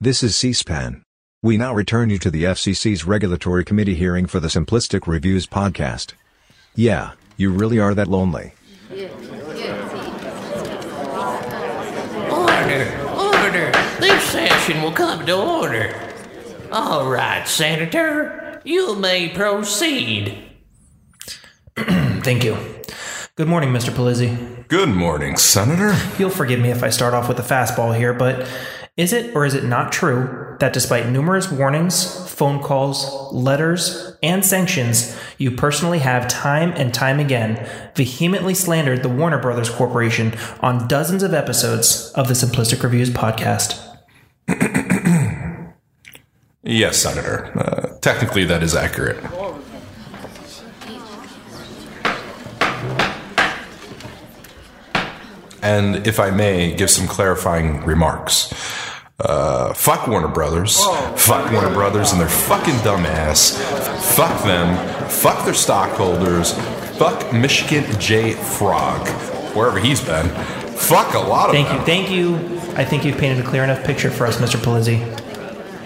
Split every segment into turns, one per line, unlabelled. This is C-SPAN. We now return you to the FCC's Regulatory Committee hearing for the Simplistic Reviews podcast. Yeah, you really are that lonely.
Order! Order! This session will come to order. All right, Senator, you may proceed.
Thank you. Good morning, Mr. Palizzi.
Good morning, Senator.
You'll forgive me if I start off with a fastball here, but is it or is it not true that despite numerous warnings, phone calls, letters, and sanctions, you personally have time and time again vehemently slandered the Warner Brothers Corporation on dozens of episodes of the Simplistic Reviews podcast?
Yes, Senator. Uh, technically, that is accurate. And if I may, give some clarifying remarks. Uh, fuck Warner Brothers. Fuck Warner Brothers and their fucking dumbass. Fuck them. Fuck their stockholders. Fuck Michigan J. Frog, wherever he's been. Fuck a lot of
Thank you.
them.
Thank you. I think you've painted a clear enough picture for us, Mr. Palizzi.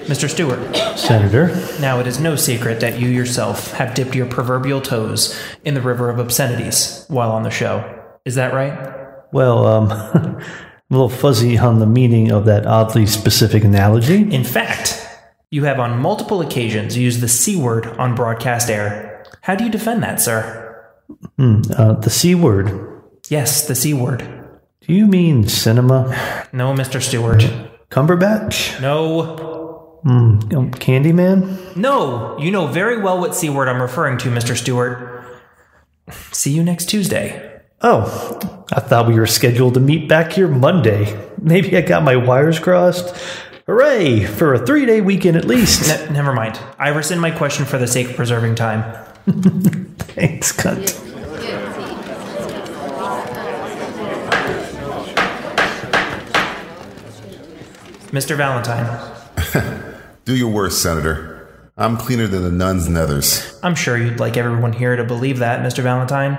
Mr. Stewart.
Senator,
Now, it is no secret that you yourself have dipped your proverbial toes in the river of obscenities while on the show. Is that right?
well, um, I'm a little fuzzy on the meaning of that oddly specific analogy.
In fact, you have on multiple occasions used the C word on broadcast air. How do you defend that, sir?
Uh, the C word.
Yes, the C word.
Do you mean cinema?
No, Mr. Stewart.
Cumberbatch?
No.
Um, Candyman?
No. You know very well what C word I'm referring to, Mr. Stewart. See you next Tuesday.
Oh, I thought we were scheduled to meet back here Monday. Maybe I got my wires crossed. Hooray for a three day weekend at least.
Ne- never mind. I rescind my question for the sake of preserving time.
Thanks, cunt.
Mr. Valentine.
Do your worst, Senator. I'm cleaner than the nuns' nethers.
I'm sure you'd like everyone here to believe that, Mr. Valentine,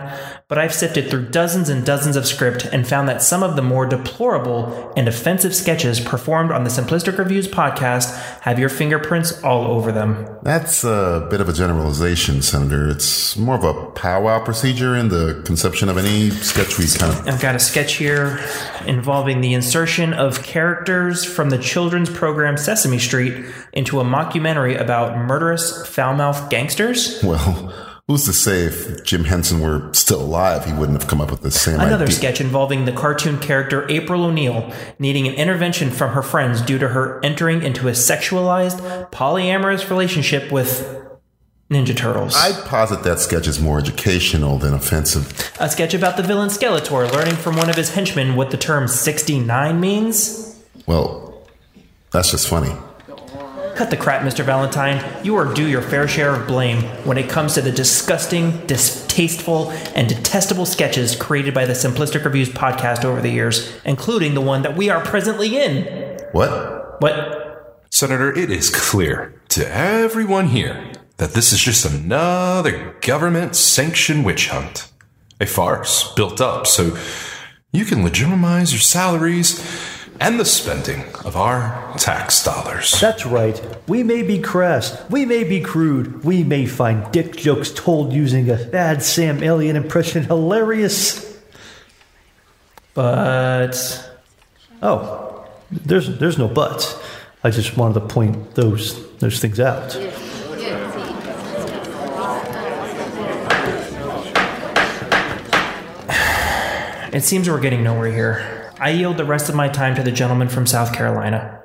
but I've sifted through dozens and dozens of script and found that some of the more deplorable and offensive sketches performed on the Simplistic Reviews podcast have your fingerprints all over them.
That's a bit of a generalization, Senator. It's more of a powwow procedure in the conception of any sketch we kind of.
I've got a sketch here involving the insertion of characters from the children's program Sesame Street into a mockumentary about murderous, foul mouthed gangsters.
Well, who's to say if Jim Henson were still alive, he wouldn't have come up with the same
Another
idea?
sketch involving the cartoon character April O'Neil needing an intervention from her friends due to her entering into a sexualized, polyamorous relationship with Ninja Turtles.
I'd posit that sketch is more educational than offensive.
A sketch about the villain Skeletor learning from one of his henchmen what the term 69 means.
Well, that's just funny.
Cut the crap, Mr. Valentine. You are due your fair share of blame when it comes to the disgusting, distasteful, and detestable sketches created by the Simplistic Reviews podcast over the years, including the one that we are presently in.
What?
What?
Senator, it is clear to everyone here that this is just another government sanctioned witch hunt. A farce built up so you can legitimize your salaries and the spending of our tax dollars.
That's right. We may be crass, we may be crude, we may find dick jokes told using a bad Sam Elliott impression hilarious.
But
Oh, there's there's no buts. I just wanted to point those those things out.
it seems we're getting nowhere here. I yield the rest of my time to the gentleman from South Carolina.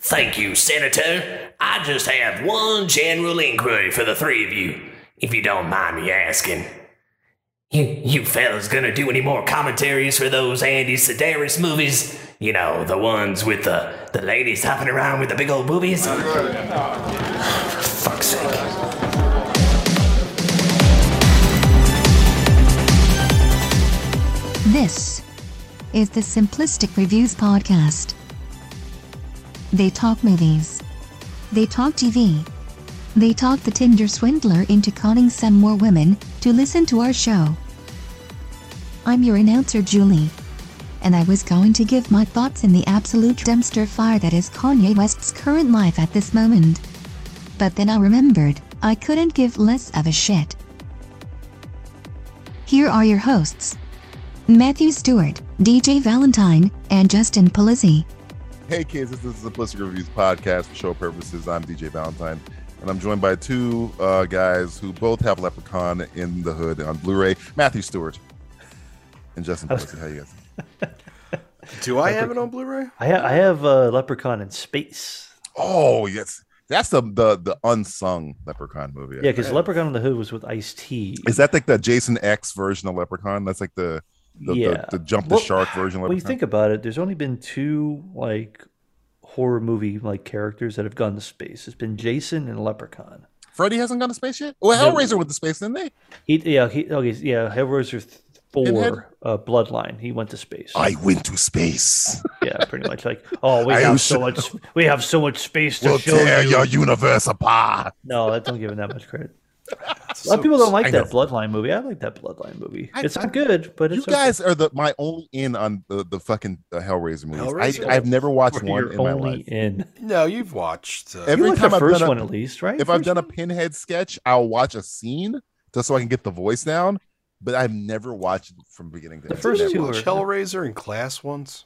Thank you, Senator. I just have one general inquiry for the three of you, if you don't mind me asking. You, you fellas gonna do any more commentaries for those Andy Sedaris movies? You know, the ones with the, the ladies hopping around with the big old boobies? For fuck's sake.
This is the Simplistic Reviews Podcast. They talk movies. They talk TV. They talk the Tinder swindler into conning some more women to listen to our show. I'm your announcer, Julie. and I was going to give my thoughts in the absolute dumpster fire that is Kanye West's current life at this moment. But then I remembered, I couldn't give less of a shit. Here are your hosts Matthew Stewart, DJ Valentine, and Justin Polizzi.
Hey kids, this is the Simplistic Reviews podcast for show purposes. I'm DJ Valentine, and I'm joined by two uh, guys who both have Leprechaun in the hood on Blu-ray. Matthew Stewart and Justin Posey. How you guys?
Do I have it on Blu-ray?
I, ha- I have uh, Leprechaun in space.
Oh yes, that's the the, the unsung Leprechaun movie. I
Yeah,
think.
because Leprechaun in the Hood was with Ice T.
is that like the Jason X version of Leprechaun? That's like the the,
Yeah.
the, the jump the
Well,
shark version. Of
When you
Leprechaun?
think about it, there's only been two like horror movie like characters that have gone to space. It's been Jason and Leprechaun.
Freddy hasn't gone to space yet. Well,
No.
Hellraiser went to space, didn't they?
He, yeah, he, okay, yeah, Hellraiser th-
Pinhead?
four, uh, Bloodline. He went to space.
I went to space.
yeah, pretty much. Like, oh, we
I
have
was-
so much, we have so much space to
We'll
show
tear
you.
your universe apart.
No, that don't give him that much credit. A lot of people don't like
I
that
know.
Bloodline movie. I like that Bloodline movie.
I-
it's
I-
not good, but
You
it's
guys are the my only in on the, the fucking uh, Hellraiser movies.
Hellraiser?
I, I've never watched
okay.
one
you're
in my
only
life.
in.
No, you've watched. Uh,
Every
you like
time
the
I've
first
done a-
one at least, right?
If I've
First
done a
one?
pinhead sketch, I'll watch a scene just so I can get the voice down. But I've never watched it from beginning to
The
end.
first
Never.
two
watch
are-
Hellraiser and Class once.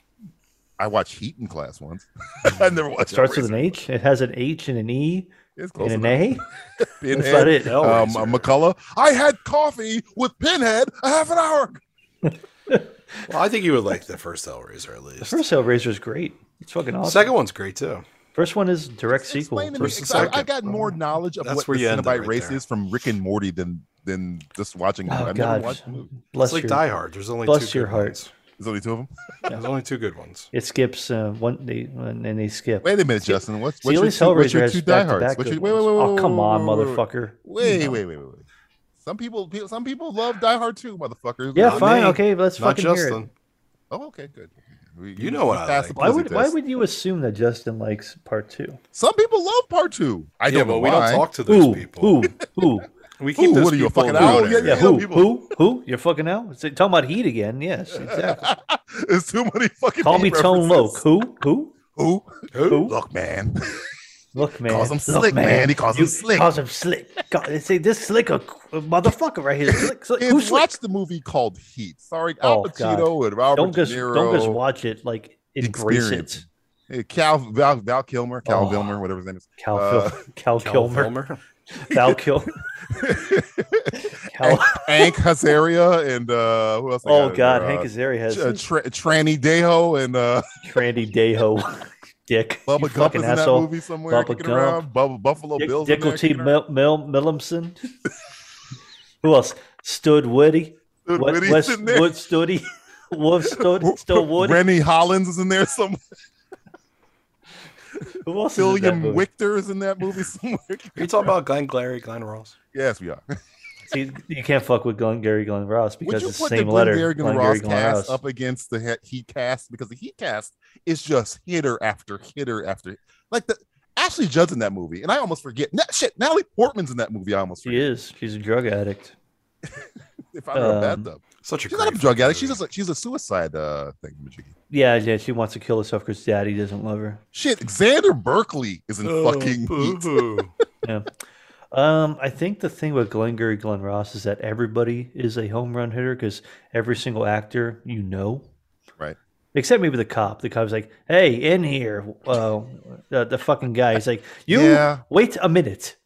I watched Heat in class once. I never watched.
starts with an
Hellraiser.
H. It has an H and an E
It's close
and an
enough.
A.
Pinhead.
That's not it.
Um, uh, McCullough. I had coffee with Pinhead a half an hour. ago.
Well, I think you would like the first Hellraiser at least.
First Hellraiser is great. It's fucking awesome.
Second one's great too.
First one is direct sequel.
Explain to me,
First and
First-
because I, I
second.
got more knowledge of
That's
what
where
the
you end it
Cenobite
right
race
there.
is from Rick and Morty than than just watching. it.
Oh,
I've
God.
never watched the movie.
Bless
it's like
your,
Die Hard. There's only
bless
two
your
good
heart.
ones.
There's only two of them.
There's only two good ones.
It skips uh, one. They and then they skip.
Wait a minute, Justin. What's,
See, at
what's, your,
least
two, what's
Hellraiser
your
has
two
back-to-back
diehards? What's
good
your, wait, wait,
ones.
wait, wait,
Oh come
wait,
on,
wait, wait,
motherfucker!
Wait, wait, wait, wait, wait. Some people, people, some people love Die Hard too, motherfuckers.
Yeah,
Not
fine.
me.
Okay, let's
Not
fucking hear it.
Justin.
Oh, okay, good. We-
You know what I
passed
like.
the
Why
pussy
would Why
test.
would you assume that Justin likes part two?
some people love Part Two? I
yeah,
don't
but
know
we
why.
don't talk to those
Ooh,
people.
Who? Who?
We keep
Ooh,
those
what are you, a
people
fucking
in the
owl?
hood
Yeah,
area.
Yeah,
You know,
who?
people-
Who? Who? You're fucking out. So, talking about heat again? Yes, exactly.
There's too many fucking.
Call me
deep
Tone Loke.
references.
Who? Who?
Who?
Who?
Look, man.
Look, man.
calls him
Look,
slick, man. He calls him
You
slick.
Calls him slick. God, they say this slick a motherfucker right here. Slick, slick.
Kids,
Who's slick?
watch the movie called Heat. Sorry,
Oh,
Al
God.
Pacino and Robert
Don't just
De Niro.
don't just watch it. Like embrace
Experience
it.
it. Hey, Cal Val, Val Kilmer, Cal
Oh.
Vilmer, whatever his name is.
Cal,
Uh,
Fil- Cal,
Cal
Kilmer.
Kilmer.
Cal Kilmer. Cal-
Hank Hazaria and uh, who else? they
oh
got in
God,
there?
Hank
Uh,
Azaria has
uh, tra- Tranny Deho and uh,
Trandy Deho. Dick. you
Bubba Gump
fucking
is in that
asshole.
movie somewhere.
Bubba
kicking
Gump.
around. Bubba, Buffalo
Dick,
Bills. in
Dickle
there
T.
kicking around.
Mil- Mil- Millimson. Who else? Stood Woody.
Dude,
What-
Whitty's
West,
in there.
Wood Stoody. Wolf Stood. Still Woody.
Rennie Hollins is in there somewhere.
Who else is in that
William
movie?
Wichter is in that movie somewhere.
Are you talking about Glenn Glary, Glenn Ross?
yes, we are.
See, you can't fuck with Glenn Gary Glenn Ross
Would
because
you
it's the
put the
same
Glenn
letter.
Gary
Glenn
Ross
Gary Glenn
cast
Ross.
up against the he- Heat cast because the Heat cast is just hitter after hitter after like the Ashley Judd's in that movie, and I almost forget. Na- shit, Natalie Portman's in that movie. I almost
She
forget.
is. She's a drug addict.
If I'm not
Um,
bad though,
Such a
she's not a
great
drug
fucking
addict. She's
movie.
just a, she's a suicide uh, thing. Majiki.
Yeah, yeah. She wants to kill herself because daddy doesn't love her.
Shit, Xander Berkeley is in
Oh,
fucking Heat.
boo-hoo.
Yeah. Um, I think the thing with Glenn Gary Glenn Ross is that everybody is a home run hitter because every single actor you know,
Right.
Except maybe the cop. The cop's like, "Hey, in here!" Uh, the, the fucking guy. He's like, "You
Yeah.
wait a minute.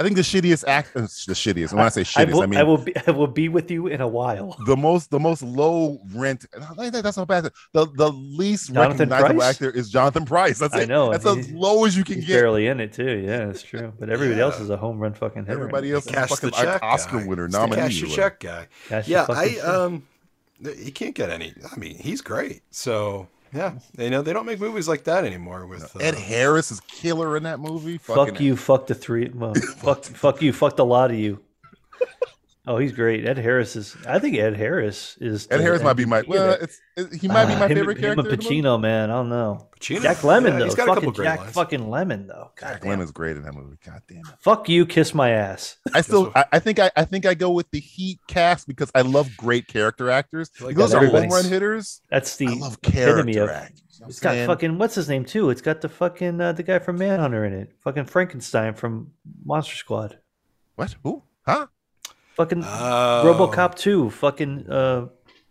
I think the shittiest act, uh, the shittiest. When I say
I
shittiest, I,
will, I,
mean
will be, I will be with you in a while."
the most the most low rent. I think that- That's not bad. The the least
Jonathan
recognizable
Price?
actor is Jonathan Price. That's
I
it.
know,
That's
and
as
he's-
low as you can
He's
get.
barely in it too. Yeah, that's true. But everybody else is a home run fucking hitter.
Everybody else is a
Cash
fucking
the check
Oscar
guy.
winner
It's the
nominee.
Cash
or
the
whatever.
check guy.
Cash the
yeah,
fucking
I
check.
um, th- he can't get any. I mean, he's great. So yeah, you know they don't make movies like that anymore. With uh,
Ed Harris is killer in that movie.
Fuck
Fucking-
you. Fuck the three. Well, fuck. Fuck you. Fuck the lot of you. Oh, he's great. Ed Harris is. I think Ed Harris is.
Ed Harris might be my.
MVP.
Well, it's, it- he might be
Ah,
my
him-
favorite character.
Him
in
and
the movie.
Pacino, man. I don't know.
Pacino.
Jack Lemon
Yeah,
though.
He's got a
fucking
couple great
Jack
lines.
fucking Lemon though. God
Jack
damn.
Lemmon is great in that movie. God damn it!
Fuck you. Kiss my ass.
I still,
what-
I, I think, I, I think I go with the Heat cast because I love great character actors.
You like
Those
that
are
everybody's-
home run hitters.
That's the
I love
epitome
character
of.
actors. you know what
It's
I'm
got
saying?
fucking what's his name too. It's got the fucking uh, the guy from Manhunter in it. Fucking Frankenstein from Monster Squad.
what? Who? Huh?
Fucking
Oh.
RoboCop two. Fucking uh,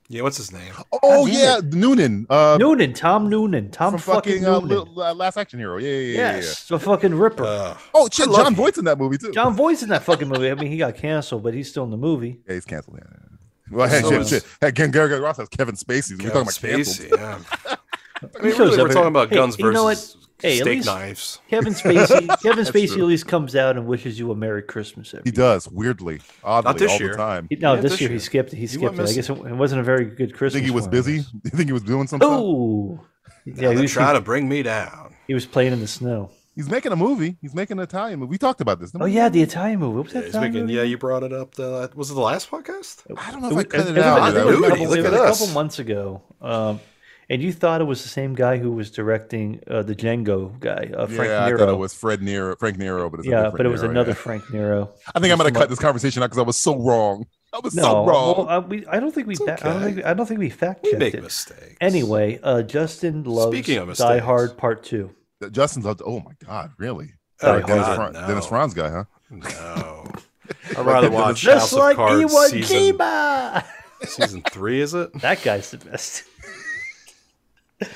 Yeah, what's his name?
Oh
damn
yeah, Noonan. Uh,
Noonan. Tom Noonan. Tom
from
fucking,
fucking, uh,
Noonan.
Li- uh, Last Action Hero. Yeah, yeah, yeah. yeah, yeah.
yes, the fucking Ripper.
Uh,
Oh shit,
I love
John
him.
Voight's in that movie too.
John Voight's in that fucking movie. I mean, he got canceled, but he's still in the movie.
Yeah, he's canceled. Yeah. Well, hey,
So
shit,
is-
shit. Hey, Ken- Gary Ross has Kevin Spacey. We're talking about canceled.
Spacey. Yeah. I
He
mean,
shows
really,
up
we're
in-
talking about
Hey,
guns
you know
versus
what? Hey, at
steak
least-
knives.
Kevin Spacey. Kevin Spacey
true.
at least comes out and wishes you a Merry Christmas every.
He does weirdly, oddly,
this
all
year.
the time.
He- No,
Yeah,
this,
this
year, he
year.
skipped. He
He went
skipped it. I guess it, it wasn't a very good Christmas.
think he was
for him, I
busy?
guess.
You think he was doing something?
Oh, yeah. He
They're
was,
trying to bring me down.
he was playing in the snow.
He's making a movie. He's making an Italian movie. We talked about this. didn't
Oh
we?
yeah, the Italian movie. What was
Yeah,
that
he's
Italian
making,
movie?
yeah, you brought it up. The, was it the last podcast?
I don't know if I
It was-
cut it
it was-
out.
I think it was
dude.
a couple,
Look
it
at
was a
us.
couple months ago, um, and you thought it was the same guy who was directing uh, the Django guy, uh, Frank
yeah, I
Nero.
thought it was Fred Nero, Frank Nero, but it's a
yeah,
different
but it was
Nero,
another
yeah.
Frank Nero.
I think I'm gonna cut this conversation out because I was so wrong. I was
No,
so wrong.
well, I, we, I don't think we. fa- I don't
okay.
think. I don't think we fact
We
checked
make
it.
mistakes.
Anyway, uh, Justin loves
Speaking of
Die
mistakes.
Hard Part Two.
Justin's up. to- Oh my god, really?
Oh,
Dennis,
God,
Fran-
no.
Dennis Franz guy, huh?
No. I'd rather watch House
Just
of
like
Cards
Iwan
season,
Kiba.
season three, is it?
that guy's the best.
You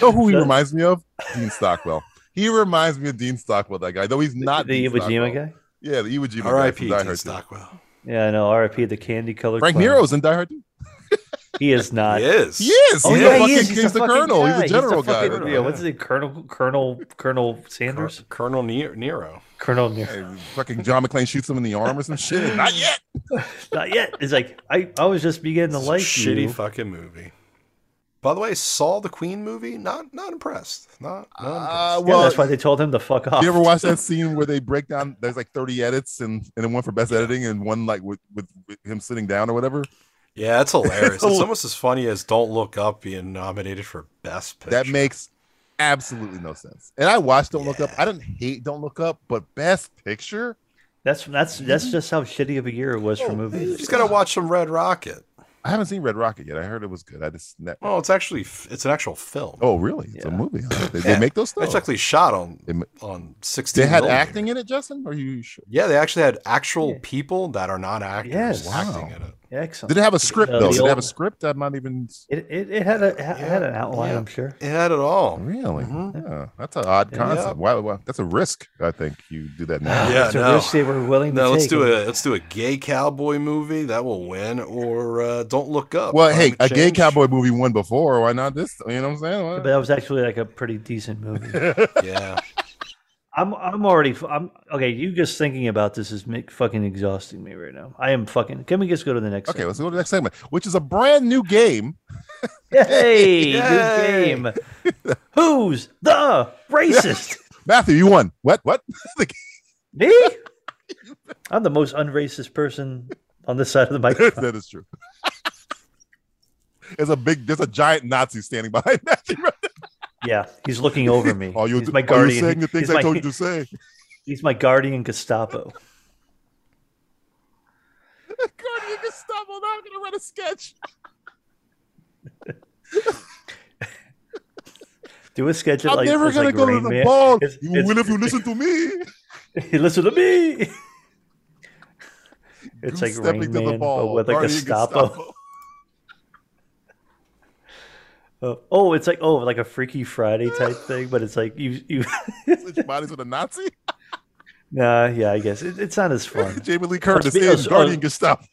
know who he reminds me of? Dean Stockwell. He reminds me of Dean Stockwell, that guy. Though he's not
the
Dean
Iwo Jima
Stockwell.
guy.
Yeah, the Iwo Jima guy
R.I.P.
from Die
Dean
Hard.
Stockwell.
Yeah, I know. R.I.P. The candy colored.
Frank
clown.
Nero's in Die Hard. too.
He is not.
He is.
He is.
Oh,
he's
yeah,
the
he
fucking
is.
he's, the
fucking
colonel. He's
guy.
the general
fucking-
guy.
yeah, what's the Colonel Colonel Colonel Sanders?
Colonel Ne- Nero.
Colonel Nero.
Hey, fucking John McClane shoots him in the arm or some
Mm.
shit. Not yet.
Not yet. It's like I, I was just beginning to like
Shitty
you.
fucking movie. By the way, Saw the Queen movie. Not not impressed. Not not
Uh,
impressed.
yeah,
well,
Oh, that's why they told him to fuck off.
you ever watch that scene where they break down? There's like 30 edits and and then one for best editing and one like with, with, with him sitting down or whatever.
yeah, it's hilarious. it's
hil-
almost as funny as Don't Look Up being nominated for Best Picture.
That makes absolutely no sense. And I watched Don't Look Up. I didn't hate Don't Look Up, but Best Picture.
That's that's that's just how shitty of a year it was
Oh,
for
You
movies.
just gotta watch some Red Rocket.
I haven't seen Red Rocket yet. I heard it was good. I just ne-
Well, it's actually f- it's an actual film.
oh really? It's a
Yeah.
movie. huh? They,
Yeah.
they make those stuff.
It's actually shot on
They ma-
on sixteen.
they had
millimeter.
acting in it, Justin. Are you sure?
Yeah, they actually had actual
Yeah.
people that are not actors
Yes.
acting in it.
Excellent.
Did it have a script
Uh,
though?
the
Did it have a
old-
script? I'm not even
It, it, it had a it had an outline,
yeah.
I'm sure.
It had it all.
really.
Mhm.
Yeah, that's an odd concept. Why, why? That's a risk. I think you do that now.
Yeah,
so
no.
risk they were willing
No,
to
let's
take.
do a let's do a gay cowboy movie that will win, or uh, don't look up.
Well, hey,
Climate
a gay
change.
cowboy movie won before. Why not this? You know what I'm saying? Why-
But that was actually like a pretty decent movie.
Yeah,
I'm I'm already I'm okay. You just thinking about this is make, fucking exhausting me right now. I am fucking. Can we just go to the next?
Okay, let's go to the next segment, which is a brand new game.
segment? Hey,
Yay!
good game. Who's the racist?
Matthew, you won. What? What?
Me? I'm the most unracist person on this side of the microphone.
that is true. There's a big, there's a giant Nazi standing behind Matthew. Right now.
Yeah, he's looking over me.
Are you,
he's my
are you
guardian.
saying the things
he's,
I
my,
told you to say?
he's my guardian Gestapo.
Guardian Gestapo, now I'm gonna run a sketch.
Do a sketch.
I'm
like,
never
it's
gonna
like
go
Rain
to the
Man.
ball.
It's-
you
it's-
will if you listen to me.
Listen to me. It's
Goose
like Rain Man, but with like a
Guardian
Gestapo. Uh, oh, it's like oh, like a Freaky Friday type thing, but it's like you you.
Switch bodies with a Nazi.
nah, yeah, I guess it, it's not as fun.
Jamie Lee Curtis
spe- oh,
is
so-
Guardian Gestapo.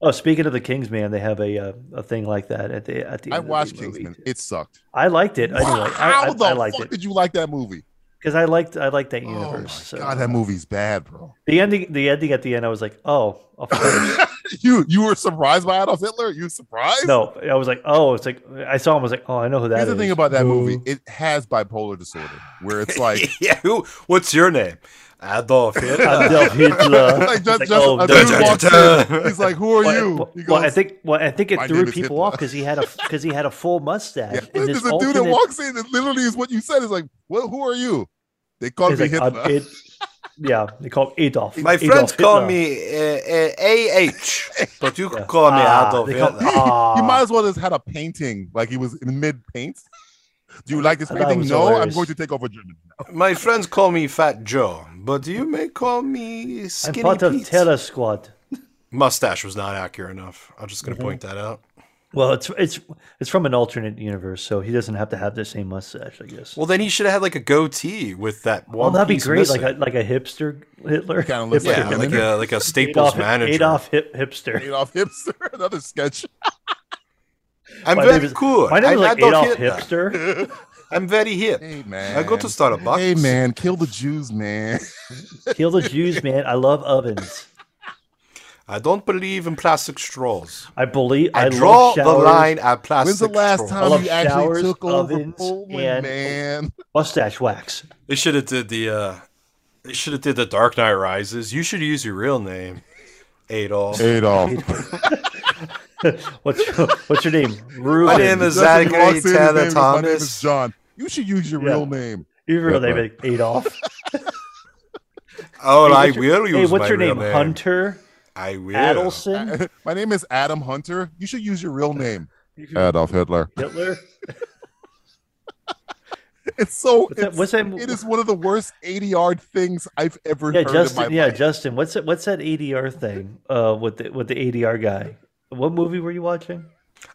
Oh, speaking of the Kingsman, they have a uh, a thing like that at the at the.
I
end of the
watched
movie.
Kingsman. It sucked.
I liked it. Anyway,
How
I, I,
the
I liked
fuck
it
did you like that movie?
because I liked I liked that
Oh my
universe. so.
god, that movie's bad, bro.
The ending, the ending at the end, I was like, oh, of course.
you you were surprised by Adolf Hitler? You surprised?
No, I was like, oh, it's like I saw him. I was like, oh, I know who that
Here's
is.
the thing about that
Boo.
movie. It has bipolar disorder, where it's like
yeah, who? What's your name? Adolf Hitler.
Adolf Hitler.
like just,
It's
just
oh,
a
duh,
dude
duh,
walks
duh,
in, He's like, "Who are
Well,
you?"
well,
He
well, I
goes,
think well, I think it
"My
threw
name is
people
Hitler."
off because he had a because he had a full mustache.
yeah.
and
There's
this
a dude that
alternate-
walks in, and literally is what you said. Is like, "Well, who are you?" They called
he's
me
like, I'm
Hitler.
it, yeah, they call him Adolf.
My
Adolf
friends call
Hitler.
me uh, uh, A.H., but you can call me
Ah,
Adolf
they call-
Hitler.
ah.
he might as well just had a painting, like he was in mid paint. Do you like this
I thought it
painting?
was
No, I'm
hilarious.
going to take over German.
My friends call me Fat Joe, but you may call me
ah, I'm
Skinny
part of
Pete.
Terror Squad.
Mustache was not accurate enough. I'm just going
Mm-hmm.
to point that out.
Well, it's it's it's from an alternate universe, so he doesn't have to have the same mustache, I guess. Well,
Well, then he should have had like a goatee with that one.
Oh, that'd be
piece
great,
missing.
like a like a hipster Hitler.
Kinda looks
Hipster
like
yeah,
a
like
manager.
a like a Staples manager.
Adolf hip, hipster.
Adolf hipster, another sketch.
I'm
My name
very
is-
cool.
My name
I'm
is like
Adolf
Adolf
Hitler.
hipster.
I'm very hip.
Hey man,
I go to Starbucks.
Hey man, kill the Jews, man.
Kill the Jews, man. I love ovens.
I don't believe in plastic straws.
I believe
I,
I,
draw
love
the
showers,
line at plastic.
When's the last
straws.
I
time
love
you actually
showers,
took over
ovens,
Poland,
and-
man?
mustache wax.
They should have did the. uh They should have did the Dark Knight Rises. You should use your real name,
oh.
Adolf.
Adolf.
What's your, what's your name? Ruben.
My name is
That's when
Zachary
he walks in, his name
Taylor
is, My name is
Thomas.
John. You should use your
Yeah.
real name.
You remember they like Adolf.
Oh,
Hey,
I
what's your-
will use
Hey, what's
my
your
real
name? Hunter
I will.
Adelson
My name is Adam Hunter. You should use your real name.
You can-
Adolf Hitler.
Hitler.
It's so.
What's that?
it's-
What's that?
It is one of the worst ADR things I've ever
yeah,
heard in
Justin.
my
Yeah,
life.
Justin. What's that? What's that ADR thing? Uh, with the with the ADR guy. What movie were you watching?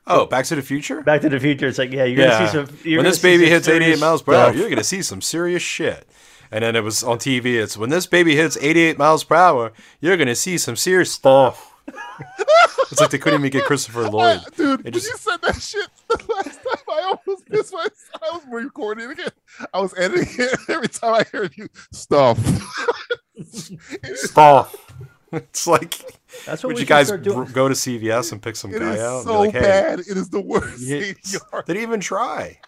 Oh, Back to the Future.
Back to the Future. It's like, yeah, you're
yeah.
gonna see some. You're
when
gonna
this
see
baby
some
hits 88
serious
miles per hour,
stuff.
you're gonna see some serious shit. And then it was on TV. It's when this baby hits 88 miles per hour, you're gonna see some serious stuff. it's like they couldn't even get Christopher Lloyd.
Dude,
It
when
just-
you said that shit the last time, I almost missed my. I was recording again. I was editing it every time I heard you stuff.
Stuff. It's like,
That's what
would
we
you
should
guys
start doing.
br- go to CVS and pick some
It
guy
is
out?
so
and be like, hey,
bad. It is the worst ADR.
Did he even try?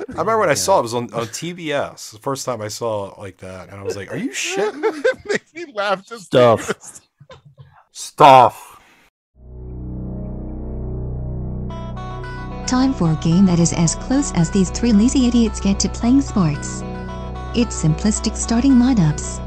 I remember when I saw it, it was on, on TBS. The first time I saw it like that, and I was like, "Are you shitting me?"
it makes me laugh just
Stuff.
thinking of stuff.
Stuff.
Time for a game that is as close as these three lazy idiots get to playing sports. It's simplistic starting lineups.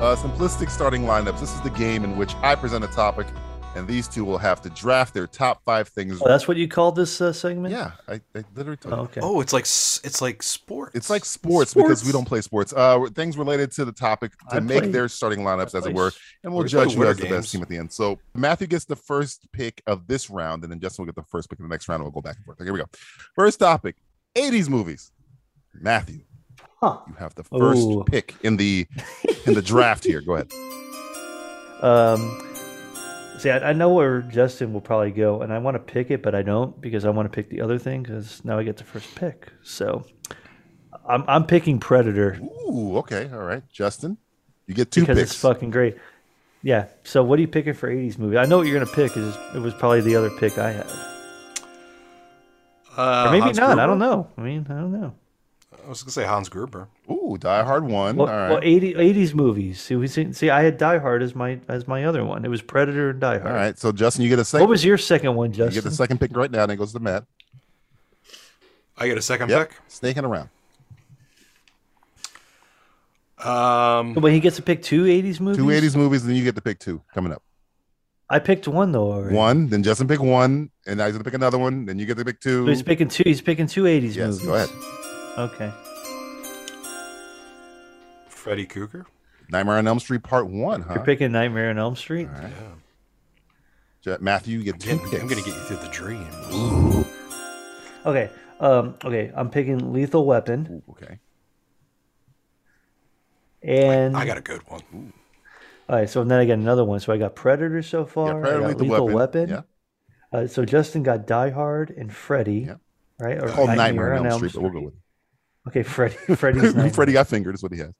Uh, simplistic starting lineups. This is the game in which I present a topic, and these two will have to draft their top five things.
Oh, that's what you called this uh, segment.
yeah, I, I literally told
Oh,
you.
okay.
Oh, it's like s- it's like sports.
It's like sports, because we don't play sports. Uh, things related to the topic to
I
make
play-
their starting lineups, as it were, and we'll
we play
judge who
winter
has the best
games.
team at the end. So Matthew gets the first pick of this round, and then Justin will get the first pick of the next round. and We'll go back and forth. Okay, here we go. First topic: '80s movies. Matthew,
Huh.
you have the first
Ooh.
pick in the in the draft here. Go ahead.
Um, see, I, I know where Justin will probably go, and I want to pick it, but I don't because I want to pick the other thing because now I get the first pick. So I'm, I'm picking Predator
Ooh, okay, all right, Justin, you get two
because
picks.
it's fucking great. Yeah. So what are you picking for 80s movie? I know what you're going to pick. Is It was probably the other pick I had.
Uh,
Oh,
Or maybe
Hans
not. I
Gruber?
don't know. I mean, I don't know.
I was gonna say Hans Gruber.
Ooh, Die Hard one.
Well,
all right,
well 80, 80s movies. See, we see, see, I had Die Hard as my as my other one. It was Predator and Die Hard.
all right. So Justin, you get a
What
second.
was your second one,
You get
Justin?
the second pick right now, and it goes to Matt.
I get a second
Yep, snaking around.
pick. Um,
But he gets to pick two 80s movies.
Two 80s movies, then you get to pick two coming up.
I picked one though already.
One, then Justin pick one, and now he's gonna pick another one. Then you get to pick two.
So he's picking two. He's picking two eighties
yes,
movies.
go ahead.
Okay.
Freddy Cougar.
Nightmare on Elm Street Part One, huh?
You're picking Nightmare on Elm Street.
All right.
Yeah.
Ja- Matthew, you get two
Again,
picks.
I'm gonna get you through the dream.
Okay. Um. Okay. I'm picking Lethal Weapon
Ooh, okay.
and
I got a good one.
all right. So then I got another one. So I got Predator so far.
Yeah, Predator,
I got
Lethal Weapon. Yeah.
Uh, so Justin got Die Hard and Freddy.
Yeah.
Right. Or
It's called Nightmare on Elm Street, but we'll go with
Okay. Freddy. Freddy's
it.
Nightmare.
Freddy got fingered is what he has.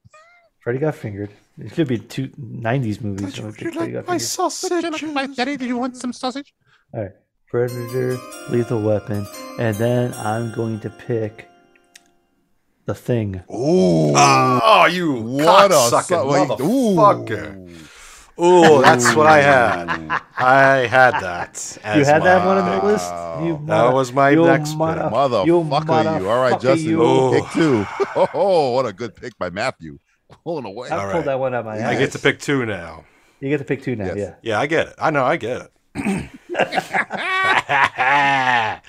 Already got fingered. It could be two 90s movies. so I think Already Got Fingered.
sausage?
Did you want some sausage?
All right. Predator, Lethal Weapon, and then I'm going to pick The Thing.
Oh, you what
What a
cocksucking
su- like,
motherfucker. Ooh, that's what I had. I had that.
You
as
had that one
my-
on the list. You
That was my
you
next pick.
mother-
Motherfucker, you.
you
All right,
motherfucker,
Justin,
you.
Oh.
pick two. Oh, what a good pick by Matthew. Pulling away.
I pulled
right.
that one out of my ass.
I get to pick two now.
You get to pick two now.
Yes.
Yeah.
Yeah, I get it. I know, I get it. That's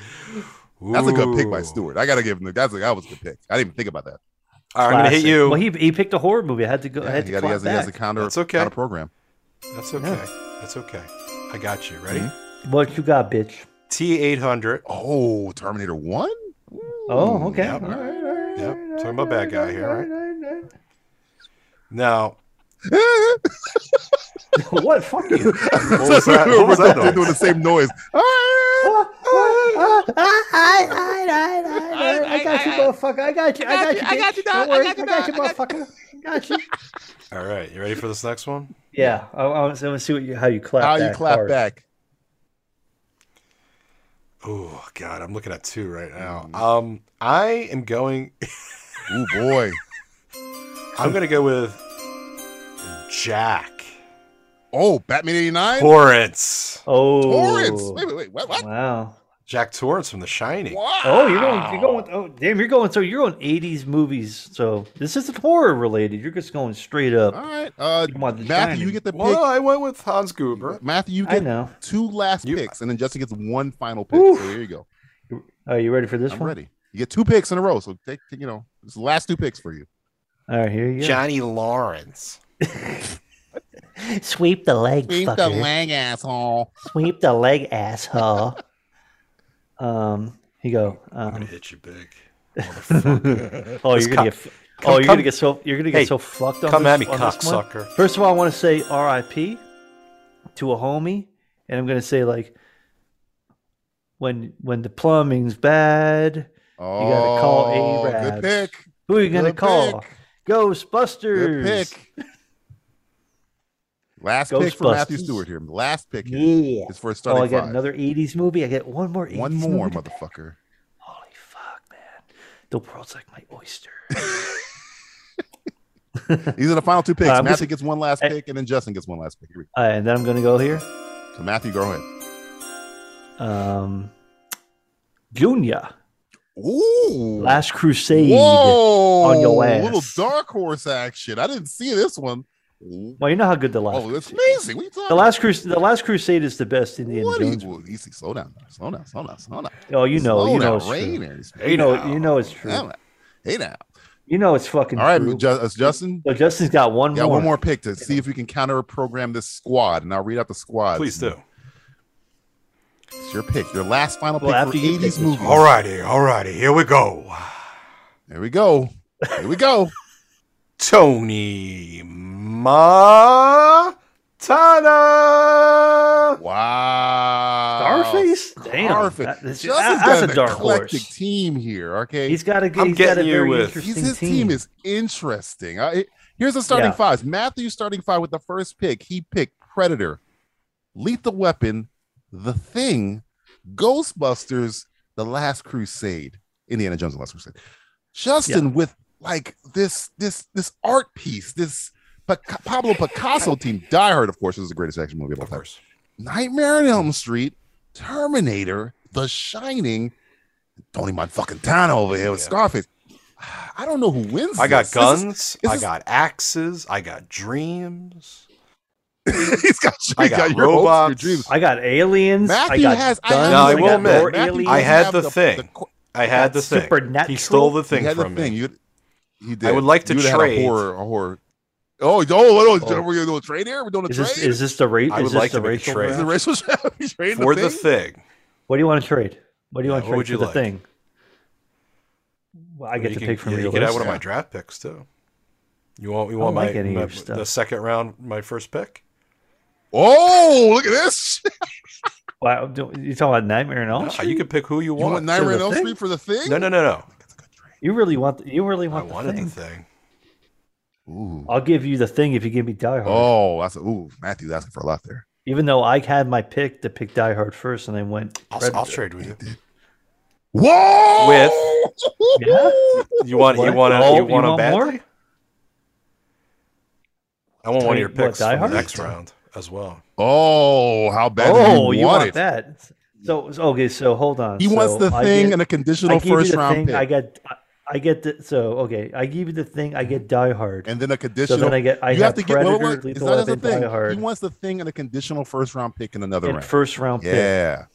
That's a good pick by Stewart. I gotta give him. That's a, that was a good pick. I didn't even think about that.
All right, I'm gonna hit
Classic.
you.
Well, he, he picked a horror movie. I had to go. I
Yeah,
had to
he, got,
got,
he, has, he has a counter,
That's okay.
counter program.
That's okay. That's okay. I got you. Ready?
What you got, bitch?
T eight hundred.
Oh, Terminator One.
Oh, okay.
Yep.
All right.
Yep. Talking about bad guy here, right? Now,
what? Fuck you.
what was that? What was that
They're doing
noise?
the same noise. Ah,
Ah, I got you, motherfucker. I got you. I got you.
I got you,
bitch.
dog.
Don't
I
worry.
got you, dog.
motherfucker. I got you.
All right, you ready for this next one?
Yeah. I, I want to see what you, how you clap.
How you
that
clap
hard.
back?
Oh God, I'm looking at two right now. Um, I am going.
Ooh boy.
I'm gonna go with Jack
Oh, Batman '89.
Torrance.
Oh.
Torrance. Wait, wait, wait. What? What?
Wow.
Jack Torrance from The Shining.
Wow.
Oh, you're going. You're going. With, oh, damn. You're going. So you're on '80s movies. So this isn't horror related. You're just going straight
All
up.
right. Uh,
Come on, The
Matthew, you
Shining.
get the pick.
Well, I went with Hans Gruber.
Matthew, you
I
get
know.
two last
You-
picks, and then Justin gets one final pick. So here you go.
Are you ready for this
I'm
one?
ready. You get two picks in a row. So take, take, you know, it's the last two picks for you.
All right. Here you go.
Johnny Lawrence.
Sweep the leg, fucker.
lang asshole.
Sweep the leg, asshole. um, you go.
I'm
Um,
gonna hit you big.
oh,
Just
you're gonna
come-
get. f- oh, you're
come-
gonna get so. You're gonna get
Hey,
so fucked on
Come
this,
at me,
on this one.
cocksucker.
First of all, I want to say R.I.P. to a homie, and I'm gonna say like, when when the plumbing's bad,
Oh,
gotta call A-Rabs.
Good pick.
who are you gonna
Good
call?
pick. Good
Ghostbusters.
pick. Last pick for Matthew
Ghostbusters.
Stewart here. The last pick here
Yeah.
is for a
Oh,
starting
I got
five.
another '80s movie. I get one more. 80s
One more,
movie.
motherfucker.
Holy fuck, man! The world's like my oyster.
These are the final two picks.
Uh, I'm
Matthew
just-
gets one last
I-
pick, and then Justin gets one last pick. Here we
All right, and then I'm gonna go here.
go. So Matthew, go ahead.
um Junior,
Ooh.
Last Crusade.
Whoa.
on your
Little
ass.
dark horse action. I didn't see this one. Ooh.
Well, you know how good the last
Oh, that's
Crusade-
amazing. What are you talking
The last Crus- the last Crusade is the best Indiana
What are you,
Jones.
well, easy, slow down, now. slow down, slow down, slow down.
Oh, you know,
slow
you know
down,
it's true.
Raiders.
Hey
You know,
now.
you know it's true.
Hey now. Hey now.
You know it's fucking
All right,
true.
Ju- uh, Justin.
so Justin's got one
Yeah,
more.
one more pick to see if we can counter program this squad, and I'll read out the squad.
Please do.
It's your pick, your last final
Well,
pick
after
for
you pick
eighties
this
movies.
All righty, all righty. Here we go.
there we go. Here we go.
Tony Montana.
Wow,
Starface? Damn.
Starface.
That- this-
Justin's
that- that's
got
a
an
dark
eclectic
horse.
team here. Okay,
He's got a good
I'm
he's got a
getting you
very
with-
He's-
interesting
his team. is interesting. I, here's the starting
Yeah.
fives. Matthew starting five with the first pick. He picked Predator, Lethal Weapon, The Thing, Ghostbusters, The Last Crusade, Indiana Jones, and The Last Crusade. Justin with like this this this art piece, this Pic- Pablo Picasso team. Die Hard, of course, is the greatest action movie of all
Of
time.
course.
Nightmare on Elm Street, Terminator, The Shining, Tony Montana over here with
Yeah.
Scarface. I don't know who wins.
I got
this. This is-
guns.
this
I
is-
got axes. I got dreams.
he's got,
I got
he's got your hopes, your
robots.
dreams.
I got aliens.
Matthew
I got
has. I
guns,
have
No, I
I
will
got
admit,
more
Matthew
aliens.
I had
have
the thing.
qu-
I had the thing.
supernatural-
He stole the thing
you had the
from
thing.
me.
You, he did.
I would like to
you had
trade.
A horror, a horror. Oh, oh, oh, oh,
Oh.
we're gonna do a trade here. We're doing a
Is
trade.
this is this the rate?
I
Is
would
this
like
the
to make a
racial
trade.
Is it
round?
racial? we trade
For the
thing?
thing.
What do you want to trade? What do you
Yeah,
want to
what
trade
would you
for the
like?
thing? Well, I get
You
to
can-
pick from
yeah,
your
You
list.
can have one of my draft picks too. You want? You want
I
my,
like any of
my
your stuff.
the second round? My first pick?
Oh, look at this!
Wow, don't- you talking about Nightmare and Elm
No,
Street?
Uh, you can pick who you
You want
want.
Nightmare
the
on Elm
thing?
Street for the thing?
no, no, no, no.
You really want? You really
I
want the
wanted
thing?
the thing.
Ooh.
I'll give you the thing if you give me Die Hard.
Oh, that's ooh, Matthew's asking for a lot there.
Even though I had my pick to pick Die Hard first, and I went.
I'll,
Predator.
I'll trade with you.
Whoa!
With
Yeah?
you want you
What?
want a
Oh,
you want a bad?
more?
I want one of your
What,
picks
Die
for the
Hard?
next round as well.
Oh, how bad
Oh,
do
you,
you, want,
want
it?
that? So so- okay, so hold on.
He
So
wants the
I
thing
get-
and a
I
conditional
give you
first
the
round
thing,
pick,
I get I- I get the so okay. I give you the thing. I get Die Hard.
and then a
so
conditional.
then I get I
you
have,
have to get
Predator,
wait, wait, wait, it's
Lethal
not just a
Weapon,
thing.
Die Hard,
He wants the thing and a conditional first round pick in another
and
round.
first round pick.
yeah.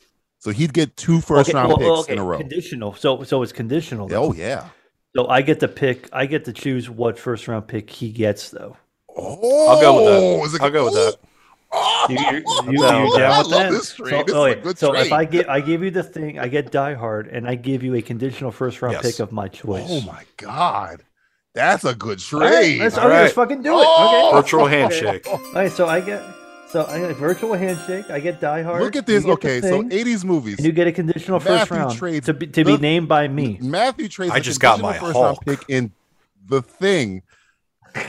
So he'd get two first
Okay,
round
well,
picks
okay,
in a row.
Conditional. So so it's conditional. Though.
Oh yeah.
So I get to pick. I get to choose what first round pick he gets though.
Oh,
I'll go with
is
that.
it-
I'll go with that.
Oh,
You, you, you, you
down with
down
I
with
love
that?
this trade. This is
so,
a
okay,
good
so if
trade.
I give I give you the thing, I get Die Hard, and I give you a conditional first round
Yes.
pick of my choice.
oh my god, that's a good
All right,
trade.
let's,
All
okay, let's
right.
fucking do it.
Oh!
Okay.
Virtual handshake.
All right, so I get so I get a virtual handshake. I get Die Hard.
Look at this.
you get the
Okay, so
thing,
80s movies.
and you get a conditional first
Matthew
round
trades
to be, to be
the-
named by me.
Matthew trades.
I
the
just got
conditional
my
first round
Hulk.
pick in the thing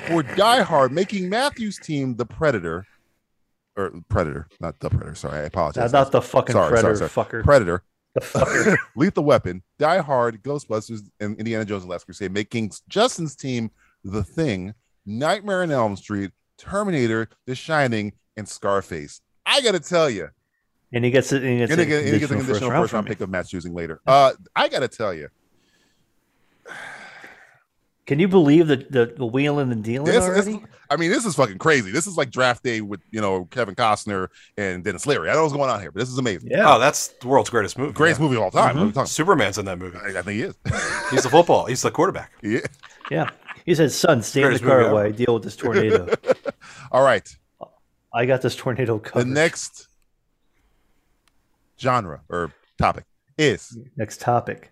for Die Hard, making Matthew's team the Predator, or Predator, not the Predator. Sorry, I
Now,
apologize.
not the fucking
Sorry, sorry,
predator
sorry.
fucker.
Predator,
the fucker.
Lethal Weapon, Die Hard, Ghostbusters, and Indiana Jones and the Last Crusade, making Justin's team the Thing, Nightmare on Elm Street, Terminator, The Shining, and Scarface. I gotta tell you,
and he gets it. And he gets,
and
a
he gets, and he gets a conditional first round
from me.
pick of Matt's choosing later. Uh, I gotta tell you,
Can you believe the the, the wheeling and dealing
This
already?
is, I mean, this is fucking crazy. This is like draft day with you know Kevin Costner and Dennis Leary. I don't know what's going on here, but this is amazing.
yeah.
Oh, that's the world's greatest movie.
Greatest movie of all time. What are we talking
Superman's in that movie.
about? I, I think he is.
He's the football. He's the quarterback.
Yeah.
Yeah. He said, son, stay in the
Greatest movie
car
ever.
while I deal with this tornado.
All right.
I got this tornado covered.
The next genre or topic is
Next topic.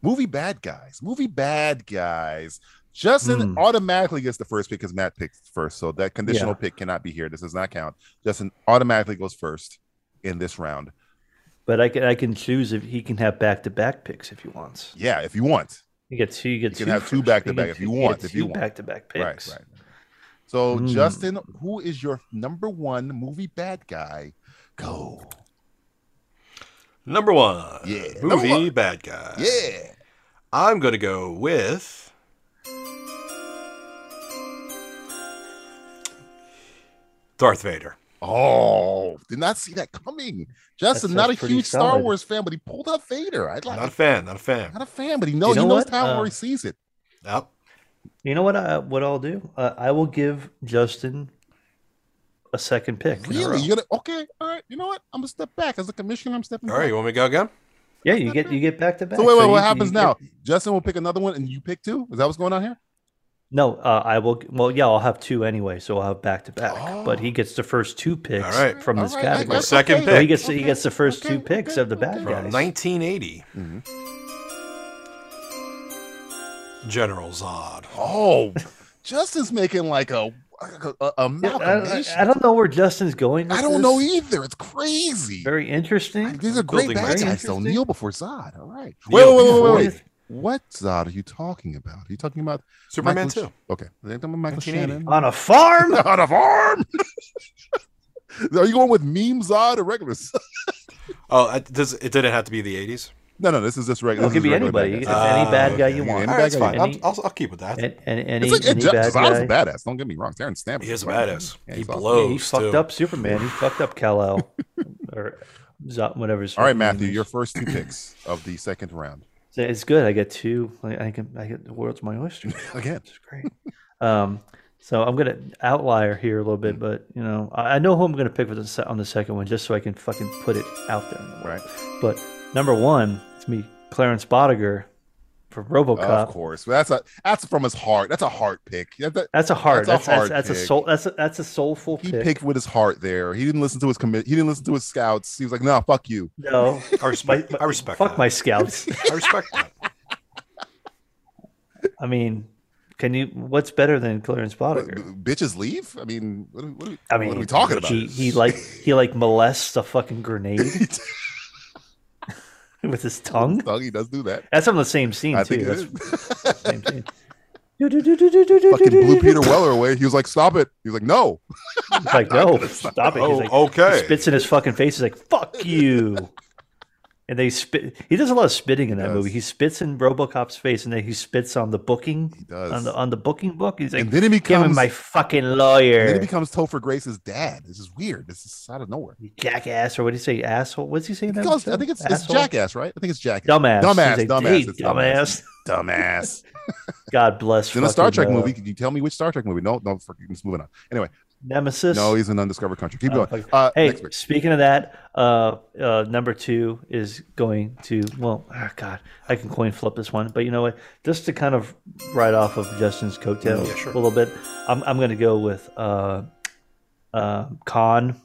movie bad guys. Movie bad guys. Justin
Hmm.
automatically gets the first pick because Matt picked first, so that conditional
Yeah.
pick cannot be here. This does not count. Justin automatically goes first in this round.
But I can I can choose if he can have back to back picks if he wants.
Yeah, if you want.
You get two. You get
can
two
have two
first.
back-to-back
get
if you
two-
want,
get
if you
two
want.
back to back picks.
Right, right. So,
Mm.
Justin, who is your number one movie bad guy? Go.
Number one.
Yeah.
Movie
Number one.
bad guy.
Yeah.
I'm gonna go with. Darth Vader.
Oh, did not see that coming. Justin,
sounds
not a
pretty
huge Star
solid.
Wars fan, but he pulled out Vader. I like
Not a fan. Not a fan.
not a fan, but he knows
You know
he knows
what?
time where
Uh,
he sees it.
Yep.
You know what? I, what I'll do? Uh, I will give Justin a second pick. in a row.
Really? You're gonna, okay, all right. You know what? I'm gonna step back as a commissioner. I'm stepping
All right.
back.
You want me to go again?
Yeah, you get you get back to back.
So wait, wait,
you-
what
you
happens
get-
now? Justin will pick another one and you pick two? Is that what's going on here?
No, uh, I will. Well, yeah, I'll have two anyway, so I'll have back to back. But he gets the first two picks
All right.
from
All
this
right, I
category.
guess,
Second
okay.
pick.
So he gets he
Okay,
gets the first
okay,
two picks
okay,
of the bad
okay.
From
guys.
1980.
Mhm.
General Zod.
Oh, Justin's making like a a, a, a
Yeah,
amalgamation.
I, I don't know where Justin's going. with
I don't
this.
know e- either. It's crazy.
Very interesting.
These are great
building
bad
my-
guys, though.
Interesting.
Kneel before Zod. All right. Wait,
Kneel
wait, wait, wait,
before
wait,
Zod.
wait. What Zod are you talking about? Are you talking about
Superman
Michael,
2.
Okay, they're talking about Michael
1980.
Shannon
On a farm.
on a farm. are you going with meme Zod or regular? Zod?
Oh, I, does, it didn't have to be the 80s.
No, no, this is just regular.
Well, it could be anybody. It's any bad guy you
okay.
want.
All right, that's
guy
fine.
you
I'll,
want.
I'll, I'll keep with that.
And, and, any,
It's like
any
and Ju-
bad
Zod's a
guy.
badass. Don't get me wrong. Terrence Stamp.
He is a
right?
badass.
Yeah,
he
he's awesome.
Yeah,
blows.
he fucked
too.
up Superman. He fucked up Kal El, or Zod, whatever. his
All right,
name
Matthew,
is.
your first two picks of the second round.
So it's good. I get two. I I can. I get the world's my oyster.
Again.
It's great. um, so I'm gonna outlier here a little bit, but you know, I, I know who I'm gonna pick for the se- on the second one, just so I can fucking put it out there. In the world.
Right.
But number one, it's me, Clarence Bodiger, for
Of
RoboCop.
course, that's a that's from his heart. That's a heart pick. That- that-
that's a hard.
That's
That's
a
that's,
hard
that's, a
pick.
soul. That's a, that's a soulful
he
pick.
picked with his heart there. He didn't listen to his commit. He didn't listen to his scouts. He was like, "No, fuck you."
No,
I respect, I respect
fuck
that.
my scouts.
I respect that.
I mean, can you? What's better than Clarence
But
Bodiger?
bitches leave. I mean, what are, what are,
I mean,
what are we talking about?
He, he like he like molests a fucking grenade with his tongue.
Thug, he does do that.
That's from the same scene
I
too.
think it
That's
is.
from the same scene.
fucking blew Peter Weller away. He was like, "Stop it!" He was like, "No."
He's like, no, stop it. He's like,
Oh, okay.
he spits in his fucking face. He's like, fuck you. and they spit. He does a lot of spitting in that movie. He spits in RoboCop's face, and then he spits on the booking. He
does.
on the on the booking book. He's like,
And then he
give him
becomes-
my fucking
And then he
lawyer,
becomes Topher Grace's dad. This is weird. This is out of nowhere.
you jackass, or what do you say, asshole? What's he saying?
He
that
calls-
was
I think it's,
called?
it's
Asshole?
jackass, right? I think it's jackass.
Dumbass.
Dumbass,
He's
dumbass,
Hey,
it's
dumbass.
dumbass. Dumbass.
God bless.
He's in a Star
fucking,
Trek
uh,
movie. Can you tell me which Star Trek movie? No, no, fuck, it's moving on. Anyway,
Nemesis.
no, he's in Undiscovered Country. Keep
Oh,
going.
fuck.
Uh,
hey,
next pick.
speaking of that, uh, uh, number two is going to well, ah, God, I can coin flip this one, but you know what? Just to kind of ride off of Justin's coattail a little bit, I'm, I'm going to go with uh, uh, Khan.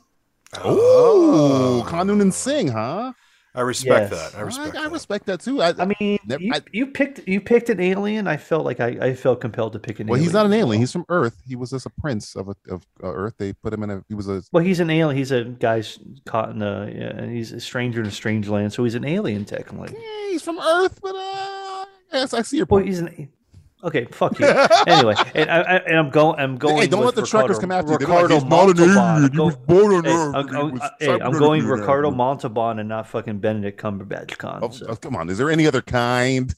Oh.
Ooh, Kanun and Oh, Singh, huh?
I respect
Yes.
that. I respect.
I, I
that.
respect that too. I,
I mean,
Never-
you,
I-
you picked you picked an alien. I felt like I, I felt compelled to pick an.
well,
alien.
he's not an alien. He's from Earth. He was just a prince of a, of uh, Earth. They put him in a. He was a.
Well, he's an alien. He's a guy s- caught in a, yeah, and he's a stranger in a strange land, so he's an alien technically.
Yeah, he's from Earth, but uh, yes, I see your
Boy,
point.
he's an. Okay, fuck you. anyway, and, I, I, and I'm going. I'm going.
hey, don't
with
let the
Ricardo-
truckers come after you. They're
Ricardo
like, he's not an
Montalban.
alien. He
Go-
was born on
Hey,
Earth.
I'm,
and he
I'm-
was
hey, I'm
cybernetically
going Ricardo
reactive."
Montalban and not fucking Benedict Cumberbatch. Con.
Oh,
so.
oh, come on, is there any other kind?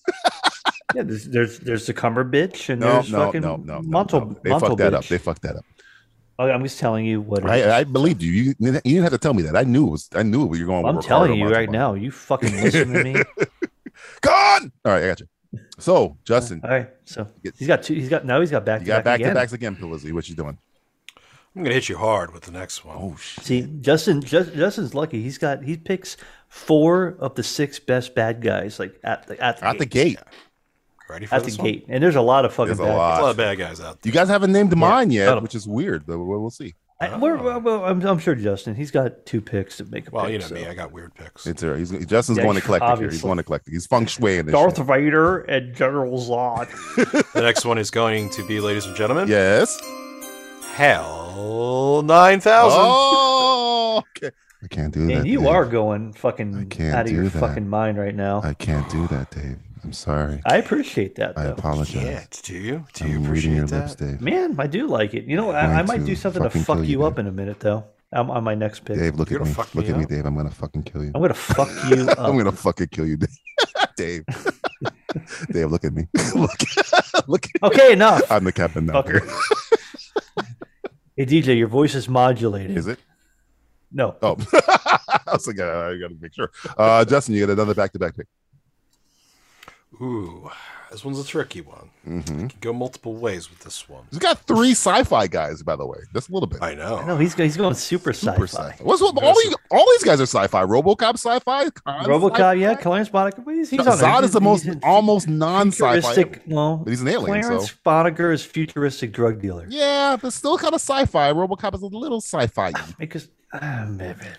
Yeah, there's, there's there's the Cumberbitch and
No,
there's
no,
fucking
no, no, no,
Montal,
no. They fucked that up.
Montalbitch.
They fucked that up.
Okay, I'm just telling you what. it is.
I, I believed you. you. You didn't have to tell me that. I knew it was. I knew you were going.
I'm
with
telling you
Ricardo
right
Montalban.
now. You fucking listen to me.
Gone. All right, I got you. So, Justin,
All right, so he's got two. He's got now. He's got Uh, back.
you
to
got back
again.
to backs again, Pilizzi. What you doing?
I'm gonna hit you hard with the next one. Oh shit.
See, Justin, Just, Justin's lucky. He's got he picks four of the six best bad guys like at the at the
Out the
gate,
gate.
Ready for
at the
this one?
gate, and there's a lot of fucking
There's a
bad
There's a lot of
lot.
bad guys out there.
You guys haven't named mine
Got
yet,
'em.
which is weird, but we'll, we'll see.
guys. I, we're, we're- we're- I'm, I'm sure Justin, he's got two picks to make a
Well,
pick.
you know
so.
me. I got weird picks.
It's all right. He's, Justin's
Yeah,
going eclectic here. He's
obviously.
going eclectic. He's feng shui in this.
Darth
shit.
Vader and General Zod.
the next one is going to be, ladies and gentlemen,
Yes.
Hell nine thousand.
Oh, okay. I can't do that.
and you
Dave.
are going
I
fucking
can't
out of your
do that.
fucking mind right now. I,
I can't do that, Dave. I'm sorry.
appreciate that
I
though.
apologize.
Oh, Yeah, do you? Do you
I'm
appreciate
reading your
that?
lips, Dave.
Man, I do like it. You know,
I'm
I, I
going
might
to
do something to
fucking
fuck
kill you,
you up
dude.
in a minute though. I'm on my next pick.
Dave, look
You're
at
gonna
me.
fuck
Look
me
at me,
up. Oh.
Dave. I'm gonna fucking kill you.
I'm gonna fuck you up.
I'm gonna fucking kill you, Dave. Dave. Dave, look at me. look. look.
okay, enough.
I'm the captain now.
Fucker. hey DJ, your voice is modulated.
Is it?
No.
Oh, I was like, uh, I gotta make sure. Uh, Justin, you got another back-to-back pick.
Ooh, this one's a tricky one.
Mm-hmm.
Go multiple ways with this one.
He's got three sci-fi guys, by the way. That's a little bit.
I know.
No, he's go- he's going super,
Super
sci-fi.
sci-fi. What's with all, you, all these guys are sci-fi? RoboCop sci-fi. Khan
RoboCop,
sci-fi?
yeah, Clarence Boddicker. but He's, he's on
Zod is the most almost non-sci-fi.
futuristic. Well,
But he's an alien,
Clarence
so-
Boddicker is futuristic drug dealer.
Yeah, but still kind of sci-fi. RoboCop is a little sci-fi.
Because ah, man, man.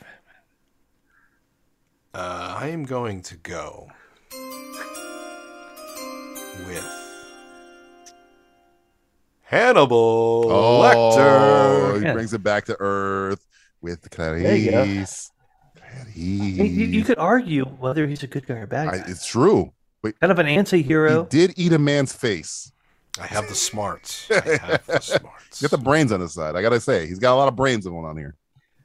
Uh, I am going to go with Hannibal
Oh,
Lecter.
he
Yeah.
brings it back to Earth with Clarice.
you go.
Clarice.
You, you- you could argue whether he's a good guy or a bad
I,
guy.
it's true.
kind of an
He
anti-hero.
did eat a man's face.
I have the smarts. I have the smarts.
He's got the brains on his side. I gotta say, he's got a lot of brains going on here.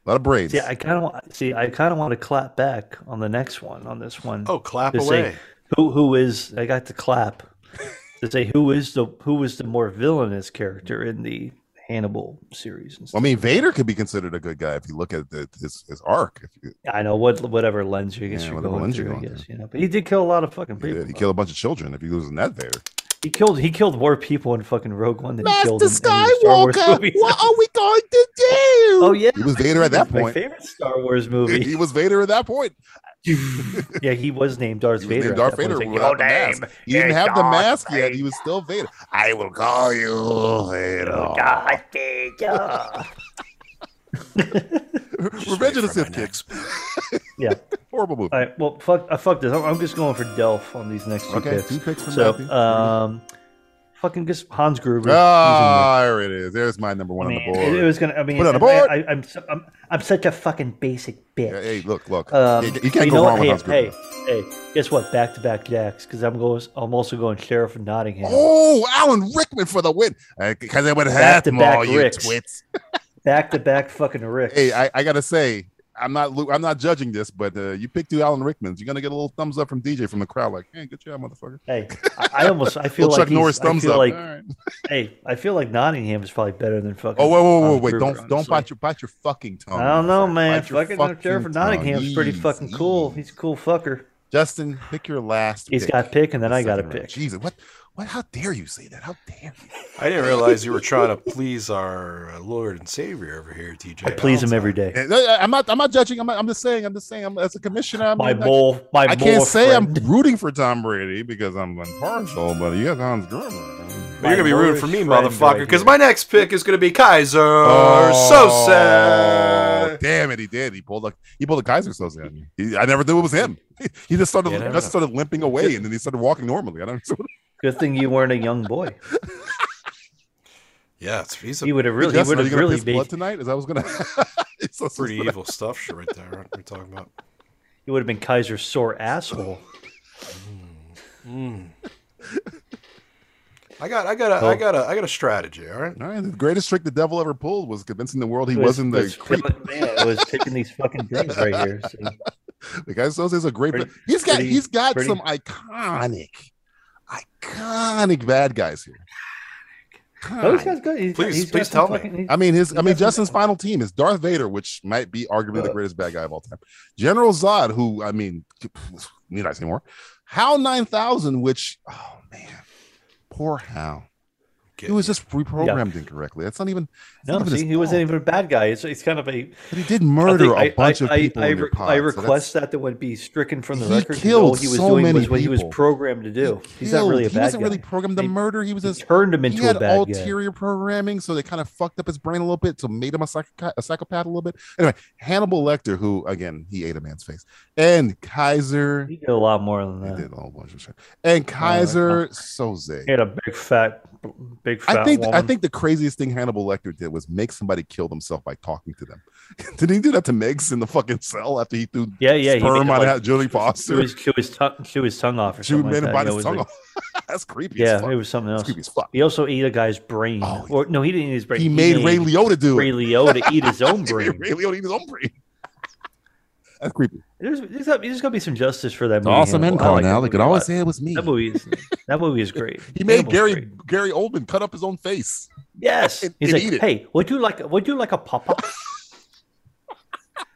A lot of brains.
See, I kind of see. I kind of want to clap back on the next one. On this one,
oh, clap
to
away.
say who who is. I got to clap to say who is the who is the more villainous character in the Hannibal series. And
I
stuff.
mean, Vader could be considered a good guy if you look at the, his his arc. If you,
I know what whatever lens you guess
Yeah,
you're
whatever
going
lens
through.
you're
I
going
guess you know, but he did kill a lot of fucking
he,
people.
did. he killed a bunch of children. If you lose in that Vader,
He killed he killed more people in fucking Rogue One than he killed
Master
in any of the Star Wars
Skywalker,
movies.
what are we going to do?
Oh yeah,
He was Vader at that
My
point.
favorite Star Wars
He
movie.
was Vader at that point.
yeah, he was named Darth
He was
Vader.
named
at
Darth
that point.
Vader
He's like,
without the
"Yo,
mask. He didn't
It's
have the
Darth
mask yet. He was still Vader. I will call you
Oh,
Vader. Revenge of the Sith kids.
Yeah.
Horrible movie.
All right. Well, fuck. Uh, fuck this. I'm, I'm just going for Delph on these next two
Okay,
picks.
two picks from
so,
Matthew.
um, Fucking just Hans Gruber.
Ah, there it is. There's my number one
using
on
me.
the
Man,
board.
it, it was gonna. I mean,
Put it on the board.
I, am so, I'm I'm such a fucking basic bitch.
hey, look, look.
Um,
you, you
but
can't go
know
wrong
what?
with
hey,
Hans Gruber.
Hey, hey, guess what? Back to back jacks because I'm going. I'm also going sheriff of Nottingham.
Oh, Alan Rickman for the win. Uh, Because I would have them
Back-to-back
all, you
Ricks.
twits.
Back to back fucking Rick.
Hey, I, I gotta say, I'm not lu- I'm not judging this, but uh, you picked two Alan Rickmans. You're gonna get a little thumbs up from DJ from the crowd, like, hey, good job, motherfucker.
Hey, I, I almost I feel
Little
like
Chuck
he's-
Norris
I
thumbs
feel
up.
like
All right.
hey, I feel like Nottingham is probably better than fucking.
Oh, wait, wait, wait,
Hans
wait!
Gruber,
Don't don't
honestly.
bite your bite your fucking tongue.
I don't know,
motherfucker.
man.
Bite your
Fucking, sheriff of
tongue.
Nottingham's pretty
Ease,
fucking cool.
ease.
He's a cool fucker.
Justin, pick your last.
He's
pick.
got pick, and then I got a
Second round.
pick.
Jesus, what? What? How dare you say that? How dare you?
I didn't realize you were trying to please our uh, Lord and Savior over here, TJ.
I please him every day.
And, uh, I'm not. I'm not judging. I'm, not, I'm just saying. I'm just saying. I'm, as a commissioner, I'm,
My
I'm not-
mole, my
I can't
mole
say
friend.
I'm rooting for Tom Brady because I'm impartial, but you got Hans Gruber.
But you're gonna be
My
rooting for me,
lowest friend
motherfucker,
right
because
here.
my next pick is gonna be Kaiser.
Oh.
so sad.
Damn it, he did. He pulled a he pulled a Kaiser so sad. He, I never knew it was him. He just started
Yeah, I don't
just
know.
started limping away, and then he started walking normally. I don't. know.
Good thing you weren't a young boy.
Yeah, it's, he's a
He would have really, he
Justin,
would
are you
have
gonna
really
piss
be,
blood tonight? Is that was gonna? it's so-
pretty evil stuff shit right there. What are we talking about?
he would have been Kaiser's sore asshole.
I got, I got, a, I got, a, I got a strategy. All right.
All right, the greatest trick the devil ever pulled was convincing the world he
It was-
wasn't the
was
creep.
filling- yeah, it was taking these fucking drugs right here. So
The guy so is a great.
Pretty-
he's got
pretty-
he's got
pretty-
some iconic, iconic bad guys here.
Oh, he's
Iconic.
got good. he's got-
Please-
he's got
please
some
tell me.
fucking-
I mean, his. I mean,
definitely-
Justin's final team is Darth Vader, which might be arguably the greatest bad guy of all time. General Zod, who I mean, need I say more? Hal nine thousand, which oh man, poor Hal. He was just reprogrammed incorrectly. That's not even. that's
no,
not even
see,
his
he wasn't
fault.
even a bad guy. It's, it's kind of a
But he did
I think
murder
I-
a bunch
I,
of people.
I, I,
in your
re-
pod,
I
so that's-
request that that would be stricken from the
He
record. 'cause
killed
all he was
so
doing
many
was what he was
people.
programmed to do.
He
He's not really a
killed. he
bad
wasn't
guy.
really programmed to
They-
murder. He was
they
just
turned him into
he had
a bad
ulterior programming, so they kind of fucked up his brain a little bit, so made him a, psycho- a psychopath a little bit. Anyway, Hannibal Lecter, who again he ate a man's face, and Kaiser
guy. He did a lot more than
he
that.
did a whole bunch of shit, and Kaiser Soze.
He had a big fat, big fat.
I think
woman.
I think the craziest thing Hannibal Lecter did was make somebody kill themselves by talking to them. did he do that to Megs in the fucking cell after he threw
Yeah, yeah.
sperm
made it,
on
like,
out Jodie
She
Foster?
was, she was, tongue, she was tongue off or
Dude
something. like
made him
that. Yeah,
bite
it
his
was
tongue
like-
off. That's creepy. as
Yeah,
fuck.
it was something
That's
else.
creepy as fuck.
He also ate a guy's brain.
Oh,
or no, he didn't eat his brain.
He made Ray Liotta do
Ray
it.
Liotta eat his own
He
brain.
made Ray Liotta eat his own brain. That's creepy.
There's, there's, gotta- there's got to be some justice for that movie.
Awesome end
Hannibal. I
call
like that
now. They
movie
could
a
always
lot.
say it was me.
That movie is that movie is great.
He made
Hannibal's
Gary
great.
Gary Oldman cut up his own face.
Yes,
and-
he's like,
and eat it.
hey, would you like would you like a pop up?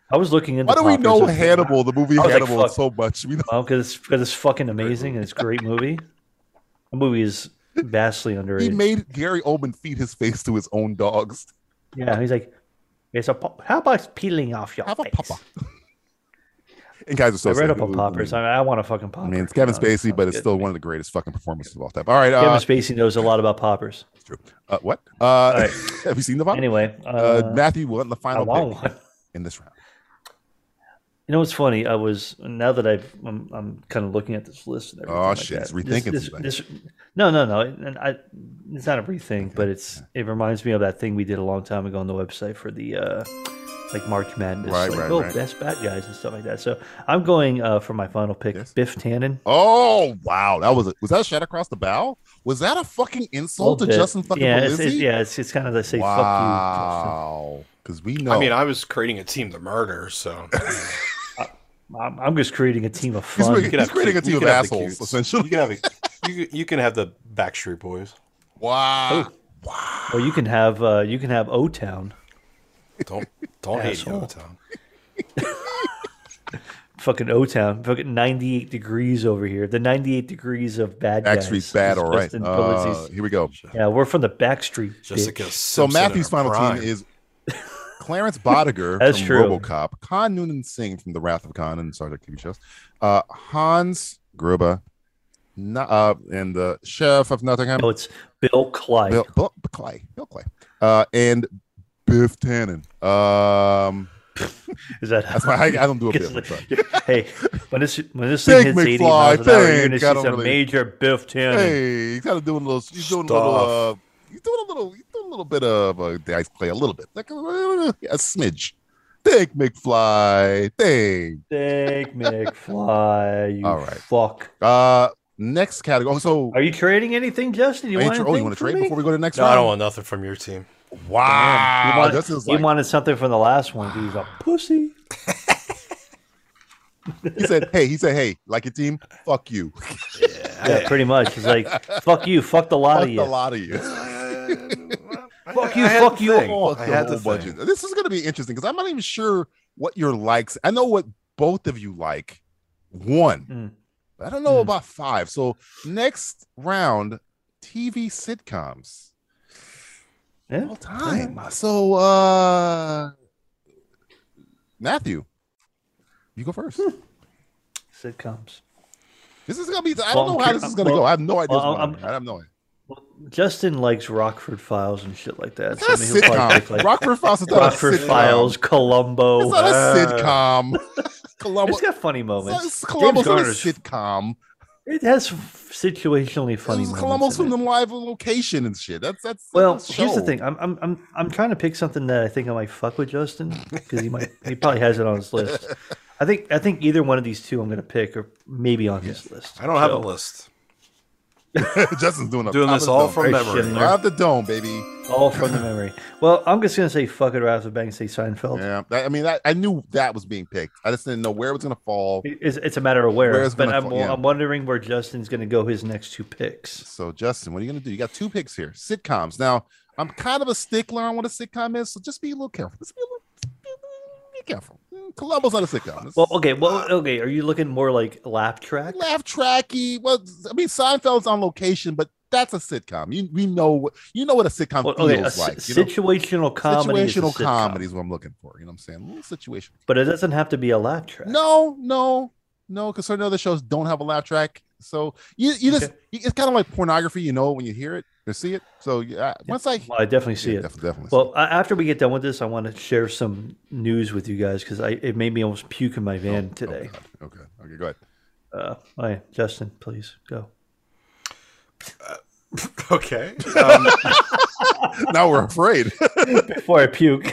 I was looking into.
Why do we
poppers
know
and-
Hannibal, the movie
I was like,
Hannibal,
fuck.
so much? We know
Well, because it's, Oh, 'cause it's fucking amazing and it's a great movie. The movie is vastly
he
underrated.
made Gary Oldman feed his face to his own dogs.
yeah, he's like, it's a pop- how about peeling off your
Have a
face?
papa. And guys are so
I read
sad.
up on poppers. I, mean, I want a fucking popper.
I mean, it's Kevin
No,
Spacey, but
sounds
it's
good.
still one of the greatest fucking performances of all time. All right,
Kevin
uh,
Spacey knows a lot about poppers.
uh, what? Uh,
right.
have you seen the pop?
Anyway, uh,
uh, Matthew won the
a
final
long
pick
one.
in this round.
You know what's funny? I was now that I've I'm, I'm kind of looking at this list and everything.
Oh,
like
shit,
that,
he's rethinking
this,
some
this, this, No, no, no. And I, it's not a rethink, but it's it reminds me of that thing we did a long time ago on the website for the uh, like March Madness,
Right,
like
right,
oh
right.
best bad guys and stuff like that. So I'm going uh, for my final pick,
Yes.
Biff Tannen.
Oh wow, that was a, was that a shot across the bow? Was that a fucking insult to
Little bit.
Justin fucking
yeah, it's,
Polizzi?
it's, yeah. It's, it's kind of they say fuck
Wow, because we know.
I mean, I was creating a team to murder, so
you. Justin. I'm, I'm just creating a team of
he's,
fun.
making-
can
he's
have
creating a
cute-
team
you
of
can have the
assholes
cutes.
essentially.
you can have a, you, you can have the Backstreet Boys.
Wow,
Or you can have uh, you can have O Town.
Don't don't hate
Asshole.
Yotown.
fucking O Town, fucking 98 degrees over here. The 98 degrees of bad guys.
Backstreet's bad.
It's
All right,
Justin
uh,
Polizzi's-
here we go.
yeah, we're from the Backstreet.
Jessica.
bitch.
So
Simpson
Matthew's
in her
final
prime.
team is Clarence Bodiger
That's
from
true.
RoboCop, Khan Noonan Singh from The Wrath of Khan and Star Trek TV shows, uh, Hans Gruber, Na- uh, and the Sheriff of Nottingham,
No, it's Bill Clyde.
Bill, Bill Clay, Bill Clay, uh, and Biff Tannen. Um,
Is that
That's why I, I don't do a bit.
Because,
but-
like, hey, when this when this thing
Think,
hits eighty
McFly,
miles an hour, you're gonna
think. I
see
don't
some
really-
major biff tanning.
Hey, he's kind of doing a little. He's doing a little. Uh,
Stuff.
he's doing a little. He's doing a little bit of uh, the ice play, a little bit, like a, a smidge. Think McFly. Think.
Thank McFly, you
All right.
fuck.
Uh, next category. Oh, so
Are you trading anything, Justin? You
Are you
want
tra- oh, you want to trade before we go to the next
No,
round?
I don't want nothing from your team.
Wow,
You, wanted,
this is
you
like
wanted something from the last one. Dude, He's a pussy.
he said. Hey, he said. Hey, like your team. Fuck you.
Yeah, pretty much. He's like, fuck you, fuck the lot
Fuck
of
a
you.
lot of you.
Fuck you,
I had
fuck
the
you
thing.
all.
Fuck
I
the
had
whole
the
budget.
budget.
This is going to be interesting because I'm not even sure what your likes. I know what both of you like. One,
Mm.
But I don't know
Mm.
about five. So next round, TV sitcoms
Yeah.
all time. So uh, Matthew, you go first.
Sitcoms.
This is gonna be. I
Well,
don't know
I'm
how
cur-
this is gonna
well,
go. I have no idea. what's
well,
going on.
I'm-
I have no idea.
Justin likes Rockford Files and shit like that.
That's
he'll probably pick,
sitcom.
like,
Rockford Files is not a
Rockford
sitcom.
Files,
It's
Columbo.
not
Uh,
a sitcom. Columbo.
It's got funny moments.
It's Columbo's not a
Garner's-
sitcom.
It has f- situationally funny
It's
moments.
Columbo's
in
from
it.
the live location and shit. That's that's
well,
that's a
here's the
show.
thing. I'm, I'm I'm I'm trying to pick something that I think I might fuck with Justin because he might he probably has it on his list. I think I think either one of these two I'm going to pick or maybe on his list.
I don't have a
So,
list.
Justin's doing a
Doing
top
this
of the
all
dome.
from memory.
Schindler.
Right off the dome, baby.
all from the memory. Well, I'm just going to say fuck it right off the bat and say Seinfeld.
Yeah, that, I mean, that, I knew that was being picked. I just didn't know where it was gonna fall.
It's, it's a matter of where,
Where it's
but
gonna
I'm,
fall, yeah.
I'm wondering where Justin's going to go his next two picks.
So, Justin, what are you gonna do? You got two picks here. Sitcoms. Now, I'm kind of a stickler on what a sitcom is, so just be a little careful. Just be a little, be careful. Columbo's not a sitcom. It's
Well, okay, well, okay. Are you looking more like lap track?
laugh tracky. Well, I mean, Seinfeld's on location, but that's a sitcom. You we know what you know what a sitcom
Well,
feels
okay, a s-
like. you know?
situational comedy. is a
situational
sitcom,
comedy is what I'm looking for. You know what I'm saying? A little situation.
but it doesn't have to be a laugh track.
No, no, no, because certain other shows don't have a laugh track. So you you just you- it's kind of like pornography. You know when you hear it or see it. So yeah, once I
Well, I definitely see
yeah,
it.
def- definitely.
Well, a- after we get done with this, I want to share some news with you guys because it made me almost puke in my van
see it.
today.
Oh, God. okay, okay, go ahead.
Uh, hi, Justin, please go.
Okay. Um,
Now we're afraid.
Before I puke.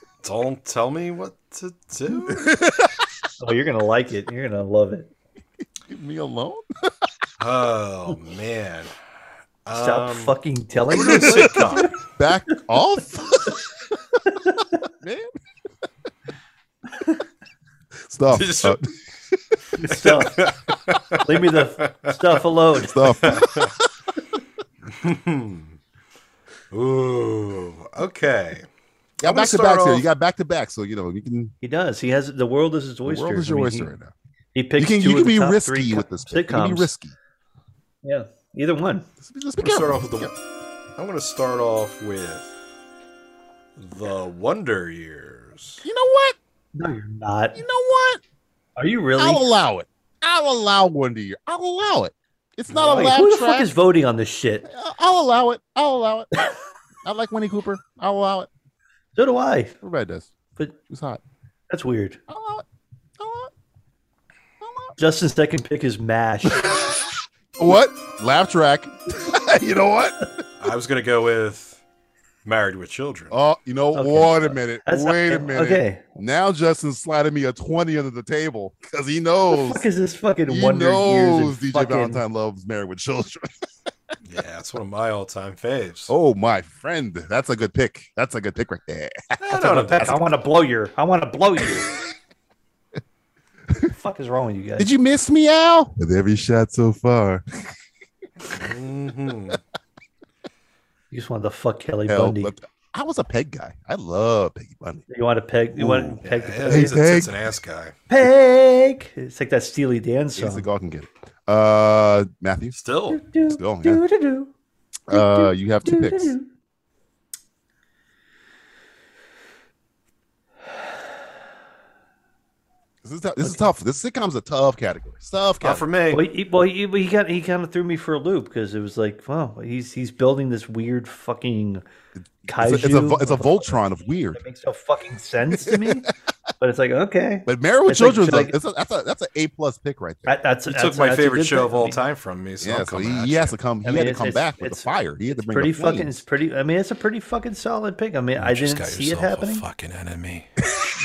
don't tell me what to do.
oh, you're gonna like it. You're gonna love it.
Leave me alone.
Oh man.
Stop
Um,
fucking telling
we're doing
me.
sitcom.
Back off, man. Stop.
Just-
Uh,
stuff. Leave me the f- stuff alone.
stop.
Ooh. Okay.
Yeah,
I'm gonna
back to
start
back here.
off-
You got back to back, so you know you can.
He does. He has the world is his
The
oyster.
world is
I
your
mean,
oyster
he-
right now.
He,
You
picks
can
two
you
of
can
the
be
top
risky
three
with
co-
this. pick. You can
sitcoms.
be risky.
Yeah, either one.
Just, just be
I'm gonna
careful.
start off with the. I'm gonna start off with the Wonder Years.
You know what?
No, you're not.
You know what?
Are you really?
I'll allow it. I'll allow one to you. I'll allow it. It's not
Wait,
a laugh
who the
track.
fuck is voting on this shit?
I- I'll allow it. I'll allow it. I like Winnie Cooper. I'll allow it.
So do I.
Everybody does.
But
She's hot.
that's weird.
I'll allow it. I'll allow it. I'll allow
Justin's second pick is Mash.
it. What? Laugh track. you know what?
I was gonna go with Married with Children.
Oh, you know,
Okay.
wait a minute.
That's-
wait a
okay,
minute.
okay.
Now Justin's sliding me a 20 under the table because he
the
knows.
fuck is this fucking
He
Wonder Years
knows
and
DJ
fucking
Valentine loves Married with Children.
Yeah, that's one of my all-time faves.
Oh, my friend. That's a good pick. That's a good pick right there.
I don't know.
Peck, I want to blow your. I want to blow you. what the fuck is wrong with you guys?
Did you miss me, Al? With every shot so far.
Mhm.
You just wanted to fuck Kelly
Hell,
Bundy.
but I was a peg guy. I love Peggy Bundy.
You want to peg? You want to
Yeah,
peg?
yeah,
Hey,
he's a tits
Peg.
and ass guy.
Peg. It's like that Steely Dan
Casey
song.
Gall can get it. Uh, Matthew,
Still,
Do,
Still,
do, do, do,
uh, you have two
do,
picks.
do.
This is tough. This is tough. This sitcom's a tough category. It's tough
Not
category.
for me.
Well, he, well, he, he kind he kind of threw me for a loop because it was like, wow, he's he's building this weird fucking kaiju.
it's, a, it's, a, vo- it's a Voltron of weird.
That makes no fucking sense to me. but it's like, okay,
But Married with
It's like,
Children,
should I-
that's, a, that's, a, that's an A plus pick right there.
that, that's
You
that's-
took my
that's a
favorite
good
show
pick.
of all time from me, so
yeah,
I'll
so
come
he,
at
he
you.
has to come. He
I mean,
had to
it's-
come
it's-
back with the
it's-
fire. He had to
It's
bring
pretty
the
fucking.
flames.
It's pretty. I mean, it's a pretty fucking solid pick. I mean, I
Just
didn't
got
see it
yourself
happening.
A fucking enemy.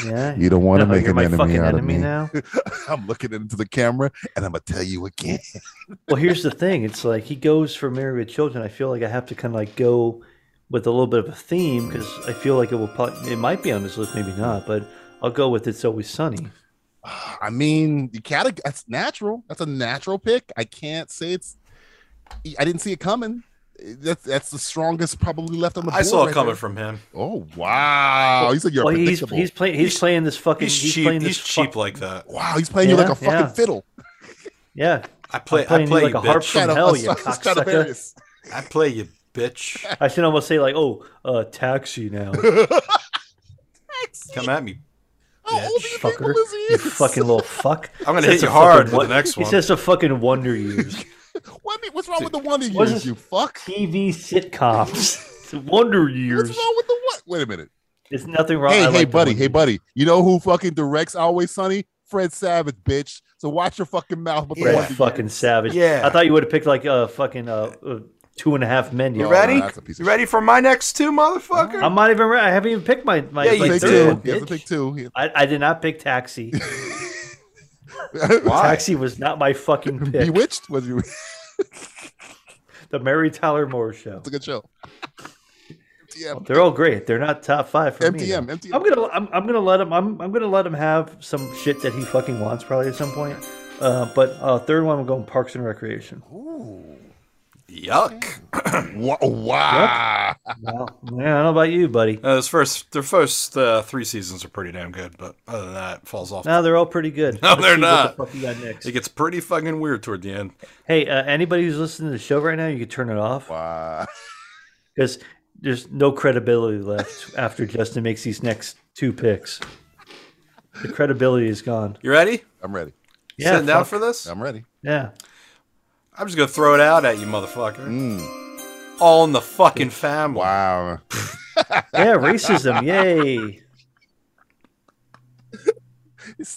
Yeah,
You don't wanna
No,
make
you're
an
my
enemy
fucking
out of
enemy
me.
now.
I'm looking into the camera, and I'm gonna tell you again.
well, here's the thing. It's like he goes for Married with Children. I feel like I have to kind of like go with a little bit of a theme because I feel like it will. Probably, it might be on this list, maybe not, but I'll go with It's Always Sunny.
I mean, you cat. That's natural. That's a natural pick. I can't say it's. I didn't see it coming. That's that's the strongest probably left on the board.
I saw
right
it coming
there.
from him.
Oh wow! You said you're
Well, he's
predictable.
he's playing. He's, playing this fucking.
He's,
He's,
cheap.
playing
He's
this
cheap
fuck-
like that.
wow, he's playing you like a fucking
Yeah.
fiddle.
yeah,
I play. I
I'm playing
play
you
you,
like a harp
bitch.
from
Strat-
hell, you
uh,
cocksucker.
Stradivarius.
I play you, bitch.
I should almost say like, oh, uh, taxi now,
Come at me.
How old do you think
fucker.
Melissa
You
is?
fucking little fuck.
I'm gonna
Says
hit you
a
hard
fucking
with
wo-
the next
He
one.
says a fucking Wonder Years.
What, what's wrong with the one that you
What is-
You fuck.
TV sitcoms. It's Wonder Years.
What's wrong with the what? Wait a minute.
There's nothing wrong.
hey,
I
hey,
like the
buddy.
Wonder
Hey, buddy. You know who fucking directs Always Sunny? Fred Savage, bitch. So watch your fucking mouth. With
Fred
the one
fucking Savage.
Yeah.
I thought you would have picked like a uh, fucking uh, uh, two and a half men.
You
y'all.
ready?
that's a piece of
you
shit.
ready for my next two, motherfucker?
I'm not even ready. I haven't even picked my my.
Yeah,
my
you
third
He has
did.
one,
two. He has a
bitch.
pick two. He-
I, I did not pick Taxi.
Why?
Taxi was not my fucking pick.
Bewitched was you.
the Mary Tyler Moore Show.
It's a good show. MTM.
They're all great. They're not top five for me.
MTM,
though.
MTM.
I'm gonna I'm, I'm gonna let him I'm, I'm gonna let him have some shit that he fucking wants probably at some point. Uh, but uh, third one, we're going Parks and Recreation.
Yuck.
Wow. wow.
Wow. Yeah, I don't know about you, buddy.
Uh, those first, their first uh, three seasons are pretty damn good, but other than that, it falls off.
No, they're all pretty good.
No, they're
see
not.
What the fuck you got next?
It gets pretty fucking weird toward the end.
Hey, uh, anybody who's listening to the show right now, you can turn it off
Wow.
because there's no credibility left after Justin makes these next two picks. The credibility is gone.
You ready?
I'm ready.
Yeah,
Sitting down
fuck.
for this?
I'm ready.
Yeah.
I'm just gonna throw it out at you, motherfucker. All in the fucking family.
Wow.
Yeah, racism. Yay.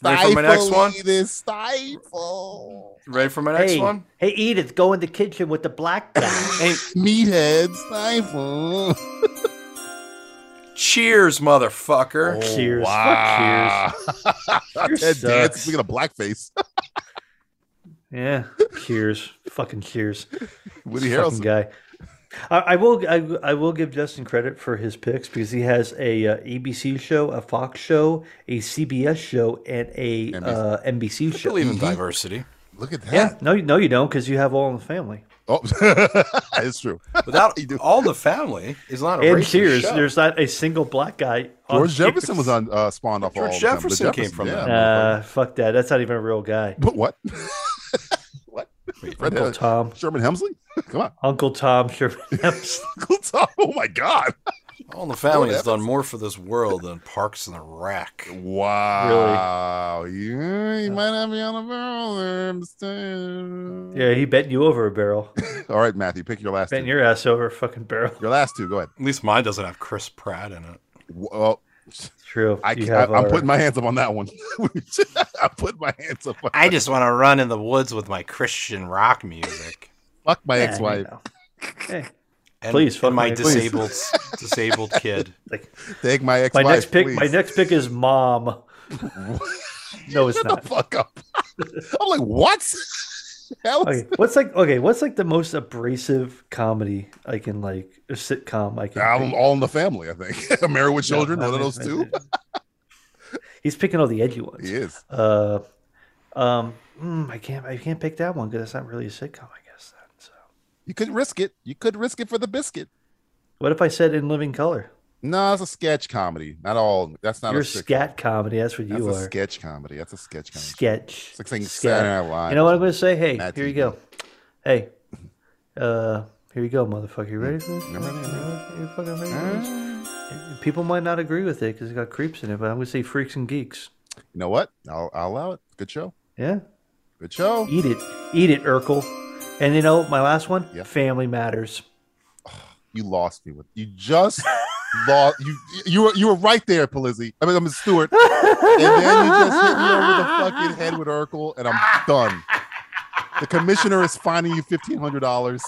Ready for my next one?
This stifle.
Ready for my next
Hey,
one?
hey, Edith, go in the kitchen with the black guy.
Hey,
Meathead stifle.
cheers, motherfucker.
cheers.
Wow.
Ah.
Fuck cheers.
That
Cheers
dance.
sucks.
We got a blackface.
Yeah. Cheers. Fucking cheers.
Woody
fucking
Harrelson.
guy. I, I will I, I will give Justin credit for his picks because he has a uh, ABC show, a Fox show, a CBS show, and a
NBC.
uh, NBC
I
show.
believe in diversity.
Look at that.
Yeah, no, you- no, you don't because you have all in the family.
Oh, it's true.
Without all in the family is not a
And
racist
Cheers,
show.
there's not a single black guy. on Cheers.
George Jefferson was on uh, spawned off.
George
all the time. The
Jefferson came from
yeah.
that.
Uh, fuck that. That's not even a real guy.
But what? what? Fred
Uncle
Hair-
Tom,
Sherman Hemsley? Come on,
Uncle Tom Sherman.
Uncle Tom. Oh my God!
All in the family has done more for this world than Parks and the Rack.
Wow. Yeah, you might not be on the barrel there, Mr.
yeah, he bent you over a barrel.
All right, Matthew, pick your last
Bent
two.
your ass over a fucking barrel.
Your last two. Go ahead.
At least mine doesn't have Chris Pratt in it.
Well,
True.
I,
you
can't-
have
I, I'm
our-
putting my hands up on that one. I put my hands up. On,
I just want to run in the woods with my Christian rock music.
fuck my
Yeah, you
ex-wife.
know. Hey,
And,
Please, fuck
and my
me, please.
disabled disabled kid.
like,
Take my
My
ex-wife.
next pick. My
please.
next pick is mom. no, it's
Shut
not.
the fuck up. I'm like, what? Hell,
Okay, what's like? Okay, what's like the most abrasive comedy I can like a sitcom I can.
I'm
think?
all in the family. I think. Married with
Yeah,
Children.
I
one of
mean,
those
I-
two.
He's picking all the edgy ones.
He is.
Uh, um, mm, I can't. I can't pick that one because that's not really a sitcom. I guess. Then. So,
You could risk it. You could risk it for the biscuit.
what if I said In Living Color?
No, it's a sketch comedy. Not all. That's not
You're
a
a
sitcom.
scat comedy. That's what
That's
you
a
are.
sketch comedy. That's a sketch comedy.
Sketch.
It's like saying
Scat.
Saturday Night Live.
You know what I'm going to say? Hey,
Mad
here you
TV.
go. Hey, uh, here you go, motherfucker. You ready for this?
I'm ready, I'm
Uh, you
Uh.
fucking ready for this? People might not agree with it because it got creeps in it, but I'm going to say freaks and geeks.
you know what? I'll, I'll allow it. Good show.
Yeah.
Good show.
Eat it. Eat it, Urkel. And you know, my last one?
Yeah.
Family Matters.
You lost me with you just lost you you were you were right there, Palizzi. I mean I'm Stewart. And then you just hit me over the fucking head with Urkel and I'm done. The commissioner is fining you fifteen hundred dollars.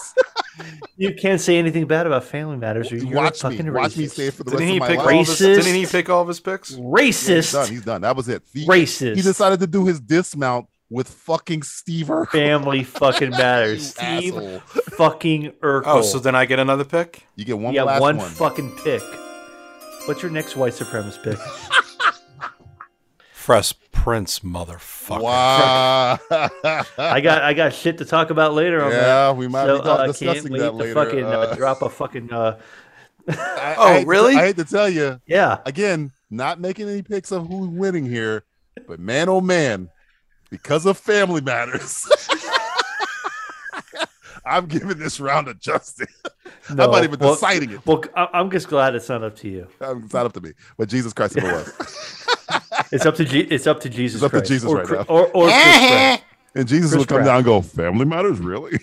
You can't say anything bad about Family Matters. Or you're
Watch
a
me.
fucking
Watch me
racist.
say it for the
Didn't
rest
he
of my
pick Oh,
life.
all of his-
Racist.
Didn't he pick all of his picks?
He's
Racist.
done. He's done. That was it. He,
Racist.
he decided to do his dismount with fucking Steve Urkel.
Family fucking
You
matters. Steve
asshole.
fucking Urkel.
Oh, so then I get another pick?
You get one
yeah,
last
one,
one.
fucking pick. What's your next white supremacist pick?
Fresh Prince, motherfucker.
Wow.
I got I got shit to talk about later on that.
Yeah, we might
so,
be talk-
uh,
discussing
can't wait
that
to
later.
fucking uh,
Uh,
drop a fucking uh,
I-
Oh,
I hate to-
really?
I hate to tell you.
yeah.
Again, not making any picks of who's winning here, but man, oh man, because of family matters, I'm giving this round of justice.
No,
I'm not even
well-
deciding it. Um,
Well, I- I'm just glad it's not up to you.
It's not up to me, but Jesus Christ, it was.
It's up to Je- it's up to Jesus.
It's up to
Christ.
Jesus
or,
right
Chri-
now.
Or, or Chris Pratt.
And Jesus
Chris
would come
Pratt.
down and go, Family matters, really?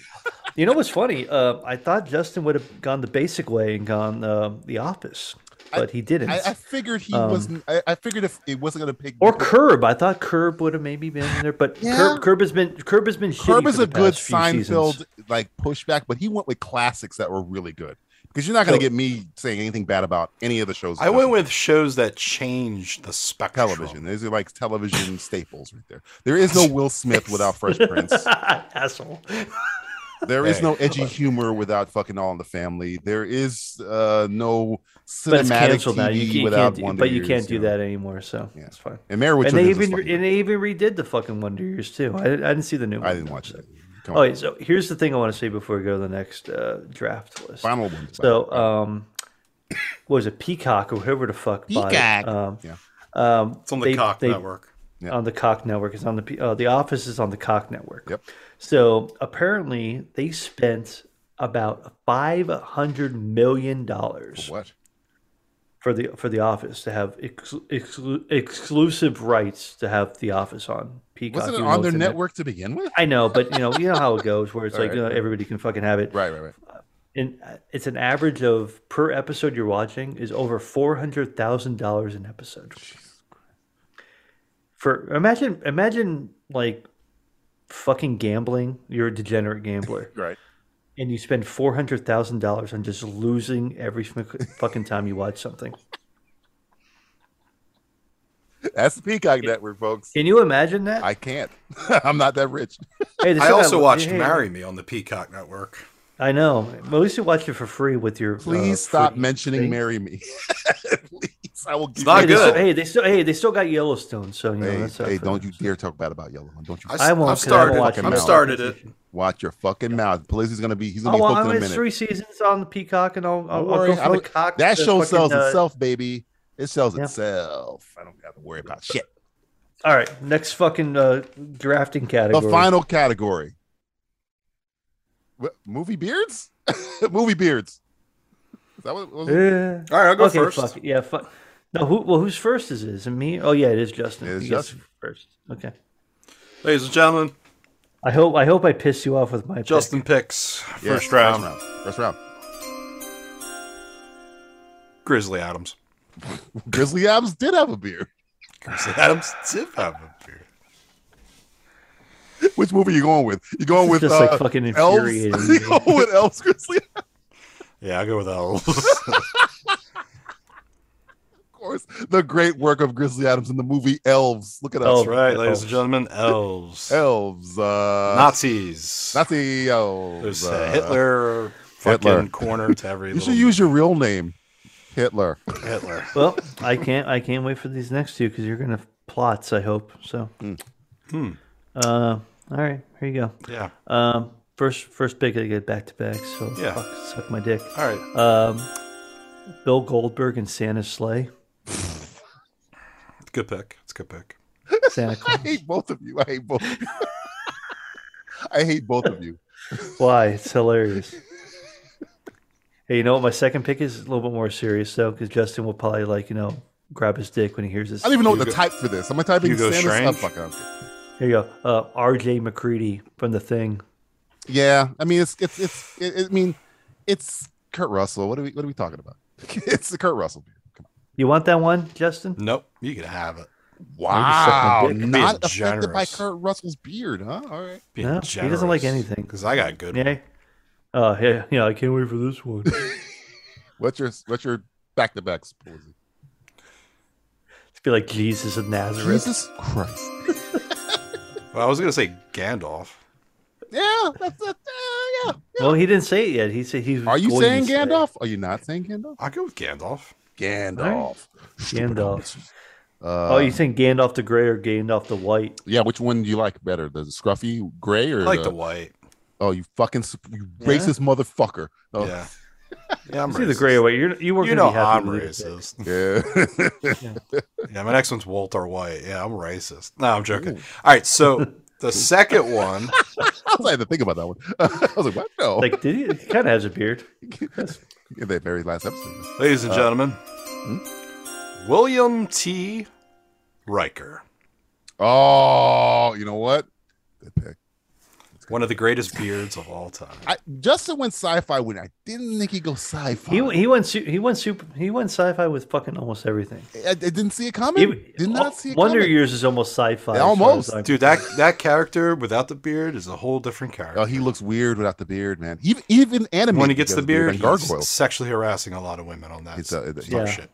You know what's funny? Uh, I thought Justin would have gone the basic way and gone uh, the office, but he didn't.
I, I figured he
Um,
wasn't, I, I figured if it wasn't going to pick
or Curb. I thought Curb would have maybe been in there, but
Yeah.
Curb, Curb has been Curb has been. shitty
Curb
for
is
the
a good
past few seasons.
Seinfeld like pushback, but he went with classics that were really good. Because you're not going
So-
to get me saying anything bad about any of the shows.
I went with shows that changed the spectrum.
television. These are like television staples right there. There is no Will Smith without Fresh Prince.
Asshole.
There is
Hey,
no edgy humor without fucking All in the Family. There is uh, no
But it's
cinematic
canceled
TV
now. You, you
without
can't. Do,
Wonder
but you
Years,
can't do
know.
that anymore. So
Yeah.
it's fine.
And Mary
and they
Richards.
even and they even redid the fucking Wonder Years too. I, I didn't see the new one.
I didn't watch that. Come
Oh,
on.
wait, so here's the thing I want to say before we go to the next uh, draft list.
Final one.
So, um, what was it Peacock or whoever the fuck bought it?
Peacock.
Um,
Yeah.
um,
It's on the
they-
cock
they-
network.
Yeah.
On the Cock Network. It's on the P- uh, the office is on the Cock Network.
Yep.
So apparently they spent about five hundred million dollars
what?
for the for the office to have ex- exclu- exclusive rights to have the office on Peacock.
Wasn't it
even though
on their
it's in the-
network to begin with?
I know, but you know, you know how it goes, where it's like
Alright.
you know, everybody can fucking have it.
Right, right, right.
And uh, it's an average of per episode you're watching is over four hundred thousand dollars an episode. For imagine, imagine like fucking gambling. You're a degenerate gambler,
Right.
and you spend four hundred thousand dollars on just losing every smi- fucking time you watch something.
That's the Peacock Network, folks.
Can you imagine that?
I can't. I'm not that rich.
Hey, they
I
still
also
got-
watched
hey,
Marry Me on the Peacock network.
I know. At least you watch it for free with your. uh,
Please stop
free
mentioning
thing.
"Marry Me." Please, I will give
not
Hey, they
you
good.
still- hey, they still hey they still got Yellowstone, so you know
Hey,
that's up
hey,
for
don't
them.
you dare talk bad about Yellowstone. Don't you?
I,
f-
s-
I won't,
I've
'cause I haven't
started.
watched
I've
it.
started it.
watch your fucking mouth. Blizzy's gonna be. He's gonna
Oh,
be
well,
hooked
I mean,
in a
it's
minute.
three seasons on the Peacock, and I'll, I'll,
Don't
I'll
worry,
go
I
for the
don't-
cock.
that
to
show
fucking,
sells
uh,
itself, baby. It sells
yeah.
itself. I don't have to worry about shit.
All right, next fucking uh, drafting category.
The final category. What, movie beards. movie beards. Is that what? what was it?
Yeah.
All right, I'll go
okay,
first.
fuck it. Yeah, fuck. No, who? Well, who's first? Is it? Is it me? Oh yeah, it is Justin.
It is
You guys
Justin.
first. Okay.
Ladies and gentlemen,
I hope I hope I pissed you off with my pick.
Justin picks first,
Yeah,
round,
First round. First round.
Grizzly Adams.
Grizzly Adams did have a beard.
Grizzly Adams did have a beard.
Which movie you going with? You going with
Just
uh,
like fucking
elves?
infuriating.
You
me.
going with elves, Grizzly?
Yeah, I'll go with elves.
Of course, the great work of Grizzly Adams in the movie Elves. Look at us,
That's right, ladies
Elves.
and gentlemen, elves.
Elves. Uh,
Nazis.
Nazi
There's
elves.
uh,
uh,
Hitler, fucking
Hitler.
corner to every
You
little
should use your real name, Hitler.
Hitler.
well, I can't I can't wait for these next two because you're gonna have plots. I hope so. Uh, all right, here you go.
Hmm. Yeah.
Um, first first pick I get back to back. So
Yeah.
fuck, suck my dick.
All right.
Um, Bill Goldberg and Santa's sleigh.
Good pick. It's a good pick.
Santa
I
Claus.
hate both of you. I hate both. Of you. I hate both of you.
Why? It's hilarious. Hey, you know what? My second pick is a little bit more serious, though, because Justin will probably like you know grab his dick when he hears this.
I don't even know what to
Hugo-
type for this. I'm gonna type in
Hugo
Santa's.
Strange?
Oh, fuck, I don't care.
Here you go. Uh, R.J. McCready from The Thing.
Yeah, I mean it's it's it's it, I mean it's Kurt Russell. What are we what are we talking about? it's the Kurt Russell. Come
You want that one, Justin?
Nope, you can have it.
on. Wow,
You're being
not affected by
generous.
Kurt Russell's beard, huh? All right.
Being
No, he doesn't like anything.
Because I got good.
Yeah. Oh yeah, yeah. I can't wait for this one. Just
What's your what's your back to backs? Posey?
be like Jesus of Nazareth.
Jesus Christ.
Well, I was gonna say Gandalf.
Yeah, that's that. Uh, yeah.
Well, he didn't say it yet. He said he was.
Are you
going
saying
to say it.
Gandalf? Are you not saying Gandalf?
I go with Gandalf.
Gandalf.
Gandalf.
Uh,
Oh, you saying Gandalf the Grey or Gandalf the White?
yeah. Which one do you like better, the scruffy gray or
I like the white.
Oh, you fucking s- you racist motherfucker. Oh,
Yeah. Yeah, I'm
You see the
racist.
Grey or White? You're, you weren't
You
gonna
know
be happy
I'm
with either pick.
racist.
yeah.
Yeah, my next one's Walter White. Yeah, I'm racist. No, I'm joking. All right, so the second one.
I was like, I had to think about that one. I was like, what? No.
Like, did he? He kind of has a beard.
in that very last episode.
Ladies and gentlemen, hmm? William T. Riker,
Oh, you know what? Good pick.
one of the greatest beards of all time.
I, Justin went sci-fi when I didn't think he'd go sci-fi.
He he went su- he went super he went sci-fi with fucking almost everything.
I, I didn't see it coming.
Even-
Did not see it
Wonder
coming.
Years is almost sci-fi. as far
Almost.
as I'm-
Dude, that that character without the beard is a whole different character.
Oh, he looks weird without the beard, man. He, even animated.
when he gets
got
the beard,
and
he's
gargoyles.
sexually harassing a lot of women on that
It's,
it's,
uh, it-
yeah.
shit.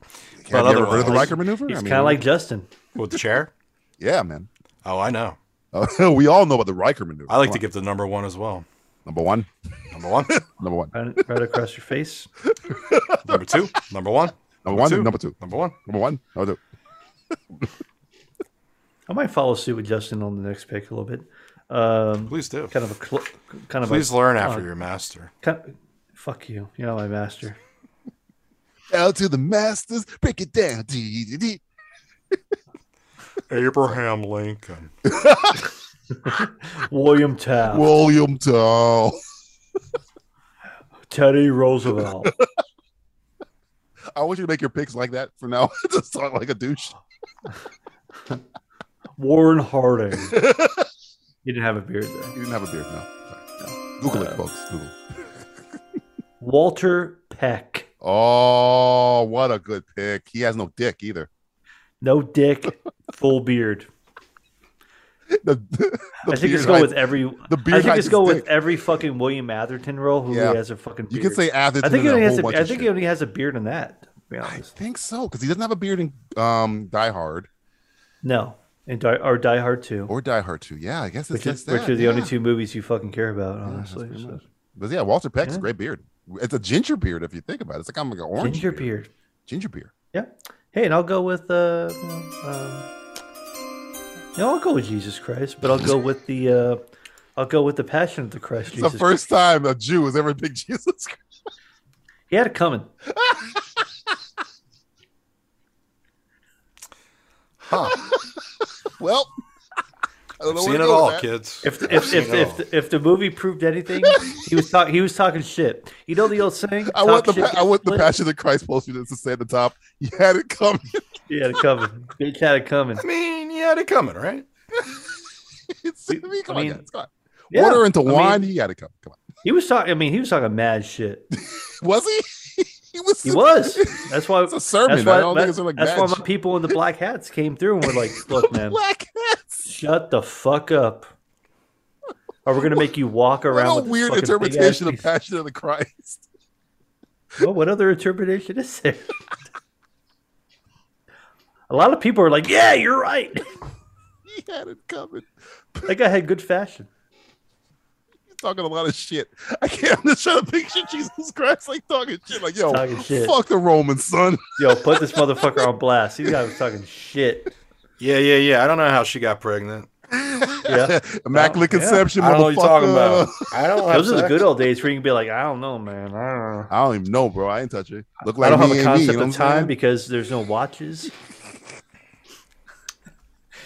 Have you ever heard of the
otherwise-
Riker maneuver?
He's
I mean,
kind of like Justin.
With the chair?
yeah, man.
Oh, I know.
Uh, we all know about the Riker maneuver.
I like
Come
to
on.
give the number one as well.
number one,
Number one,
number one,
Right, right across your face.
number two, number one,
number one,
two.
number two,
number one.
number one, number two.
I might follow suit with Justin on the next pick a little bit. Um,
Please do.
kind of a cl- kind of
Please
a,
learn after your master.
Kind fuck you. You're not my master.
Out to the masters, break it down. D, D, D.
Abraham Lincoln.
William Taft.
William Tell.
Teddy Roosevelt.
I want you to make your picks like that from now. on. Just talk like a douche.
Warren Harding. you didn't have a beard there.
You didn't have a beard, no. Sorry. Google it, folks. Google.
Walter Peck.
Oh, what a good pick. He has no dick either.
No dick, full beard.
The, the
I think
beard
just go
height-
with every. The
beard
I think
hides
just go
his
with
dick.
every fucking William Atherton role who
Yeah.
has a fucking. Beard.
You can say Atherton.
I think he
and
only
a
has.
whole
A,
bunch
I
of
think
shit.
he only has a beard in that. To be
I
honest,
think so because he doesn't have a beard in um, Die Hard
no, and die, or Die Hard Two,
or Die Hard Two. Yeah, I guess it's
which, is,
just that.
which are the
yeah.
only two movies you fucking care about, honestly. so.
But yeah, Walter Peck's a great beard. It's a ginger beard if you think about it. It's like I'm like an orange
Ginger beard.
Ginger beard.
Yeah. Hey, and I'll go with uh, um, no, I'll go with Jesus Christ, but I'll go with the uh, I'll go with the Passion of the Christ.
It's
Jesus.
the first time a Jew has ever picked Jesus. Christ.
He had it coming.
Well, I don't know
Seen
where
it
to go
all,
with that.
kids.
If the, if if, if, the, if the movie proved anything, he was talk, he was talking shit. You know the old saying.
I want the
Talk shit,
pa- I
get
want the
split?
Passion of the Christ poster to say at the top. You had it coming.
He had it coming. He had it coming.
I mean, you had it coming, right?
it's, I mean, come
I
on,
mean,
guys, come on.
yeah,
Water into
I mean-
wine. he had to come. Come on.
He was talking. I mean, he was talking mad shit.
Was he? he was.
He was. That's why.
It's a sermon.
That's why,
I don't think
that-
it's like
that's
mad
why my
shit.
people in the black hats came through and were like, "Look, man,
Black hats.
shut the fuck up, or we're gonna make you walk around."
What
with
a
this
weird
fucking big-ass
interpretation of
piece."
Passion of the Christ.
Well, what other interpretation is there? A lot of people are like, "Yeah, you're right."
He had it coming.
That guy had good fashion.
He's talking a lot of shit. I can't. I'm just trying to picture Jesus Christ like talking shit. Like yo,
Talking shit.
fuck the Romans, son.
Yo, put this motherfucker on blast. These guys was talking shit.
Yeah, yeah, yeah. I don't know how she got pregnant.
Yeah,
Immaculate
yeah.
Conception.
I don't know what you're talking
motherfucker.
about. I don't have
those are the
sex.
good old days where you can be like, "I don't know, man. I don't know."
I don't even know, bro. I ain't touch it. Look like
I don't have
me
a
ain't me,
concept
you know
of
what I'm
time
saying?
because there's no watches.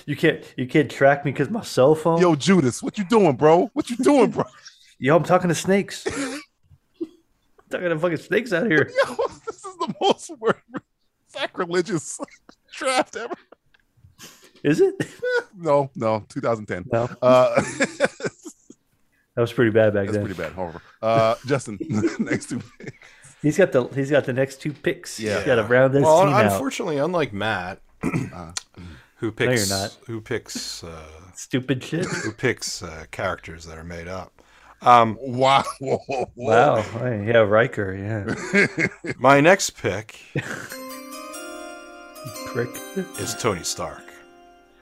you can't you can't track me because my cell phone. Yo,
Yo, Judas, what you doing, bro? What you doing, bro?
I'm talking to snakes. I'm talking to fucking snakes out here.
Yo, this is the most word sacrilegious draft ever.
Is it?
No, no, 2010.
No.
Uh,
That was pretty bad back
that's
then.
pretty bad. However, uh, Justin, next two.
He's got the he's got the next two picks.
Yeah.
He's got to round this
Well,
team out.
unfortunately, unlike Matt, who
you're
picks
not.
who picks uh,
Stupid shit.
who picks uh, characters that are made up.
Wow. Whoa, whoa, whoa.
wow. Hey, Yeah, Riker. Yeah.
My next pick
Prick.
is Tony Stark.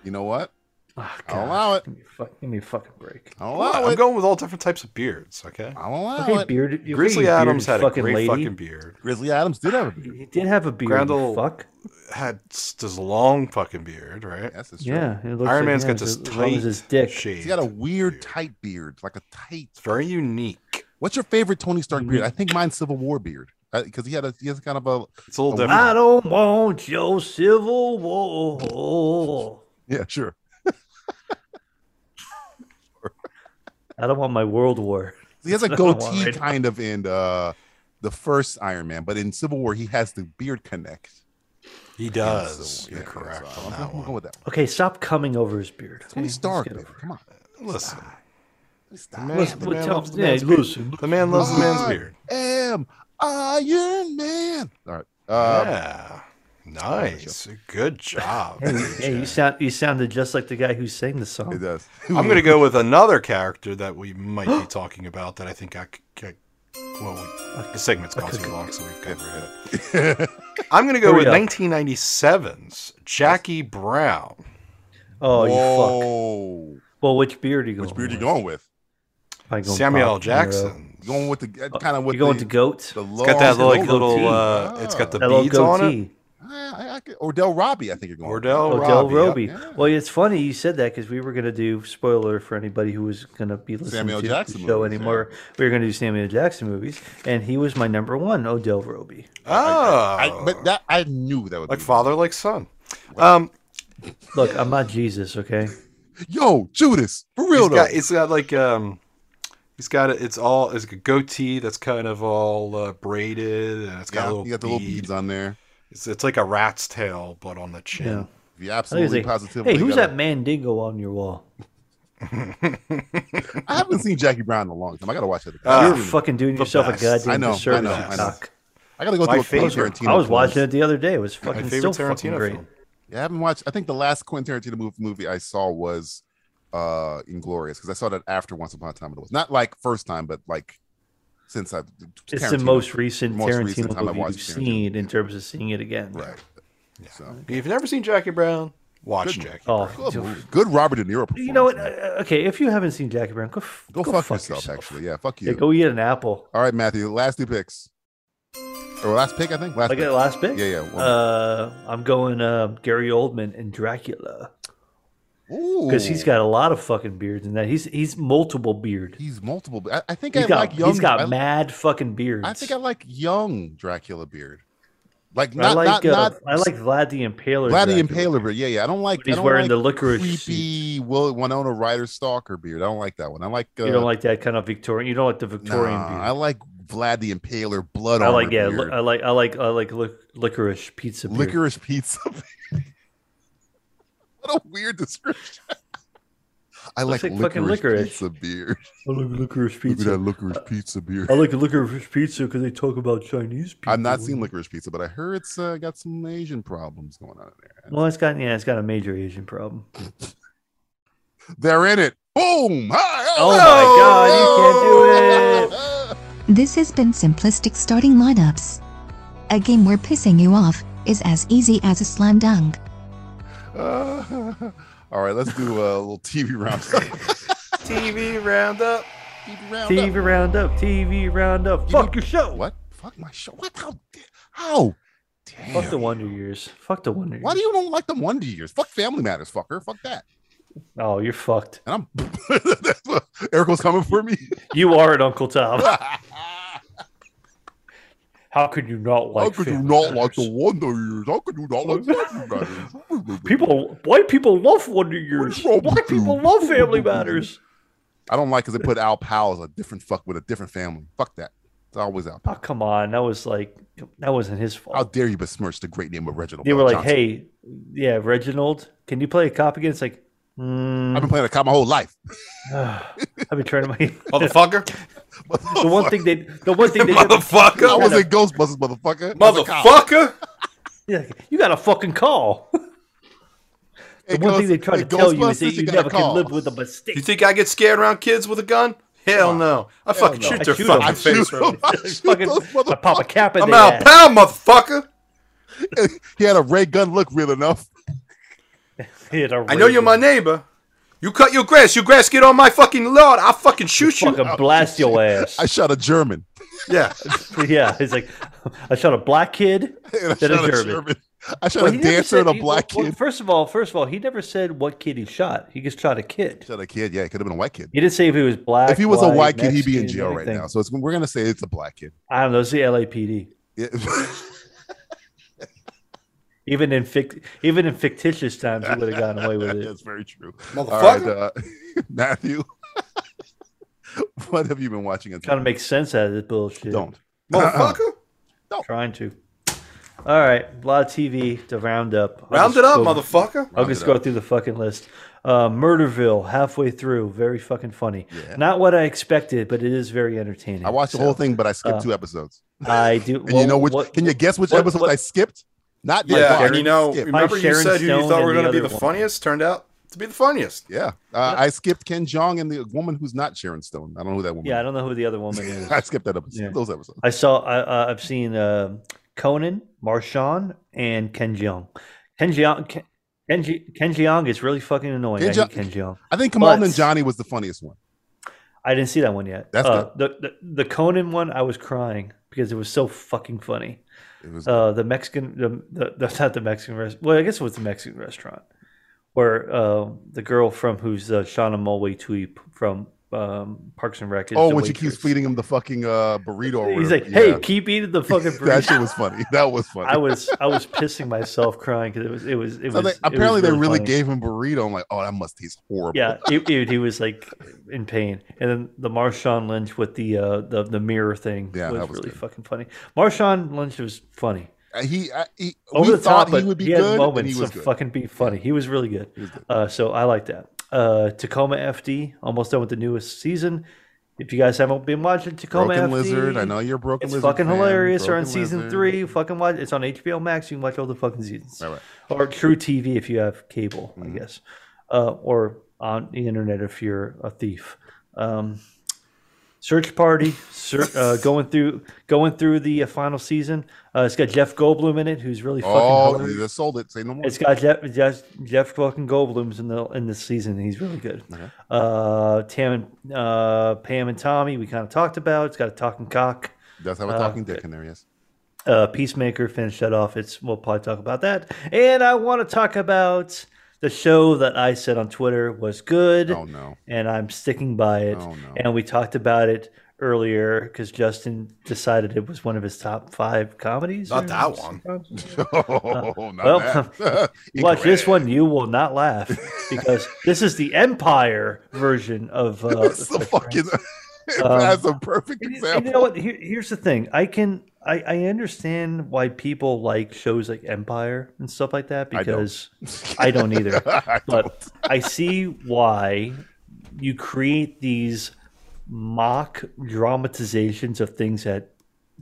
You know what?
Oh,
I'll
God.
allow it.
Give me, a fuck, give me a fucking break.
I'll allow
I'm
it.
going with all different types of beards. Okay,
I'll allow
Okay,
it.
bearded. you-
Grizzly
you bearded
Adams had a
fucking
great
lady.
fucking beard.
Grizzly Adams did have a beard.
He did have a beard.
Grendel-
Fuck.
Had s- this long fucking beard, right?
Yes, that's true.
Yeah. It looks
Iron
like,
Man's got
yeah, it's
this
as long
tight
as his dick.
shade.
He's got a weird tight beard, like a tight.
It's very unique.
What's your favorite Tony Stark
Mm-hmm.
beard? I think mine's Civil War beard because he had a he has kind of a
It's a little
Oh,
different.
I don't want your civil war.
yeah sure
I don't want my world war.
he has a
That's what I want
goatee
right now.
kind of in uh the first Iron Man, but in Civil War he has the beard connect.
He
Civil
does.
War,
You're
yeah,
correct
so
on
I'm
that
gonna go
one.
with that.
Okay, stop coming over his beard.
Tony
okay?
Stark,
Let's get
baby,
over it.
come on.
Listen,
Stop.
man-
Listen,
the
what-
man
tell-
loves the
yeah,
man's beard.
listen.
the man loves the man's
I
beard.
am Iron Man. All right. Uh,
Yeah. Nice. Good job.
Hey, you sound you sounded just like the guy who sang the
Um, It
song.
does.
I'm going to go with another character that we might be talking about that I think I could. get- Well, we, the segment's gone too long, so we've got rid of it. I'm going to go
Hurry
with
up.
1997's Jackie Brown.
Oh, you fuck.
Whoa.
Well, which beard are you going?
Which beard you
with?
going with?
Probably going
Samuel L.
Bob De Niro.
Jackson.
You going with the kind of with
You're going
the,
to goat.
the
It's got that
long-
like little. Uh,
goatee.
It's got the
That little
beads on it.
goatee.
Ah, I, I could, Ordell Robbie, I think you're going. with.
Ordell,
Odell
Oh, Robbie.
Roby.
Yep.
Well, it's funny you said that because we were going to do spoiler for anybody who was going to be listening
Samuel
to
Jackson
the show
movies,
anymore. We were going to do Samuel Jackson movies, and he was my number one, Odell Roby.
Oh,
I, but that I knew that would
like
be
father, like son. Um,
Look, I'm not Jesus, okay?
Yo, Judas, for real
he's
though.
got, it's got like um, he's got a, it's all it's a goatee that's kind of all uh, braided and it's got
yeah,
a little,
you got the little
bead.
beads on there.
It's, it's like a rat's tail, but on the chin.
Yeah.
If you
I think it's
absolutely
like,
positively.
hey, who's
got
that Mandingo on your wall?
it. I haven't seen Jackie Brown in a long time. I gotta watch
Uh,
it.
You're fucking doing yourself
best.
a goddamn
Uh, I know, I
disservice.
know,
you
I know.
cock.
I gotta go
My
through a Quentin
favorite.
Tarantino.
I was
film.
watching it the other day. It was fucking still
favorite
fucking
Tarantino
great.
film.
Yeah, I haven't watched. I think the last Quentin Tarantino mov- movie I saw was uh Inglorious because I saw that after Once Upon a Time in the West. Not like first time, but like since I.
It's the
Tarantino.
most recent
Most
Tarantino
recent time I
movie
watched
you've
Tarantino.
seen in terms of seeing it again.
Right. So
If you've never seen Jackie Brown, watch
Good
Jackie.
Oh,
good,
dude.
movie. good Robert De Niro. Performance,
you know what?
man.
Uh, Okay, if you haven't seen Jackie Brown, go, f-
Go, fuck, yourself, Actually, yeah, fuck you.
Yeah, go eat an apple.
All right, Matthew. Last two picks. Or last pick, I think. Last
Like
pick.
that last pick?
Yeah, yeah, one
Uh, I'm going uh, Gary Oldman and Dracula
Ooh,
because he's got a lot of fucking beards in that. He's he's multiple beard.
he's multiple. I, I think
He's
I
got
like young.
he's got
I,
mad fucking beards.
I think I like young Dracula beard. Like
I
not
like
not, not
uh, I like Vlad the Impaler.
Vlad the
Dracula.
Impaler beard. Yeah, yeah. I don't like.
But he's
I don't
wearing
like
the licorice
creepy Will Winona Ryder stalker beard. I don't like that one. I like. Uh,
You don't like that kind of Victorian. You don't like the Victorian
nah,
beard.
I like Vlad the Impaler blood.
I
armor
like yeah, li-
beard.
I like I like I like lic- licorice pizza. Beer.
licorice pizza. beard. what a weird description. I like,
Looks like fucking licorice.
pizza beard.
I like licorice
Look at
pizza.
that licorice pizza beard.
I like licorice pizza because they talk about Chinese people.
I've not seen licorice pizza, but I heard it's uh, got some Asian problems going on in there.
Well, it's got yeah, it's got a major Asian problem.
They're in it. Boom! Hi, oh!
Oh my God, you
can't do it.
This has been Simplistic Starting Lineups. A game where pissing you off is as easy as a slam dunk.
all right, let's do a little TV round.
TV roundup.
TV round.
TV roundup, TV roundup.
You
Fuck
need-
your show.
What? Fuck my show. What? How? da- How? Damn.
Fuck the Wonder Years. Fuck the Wonder Years.
Why do you don't like the Wonder Years? Fuck Family Matters, fucker. Fuck that.
Oh, you're fucked.
And I'm. That's what- Eric was coming for me.
You are an Uncle Tom. How could you not like?
How could you
Family
not like
Matters?
the Wonder Years? How could you not like Family Matters?
people? White people love Wonder Years.
is wrong
Black
with you?
people love Family Matters.
I don't like because they put Al Powell as a different fuck with a different family. Fuck that. It's always out.
Oh come on, that was like that wasn't his fault.
How dare you besmirch the great name of Reginald?
they were
Bell
like,
Johnson.
"Hey, yeah, Reginald, can you play a cop again?" It's like, mm,
I've been playing a cop my whole life.
I've been trying to. My,
Motherfucker.
the one thing they, the one thing they did,
Motherfucker.
I was in Ghostbusters, motherfucker. I was a cop.
Motherfucker.
Yeah, you got a fucking call. The
In
one thing they
Ghost-
try to
in
tell you is that
Ghostbusters,
you
got a
never can
call.
live with a
You
mistake.
think I get scared around kids with a gun? Hell no. I fucking
no.
shoot
I
their
shoot 'em. I
fucking
shoot
face right
'em. I shoot
Fucking,
those
I pop a cap in
I'm
their
out
ass.
pound, motherfucker.
He had a ray gun look real enough.
Hit a
I know you're my
razor.
neighbor. You cut your grass. Your grass get on my fucking lawn. I fucking shoot you.
Fucking blast your ass.
I shot a German.
Yeah.
yeah, it's like I shot a black kid
And I
that
shot a
German.
German. I shot
Well,
a
he never
dancer
said-
and a
he-
black
well,
kid.
First of all, first of all, he never said what kid he shot. He just shot a kid.
Shot a kid. Yeah, it could have been a white kid.
He didn't say if he was black.
If he was a white kid, he'd be in
Mexican,
jail right
anything.
now. So it's, we're gonna say it's a black kid.
I don't know. It's the LAPD.
Yeah.
Even in fict- even in fictitious times, he would have gotten away with it.
That's very true. All right,
Motherfucker.
uh, Matthew. what have you been watching?
Trying to make sense out of this bullshit.
Don't.
Motherfucker.
Trying to. All right, a lot of TV to round up. I'll
Round
just
it up,
go-
motherfucker.
I'll just go through the fucking list. Uh, Murderville, halfway through, very fucking funny. Not what I expected, but it is very entertaining.
I watched the
So,
whole thing, but I
Uh,
skipped two episodes.
I do.
And you know which? can you guess which
what-
episodes
what-
I skipped? Not by
Yeah,
far.
and you know,
Skipped.
remember you
Sharon
said who you
Stone
thought
and
were going to
the
be
other
the
one.
funniest? Turned out to be the funniest.
yeah, uh, I skipped Ken Jong and the woman who's not Sharon Stone. I don't know who that woman.
Yeah, I
is.
don't know who the other woman is.
I skipped that episode.
Yeah.
Those episodes.
I saw. I, uh, I've seen uh, Conan, Marshawn, and Ken Jeong. Ken Jeong. Ken, Ken, Je- Ken Jeong is really fucking annoying.
Ken
I
Jeong-
hate Ken Jeong.
I think Kamal
But-
and Johnny was the funniest one.
I didn't see that one yet.
That's
uh, the, the the Conan one. I was crying because it was so fucking funny.
It was
Uh, the Mexican, the, the, the not the Mexican restaurant. Well, I guess it was the Mexican restaurant where uh, the girl from who's uh, Shauna Mulway Tweep from um, Parks and Rec. is
oh,
the
when she keeps
waitress.
feeding him the fucking uh, burrito. or
He's
whatever.
like, "Hey,
Yeah.
keep eating the fucking
that shit
burrito."
was funny. That was funny.
I was I was pissing myself crying because it was it was it was.
So they-
it was
apparently, they really
funny.
gave him burrito. I'm like, oh, that must taste horrible.
Yeah, dude, dude, he was like in pain, and then the Marshawn Lynch with the uh, the the mirror thing
Yeah,
was,
that was
really
good.
fucking funny. Marshawn Lynch was funny
Uh, He, I, he
over
we
the top,
thought he
but
would be
he had
good, and he
moments
was
of
good.
fucking be funny. He was really good.
was good.
Uh, so I like that. Uh, Tacoma FD almost done with the newest season. If you guys haven't been watching Tacoma FD,
Broken Lizard. I know you're a broken
it's
lizard.
fucking
fan.
hilarious. Or in
Broken
season
Lizard.
three, fucking watch. It's on HBO Max. You can watch all the fucking seasons.
Right, Mm-hmm. right.
Or True TV if you have cable, I guess, uh, or on the internet if you're a thief. Um, search Party, ser- uh, going through going through the uh, final season. Uh, it's got Jeff Goldblum in it, who's really fucking
Oh,
hilarious.
they sold it. Say no more.
It's got Jeff Jeff, Jeff fucking Goldblum's in the in this season. And he's really good. Uh, Tam and uh, Pam and Tommy, we kind of talked about. It's got a talking cock.
Does have a talking dick in there? Yes.
Uh, Peacemaker finished that off. It's we'll probably talk about that. And I want to talk about the show that I said on Twitter was good.
Oh no.
And I'm sticking by it.
Oh, no.
And we talked about it earlier because Justin decided it was one of his top five comedies.
Not
or
that one.
Oh, not
well,
that.
Watch this one. You will not laugh because this is the Empire version of. Uh,
It's the fucking. That's a perfect
Um, And you- and you know
example.
what? Here, here's the thing. I can. I, I understand why people like shows like Empire and stuff like that
I don't.
because I don't, either.
I
But I see why you create these mock dramatizations of things that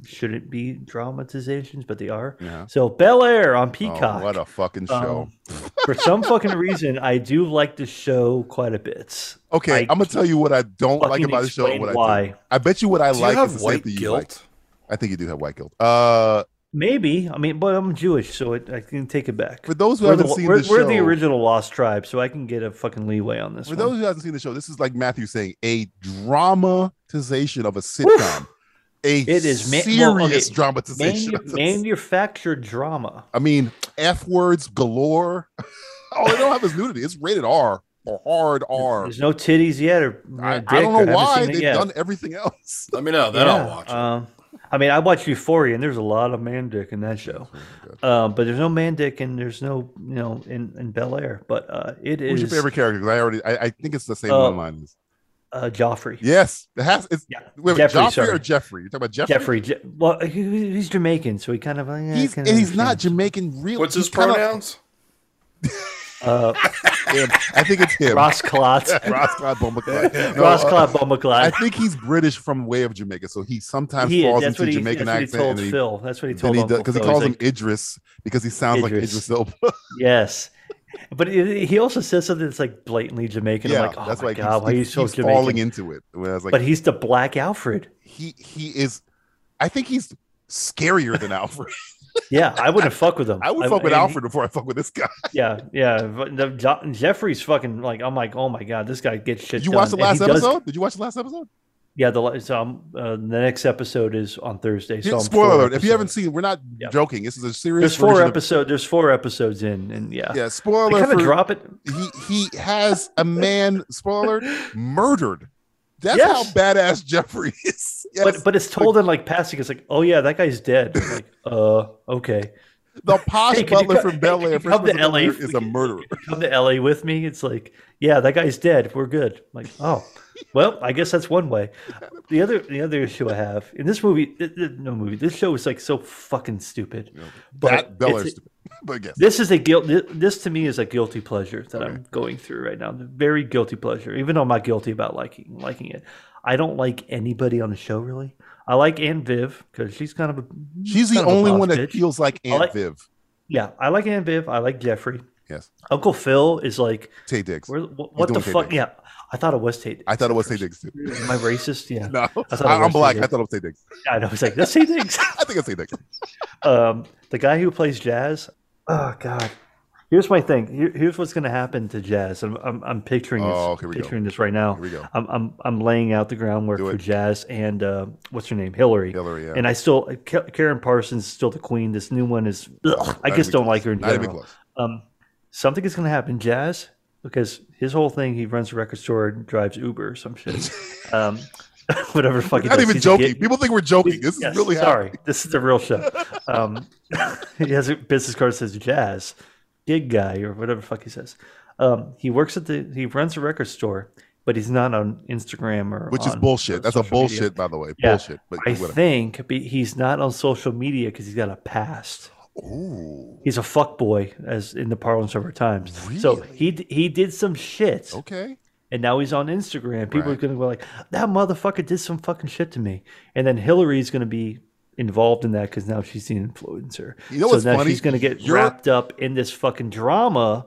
shouldn't be dramatizations, but they are. So Bel Air on Peacock Um,
Oh, what a fucking show.
for some fucking reason, I do like the show quite a bit.
okay,
I
I'm gonna tell you what I don't like
fucking
about the show. and
explain
What I do.
why.
I bet you what I
Do
like
you
is
have
the same
white
thing you
guilt?
like. I think you do have white guilt. Uh,
Maybe I mean, but I'm Jewish, so it, I can take it back.
For those who
We're
haven't
the,
seen
we're,
the
we're the
show-
original lost tribe, so I can get a fucking leeway on this.
for
one.
those who haven't seen the show, this is like Matthew saying a dramatization of a sitcom. A
it is ma-
serious
well, okay,
dramatization.
manu-
of this.
manufactured drama.
I mean, f words galore. oh, they don't have his nudity. It's rated R or hard R.
There's no titties yet, or
I,
or dick,
I
or
don't know
haven't
why
seen it
they've
yet.
done everything else.
Let me know. Then I'll watch it.
Um, I mean, I watched Euphoria, and there's a lot of man dick in that show. Um, but there's no man dick, and there's no you know in, in Bel Air. But uh, it is
Who's your favorite character? 'Cause I already, I, I think it's the same
Uh,
one mine is.
Uh, Joffrey.
Yes, it has. It's
Yeah.
wait, wait,
Jeffrey,
Joffrey
sorry.
or Jeffrey? You're talking about
Jeffrey.
Jeffrey.
Je- well, he, he's Jamaican, so he kind of. eh, yeah, I
He's,
can
and he's not
understand.
Jamaican. Real.
What's his
he's kinda-
pronouns?
Uh,
him. I think it's him.
Ross Klotz.
Ross Clyde Bumbleclad. No,
Ross
uh,
Clyde
I
Bumbleclad.
think he's British from way of Jamaica, so he sometimes
He is.
falls
That's
into
what he,
Jamaican
that's what he
accent.
told
and he-
Phil. That's what he
then
told
he
Uncle
does because he
Phil. He's
calls him
like,
Idris because he sounds like
Idris.
Idris Elba.
Yes. But he he also says something that's like blatantly Jamaican.
yeah,
I'm like, oh
that's
my
why he
God,
keeps-
why are
he
you so
keeps
Jamaican?
falling into it. When I was like,
but he's the Black Alfred.
he he is. I think he's scarier than Alfred.
Yeah, I wouldn't fuck with him.
I would fuck with
and he-
Alfred before I fuck with this guy.
yeah, yeah. But the, Jo- Jeffrey's fucking like, I'm like, oh my God, this guy gets shit
Did you
done.
watch the
And he
last
does-
episode? Did you watch the last episode?
yeah, the, la- so I'm, uh, the next episode is on Thursday. So
Yeah,
I'm
Spoiler
four
alert! If you haven't
episodes-
seen, we're not
Yeah.
joking. This is a serious.
there's four
version of-
episodes. There's four episodes in, and yeah,
Yeah,
they
spoiler
kind of
for
drop it.
he he has a man spoiler alert, murdered. That's
Yes.
how badass Jeffrey is. Yes.
But but it's told in like passing. It's like, oh yeah, that guy's dead. I'm like, uh, okay.
the posh
Hey, could you
butler
co-
from Bel
hey, could you
Air
come to LA?
is a murderer.
Come to LA with me. It's like, yeah, that guy's dead. We're good. I'm like, oh, well, I guess that's one way. The other the other issue I have in this movie, th- th- no movie, this show is like so fucking stupid. But
That Bel Air,
it's-
but yes,
This is a guilt. thi- This to me is a guilty pleasure that I'm going through right now. Very guilty pleasure. Even though I'm not guilty about liking liking it, I don't like anybody on the show really. I like Aunt Viv because she's kind of a
she's the
kind of a
only
boss
one that
bitch.
feels like Aunt
like-
Viv.
yeah. I like Aunt Viv. I like Jeffrey.
Yes,
Uncle Phil is like
Tay Diggs.
where, what, what the
doing Tay
fuck?
Diggs.
Yeah, I thought it was Tate.
I thought it was Tay Diggs too.
Am I racist? Yeah,
No,
I thought it
I,
was
am black.
Tay Diggs.
I thought it was Tay Diggs.
I know. It's like that's Tate Diggs.
I think it's Tay Diggs.
um, the guy who plays Jazz. Oh God. Here's my thing. Here, here's what's going to happen to Jazz. I'm, I'm, I'm picturing this.
Oh, here we go.
picturing this right now.
Here we go.
I'm, I'm, I'm laying out the groundwork
Do
for
it.
Jazz and uh, what's her name, Hillary.
Hillary, yeah.
And I still Ka- Karen Parsons is still the queen. This new one is. ugh, I
Not
just don't
even close.
like her in
Not even
general.
close.
Um, something is going to happen, Jazz, because his whole thing. He runs a record store and drives Uber or some shit. um, whatever. Fucking.
Not
does.
even
He's a gay-
joking. People think we're joking. This
Yes,
is really
sorry.
happening.
This is the real show. Um, he has a business card that says jazz, gig guy, or whatever the fuck he says. Um, he works at the he runs a record store, but he's not on Instagram or
Which is
on
bullshit. That's a
social media.
bullshit, by the way.
Yeah.
Bullshit. But
I
whatever.
think be, he's not on social media because he's got a past.
Ooh,
He's a fuck boy, as in the parlance of our times. So he d- he did some shit,
okay.
and now he's on Instagram. People are going to go like, "That motherfucker did some fucking shit to me," and then Hillary's going to be involved in that because now she's the influencer.
You know
so
what's
now
funny?
she's going to get
You're-
wrapped up in this fucking drama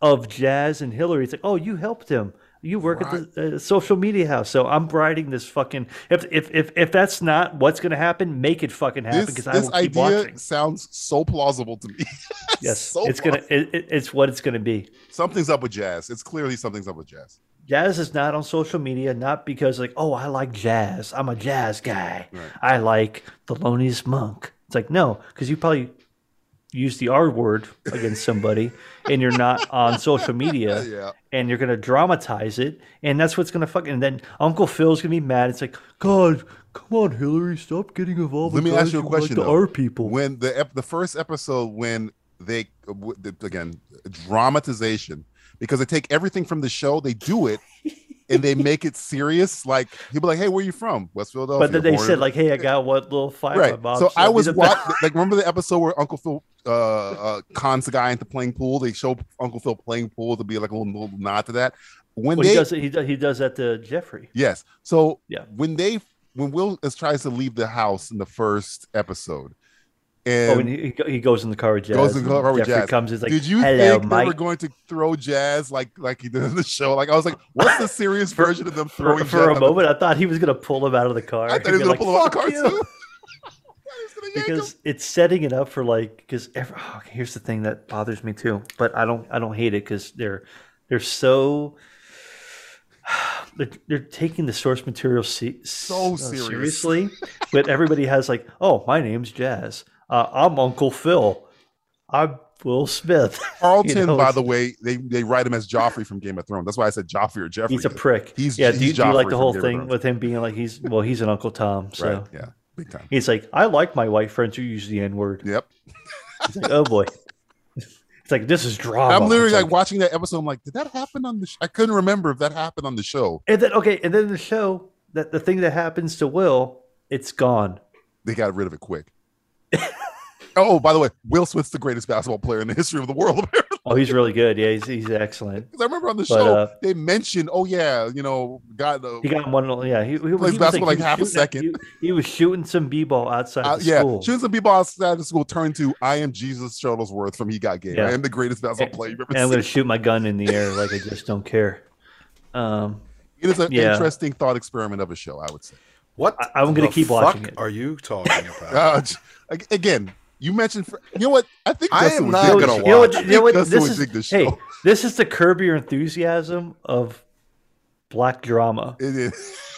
of Jazz and Hillary. It's like, "Oh, you helped him." You work at the uh, social media house, so I'm riding this fucking. If if if, if that's not what's going to happen, make it fucking happen
This,
because I
this
will keep
idea
watching.
sounds so plausible to me.
Yes,
so
it's gonna. It, it- it's what it's gonna be.
Something's up with jazz. It's clearly something's up with jazz.
Jazz is not on social media, not because like, oh, I like jazz. I'm a jazz guy. I like Thelonious Monk. It's like no, because you probably used the R word against somebody, and you're not on social media,
Yeah.
and you're gonna dramatize it, and that's what's gonna fucking. And then Uncle Phil's gonna be mad. It's like, God, come on, Hillary, stop getting involved.
Let
with
me ask
guys
you a
who
question.
Like the
though.
R people.
When the ep- the first episode, when they w- the- again dramatization, because they take everything from the show, they do it, and they make it serious. Like he'll be like, "Hey, where you from? West Philadelphia."
but then they
born
said
in-
like, hey, I got one little fight.
right.
My
So I was watching. Like, remember the episode where Uncle Phil uh, uh, cons the guy into playing pool? They show Uncle Phil playing pool to be like a little, little nod to that. When
Well,
they
he does. He does. He does that to Jeffrey.
Yes. So
Yeah.
when they when Will is, tries to leave the house in the first episode, and,
oh, and he, he- he goes in the car with Jazz.
Goes in the car with
Jeffrey
Jazz.
comes. He's like,
did you
"Hello,
think
Mike."
they were going to throw jazz like like he did in the show? Like I was like, what's the serious version of them
for,
throwing
for
jazz?
a moment, I thought he was gonna pull him out of the car.
I
and
thought he was
be
gonna
like,
pull him out
"Fuck
the
you."
car too. I was gonna yank him.
Because it's setting it up for like, because oh, here's the thing that bothers me too. But I don't, I don't hate it because they're, they're so, they're, they're taking the source material se-
So
uh,
serious.
seriously. but everybody has like, oh, my name's Jazz. Uh, I'm Uncle Phil. I'm Will Smith.
Carlton,
know,
by
it's-
the way, they, they write him as Joffrey from Game of Thrones. That's why I said Joffrey or Jeffrey.
He's a prick.
He's-
yeah. do,
he's
you- do you like
Joffrey
the whole
from Game of
thing
Thrones.
with him being like he's well, he's an Uncle Tom, so
right? Yeah, big time.
he's like, I like my white friends who use the N word.
Yep.
Like, oh boy, It's like this is drama.
I'm literally
It's
like watching that episode. I'm like, did that happen on the? Sh-? I couldn't remember if that happened on the show.
and then okay, and then the show that the thing that happens to Will, it's gone.
They got rid of it quick. oh, by the way, Will Smith's the greatest basketball player in the history of the world. Because
Oh, he's really good. Yeah, he's, he's excellent.
I remember on the
But,
show
uh,
they mentioned, oh yeah, you know, got uh,
He got one. Yeah, he, he was- he was
basketball like
he was
half a
shooting at-
second.
He, he was shooting some b-ball outside
uh,
the
yeah,
school.
shouldn't some people outside the school turn to I am Jesus Shuttlesworth from He Got Game.
Yeah.
I am the greatest basketball player you've
and I'm
ever
gonna
seen.
shoot my gun in the air like I just don't care. Um,
It is an
yeah.
interesting thought experiment of a show, I would say.
What
I- I'm gonna
the
keep
fuck
watching it.
Are you talking about?
Uh, j- ag- again, you mentioned. Fr- you know what? I think
I
Justin
am
would
not
dig
gonna
this.
watch
You know what?
I
You know what?
think Dustin
This
would
is,
dig this
hey,
show.
this is the curb your enthusiasm of black drama.
It is.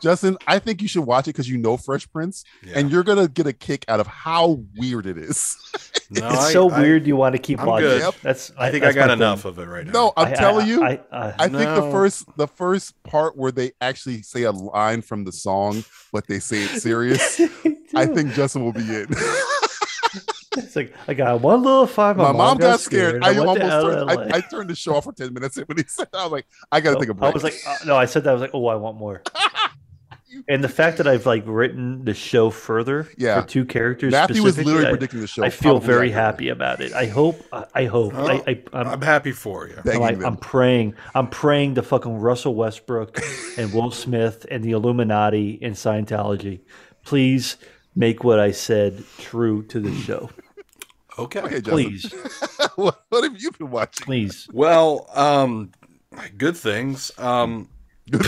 Justin, I think you should watch it because you know Fresh Prince,
Yeah.
and you're gonna get a kick out of how weird it is.
No,
It's
I-
so
I-
weird. You want to keep
I'm
watching.
good.
Yep.
That's.
I think I
that's my
got
thing.
enough of it right now.
no, I'm
I- I-
telling you,
I, I,
I think the
No.
first the first part where they actually say a line from the song, but they say it serious. I think Justin will be in.
it's like I got one little five.
My mom got scared. I
went
almost
to
turned,
LLA.
I, I turned the show off for ten minutes. And when he said, that, I was like, I gotta take a break.
I was like, uh, no, I said that. I was like, oh, I want more. and the fact that I've like written the show further
Yeah.
for two characters,
Matthew was
specifically,
literally
I-
predicting the show.
I feel
probably
very
accurately.
happy about it. I hope. I, I hope.
Oh,
I, I, I'm,
I'm happy for you.
Thank
I'm,
you,
like,
man.
I'm praying. I'm praying to fucking Russell Westbrook and Will Smith and the Illuminati and Scientology. Please make what I said true to the show.
Okay.
Okay, Justin.
Please,
what, what have you been watching?
please.
Well, um, good things. Um,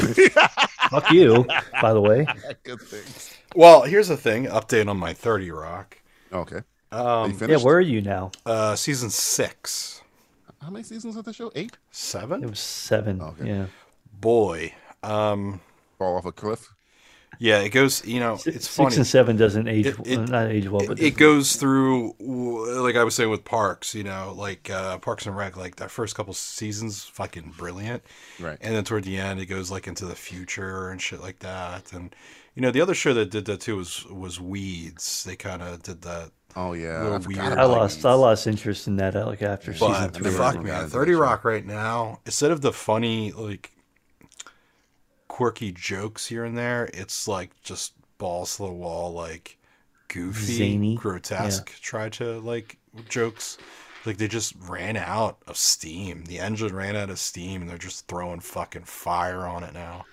Fuck you, by the way.
Good things.
well, here's the thing. Update on my Thirty Rock.
Okay. Are you
Um,
Yeah,
finished?
where are you now?
uh, season six,
How many seasons of the show? Eight?
It
seven.
was seven.
Oh,
Okay.
Yeah.
Boy, um,
Fall off a cliff.
yeah, it goes. You know, it's
Six
funny.
and seven doesn't age
It- it-
not age well, but
it, it goes through like i was saying with parks you know like uh parks and rec like that first couple seasons fucking brilliant
Right.
and then toward the end it goes like into the future and shit like that and you know the other show that did that too was was weeds they kind of did that
Oh yeah.
Little
forgot
weird.
I
about
lost
these.
I lost interest in that uh, like after season
but
three.
fuck
Yeah,
man
that's
30
a show.
rock right now instead of the funny like quirky jokes here and there it's like just balls to the wall like goofy
Zany.
grotesque try to like jokes like they just ran out of steam the engine ran out of steam and they're just throwing fucking fire on it now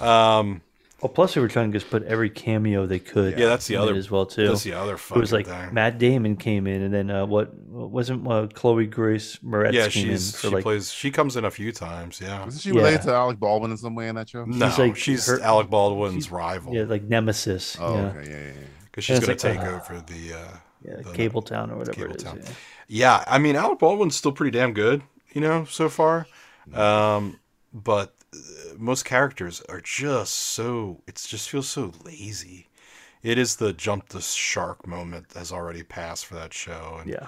um
Well, plus they were trying to just put every cameo they could.
Yeah, that's the
in
other-
it as well too.
that's the other
it
fucking
was like
thing.
Matt Damon came in, and then uh, what wasn't uh, Chloe Grace Moretz
yeah
came
she's
in
she
for like
plays she comes in a few times yeah
Isn't she
Yeah.
related to Alec Baldwin in some way in that show?
no she's,
like her-
alec baldwin's rival
yeah like Nemesis,
Oh,
yeah,
okay, yeah, yeah, yeah.
because she's
it's
gonna
like,
take
uh,
over the uh
yeah
the-
Cable Town or whatever
Cable
it is.
Town.
yeah.
Yeah, I mean Alec Baldwin's still pretty damn good, you know, so far. Um, but uh, most characters are just so it just feels so lazy. It is the jump the shark moment that's already passed for that show, and
Yeah.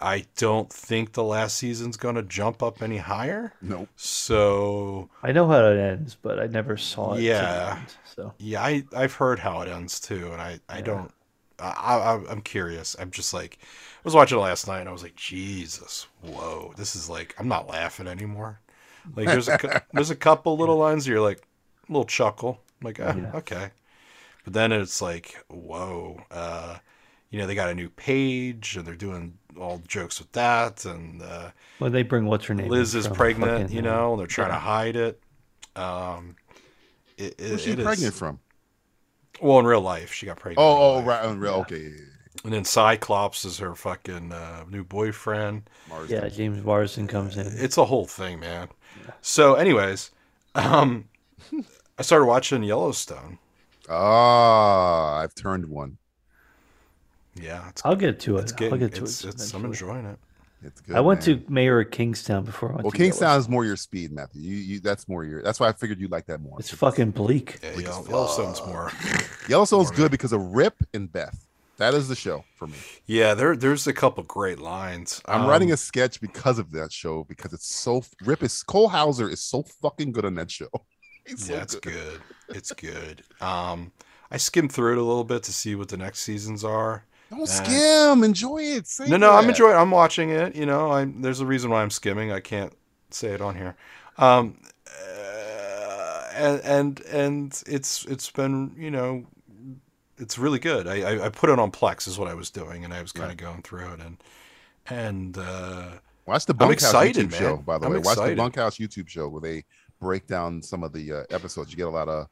I don't think the last season's gonna jump up any higher.
Nope.
So
I know how it ends, but I never saw it. till the
Yeah.
end, so
yeah, I I've heard how it ends too, and I I don't. I, I I'm curious. I'm just like I was watching it last night, and I was like, Jesus, whoa, this is like I'm not laughing anymore. Like there's a cou- there's a couple little lines that you're like a little chuckle, like ah, okay, but then it's like whoa, uh, you know they got a new page and they're doing all jokes with that, and uh,
well, they bring what's her name?
Liz
in
is
from
pregnant,
fucking,
you
uh,
know, and they're trying to hide it. Um, it, it,
Who's she
it is-
pregnant from?
well, in real life, she got pregnant. in real
Oh, oh,
life.
right. Unreal. Okay. yeah, yeah, yeah.
And then Cyclops is her fucking uh, new boyfriend.
Mars.
Yeah, James Marsden comes in.
It's a whole thing, man. So, anyways, um, I started watching Yellowstone.
Ah, I've turned one.
Yeah, it's,
I'll get to it.
it's getting,
I'll get to
it's,
it.
it's, I'm
eventually.
enjoying it.
It's good.
I went
man.
to Mayor of Kingstown before I went
Well,
to Yellow-
Kingstown is more your speed, Matthew. You, you, that's more your. That's why I figured you like that more.
It's fucking bleak.
Yeah, Yellow, Yellowstone's more.
Yellowstone's good because of Rip and Beth. That is the show for me.
yeah, there, there's a couple great lines.
I'm writing a sketch because of that show because it's so Rip is Cole Hauser is so fucking good on that show. He's so
Yeah, it's good. It's good. Um, I skimmed through it a little bit to see what the next seasons are.
Don't skim. Enjoy it. Save
No, no, I'm
that.
enjoying. I'm watching it. You know, I'm there's a reason why I'm skimming. I can't say it on here. Um, uh, and and and it's it's been you know, it's really good. I I, I put it on Plex is what I was doing, and I was kind of going through it and and uh,
Watch the Bunkhouse
excited,
YouTube
man.
show, by the
I'm
way. Watch the
excited.
Bunkhouse YouTube show where they break down some of the uh, episodes. You get a lot of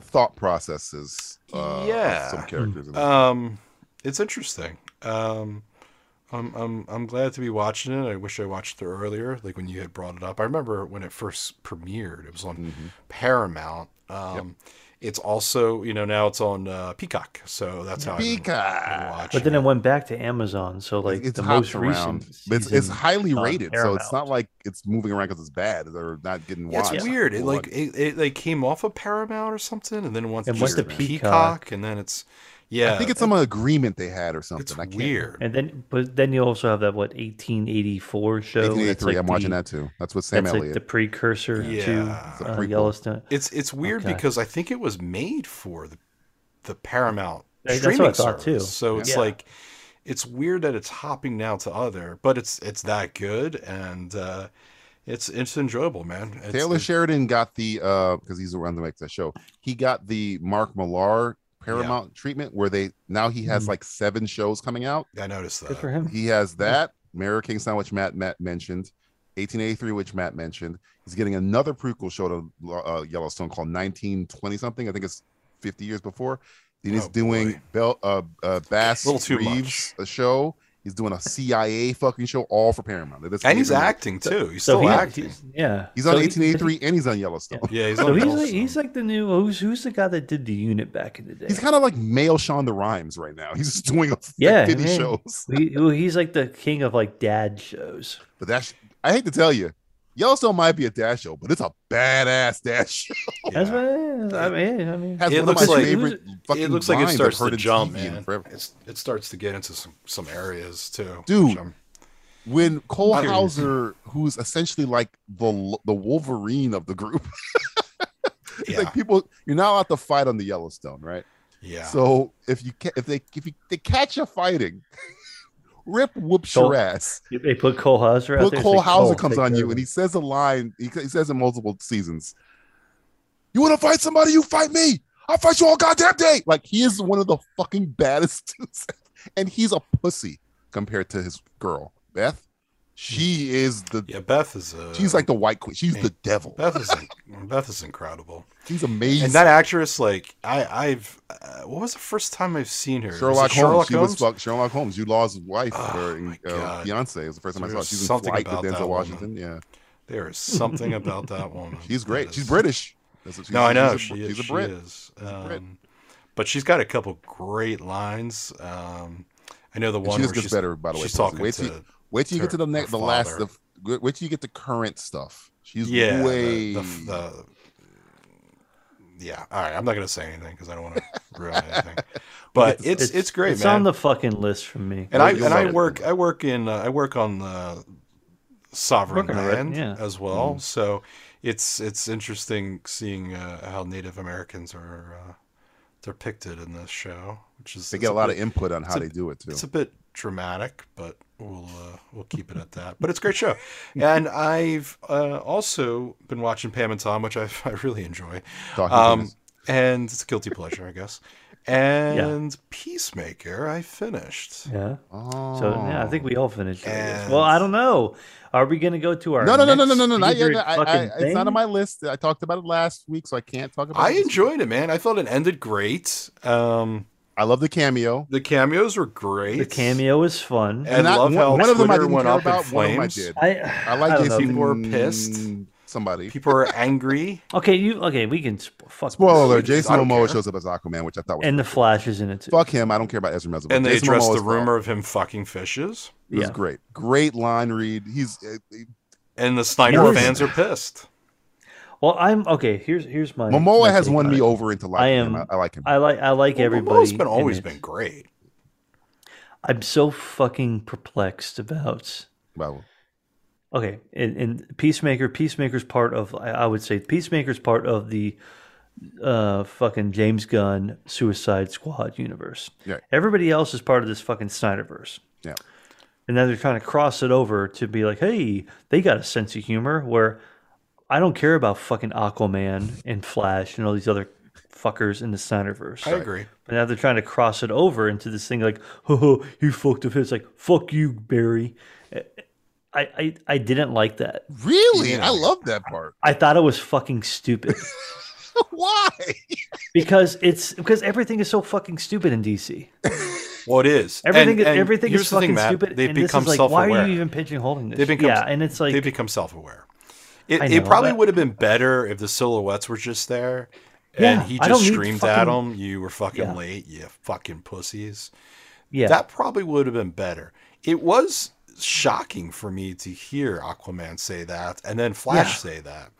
thought processes. Uh, of
Yeah.
Some characters. in there.
um, it's interesting. Um, I'm I'm I'm glad to be watching it. I wish I watched it earlier, like when you had brought it up. I remember when it first premiered. It was on
Mm-hmm.
Paramount. Um, it's also you know now it's on uh, Peacock, so that's how I
Peacock.
watch.
But then it went back to Amazon, so like
it's
the
hopped
most
around.
recent.
But It's, it's
season
highly
on
rated, so it's not
Paramount.
like it's moving around because it's bad or not getting
yeah,
watched.
it's weird. It
Well,
like it, it like came off of Paramount or something, and then it went
It
to
went to
Peacock,
Peacock.
and then it's yeah.
I think it's some agreement they had or something.
it's
I can't,
weird.
And then, but then you also have that what 1884 show. that's
1883.
like
I'm watching
the-
that too. That's with Sam
That's like
Elliott.
the precursor
Yeah.
to
a
uh,
prequel.
Yellowstone.
It's it's weird
Okay.
because I think it was made for the the Paramount
That's what I
streaming
thought,
service.
too.
So it's
Yeah.
like it's weird that it's hopping now to other, but it's it's that good and uh, it's it's enjoyable, man. It's,
Taylor
it's-
Sheridan got the uh because he's the one that makes that show. He got the Mark Millar Paramount treatment where they now he
Mm-hmm.
has like seven shows coming out.
I noticed
Good for
that.
him.
He has that Mary King Sound, which Matt Matt mentioned, 1883, which Matt mentioned. He's getting another prequel show to uh, Yellowstone called 1920 something. I think it's 50 years before. Then he's
Oh,
doing
boy.
Bell uh, uh Bass
Little too
Reeves a show. He's doing a CIA fucking show all for Paramount. This
And he's
even-
acting too. He's
So
still
he-
acting.
he's- yeah.
He's on
So he-
1883 and he's on Yellowstone.
yeah, he's
So
on
he's
Yellowstone.
like, he's like the new who's who's the guy that did the unit back in the day.
He's kind of like male Sean the Rhymes right now. He's just doing like
Yeah,
50
man.
shows.
He- who- he's like the king of like dad shows.
But that's, I hate to tell you, Yellowstone might be a dash show, but it's a badass dash show.
That's what I mean. I mean,
Has
It
one of
looks
my
like-
favorite fucking
it looks like it
lines I've
starts
heard
to
in
jump,
TV in
man.
forever.
It's, it starts to get into some some areas too. which
Dude.
I'm-
When Cole
Dude.
Hauser, who's essentially like the the Wolverine of the group, it's
Yeah.
like people, you're not allowed to fight on the Yellowstone, right?
yeah.
So if you ca- if they if you, they catch you fighting, rip whoops
Don't-
your ass.
they put Cole Hauser out
Well,
there. it's
Cole
like,
Hauser
oh,
comes
take
on you
over.
and he says a line. He, he says in multiple seasons, "You want to fight somebody? You fight me. I'll fight you all goddamn day." Like he is one of the fucking baddest dudes, and he's a pussy compared to his girl Beth. She is the.
yeah, Beth is a
She's like the white queen. She's the devil.
Beth is in- Beth is incredible.
She's amazing.
And that actress, like I, I've, uh, what was the first time I've seen her? Was it
Sherlock, Holmes. She was fuck Sherlock Holmes. You Law's wife
Oh,
or
my
uh,
God.
fiance is the first time I saw. her.
There's
She's in
something
flight with
about that
Denzel
woman. Oh
Washington. Yeah,
There is something about that woman.
she's great.
that
She's
is-
British. That's what she's,
No, I know
she's a-
she is.
she's a
she
Brit.
is.
a Brit.
Um, but she's got a couple great lines. Um, I know the
And
one
she just
where
gets
she's-
better, by the way.
She's
Pepsi.
talking
wait
to,
till you, wait till you
to
get to the
her-
next,
her
the last, the
father.
f- wait wait till you get the current stuff. She's
yeah, the-
way.
the, the- yeah. All right, I'm not gonna say anything because I don't want to ruin anything. But it's it's, great,
It's
man.
on the fucking list for me.
and I
You'll
and
love
I
it.
work I work in uh, I work on the sovereign
Working on it,
land
yeah.
as well.
Hmm.
So it's it's interesting seeing uh, how Native Americans are uh, depicted in this show, which is
they
it's
get a lot
bit-
of input on how
a-
they do it too.
It's a bit dramatic, but we'll uh, we'll keep it at that. But it's a great show, and I've uh, also been watching Pam and Tom, which I I really enjoy.
Talking
Um,
penis.
and it's a guilty pleasure, I guess. And Peacemaker, I finished.
Yeah.
Oh.
So yeah, I think we all finished. right?
And-
well, I don't know. Are we gonna go to our
no, no, no, no,
next
no, no, no, not yet.
favorite
No, I, I,
fucking
it's not
thing?
on my list. I talked about it last week, so I can't talk about
I
it. this week.
enjoyed it, man. I thought it ended great. Um,
I love the cameo.
the cameos were great.
The cameo is fun.
And
I-
love
one-
how
one of them I
Twitter
didn't
went
care
up in
about. One of them I
flames.
did.
I
I like
don't know.
Jason.
People were pissed.
Somebody.
People are angry.
Okay, you okay? We can sp- fuck.
Spoiler
this.
alert: Jason
I don't
Momoa
care.
shows up as Aquaman, which I thought was
And the Flash is in it too.
fuck him. I don't care about Ezra Miller.
and they
Jason
addressed
Momoa's
the
fine.
rumor of him fucking fishes.
It was
Yeah.
great. Great line read. He's uh,
And the Snyder
Yes.
fans are pissed.
Well, I'm okay. Here's here's my my
Momoa has
take
won
on
me
it.
over into liking
I
him.
am.
I, I like him.
I like. I like
Well,
everybody.
Momoa's been
in
always
it.
been great.
I'm so fucking perplexed about.
Wow.
Okay, and, and Peacemaker. Peacemaker's part of. I, I would say Peacemaker's part of the uh, fucking James Gunn Suicide Squad universe.
Yeah.
Everybody else is part of this fucking Snyderverse.
Yeah.
And then they're trying to cross it over to be like, hey, they got a sense of humor where I don't care about fucking Aquaman and Flash and all these other fuckers in the Snyderverse.
I agree.
But now they're trying to cross it over into this thing like, oh, he fucked up. It's like, fuck you, Barry. I, I, I didn't like that.
Really? I love that part.
I thought it was fucking stupid
Why?
because it's because everything is so fucking stupid in DC.
Well, it is.
Everything
And-
is
and
everything
here's
is
the
fucking
thing, Matt,
stupid.
They've
and
become
this is like,
self-aware.
why are you even pigeonholing this?
They become
yeah, and it's
they
like
become self-aware. It,
I
it
know,
probably
but-
would have been better if the silhouettes were just there,
Yeah,
and he
I don't
just
need
screamed at
fucking-
him, "You were fucking
Yeah.
late, you fucking pussies."
yeah,
That probably would have been better. It was shocking for me to hear Aquaman say that, and then Flash say that.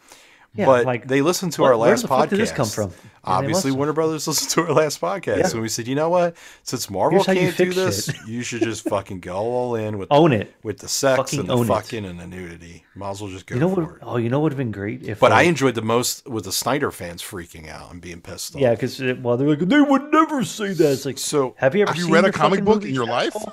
Yeah,
but
like,
they listened to
what-
our
where
last
the
podcast.
fuck did this come from? And they
Obviously,
listened.
Warner Brothers listened to our last podcast,
Yeah.
and we said, you know what? Since Marvel
Here's how you
can't do
fix
this,
shit."
you should just fucking go all in with
own it.
with the sex
Fucking
and the
own it.
fucking and the nudity. Might as well just go
You know
for
what?
it.
Oh, you know what would have been great if. uh,
But I
like,
enjoyed the most with the Snyder fans freaking out and being pissed off.
yeah, because well, they're like they would never say that. It's like
So
have you ever
Have you
seen
read a
the
comic
fucking
book
movie?
in your life?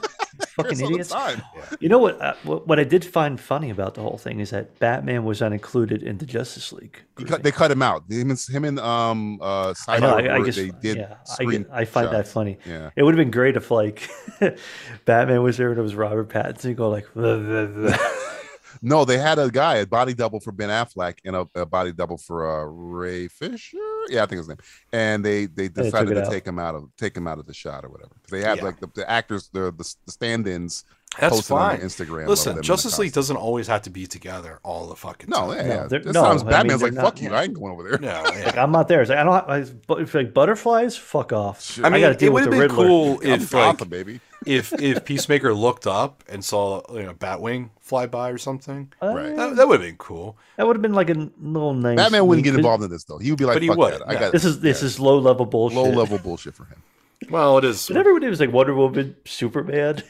Fucking
There's all the
idiots.
time.
You know what, uh, what? What I did find funny about the whole thing is that Batman was not included in the Justice League.
He
grouping.
cut- they cut him out. Him and him and um uh
I know.
Cyborg
I, I
were-
just
they did.
yeah, I,
screen
I find that
shots.
funny.
Yeah.
It would have been great if like Batman was there and it was Robert Pattinson going like, "Blah, blah, blah."
No, they had a guy, a body double for Ben Affleck and a, a body double for uh, Ray Fisher. Yeah, I think his name. And they
they
they
took
decided
it
to
out.
take him out of take him out of the shot or whatever. They had
Yeah.
like the, the actors, the the, the stand-ins.
that's
posted on
fine.
the Instagram of them in
Listen,
the
Justice League
costume.
doesn't always have to be together all the fucking
No,
time.
yeah,
No,
yeah.
they're-
This
no,
times
I mean,
Batman's
they're
like,
not-
"Fuck you, I ain't going over there."
No, yeah.
like I'm not there. It's like I don't. Have, I, but if, like butterflies, fuck off.
Sure.
I mean,
gotta
it
deal
would
with
have
the
been
Riddler.
cool
I'm
if like
Gotham, baby.
if if Peacemaker looked up and saw you know Batwing fly by or something.
Uh,
Right.
That, that would have been cool.
That would have been like a n- little nice.
Batman wouldn't get
because
involved in this though. He would be like,
But he
"Fuck
would,
that. I
yeah.
got
This is this is low level bullshit.
low level bullshit for him."
Well, it is.
But everybody was like Wonder Woman, Superman,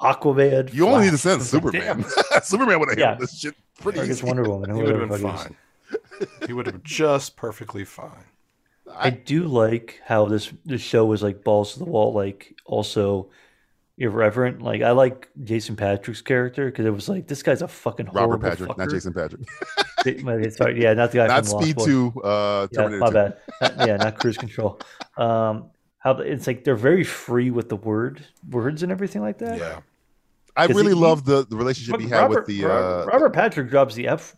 Aquaman.
You only need to
Flash.
send Superman. Superman would have
Yeah.
handled this shit pretty
Or
easy.
just Wonder Woman.
He
or
would have
whatever
been
the fuck it is.
fine. he would have been just perfectly fine.
I do like how this this show was like balls to the wall, like also irreverent. Like I like Jason Patrick's character because it was like this guy's a fucking
Robert
horrible
Patrick,
fucker.
not Jason Patrick.
Jason. Sorry, yeah, not the guy
Not
from Lost
Speed
Boys.
2, uh
Yeah,
Terminator
my
2.
bad. Not- yeah, not cruise control. Um, how the- it's like they're very free with the word words and everything like that.
Yeah.
I
'Cause
really
he-
love the, the relationship
Fuck,
he had
Robert,
with the
Robert,
uh
Robert Patrick drops the F.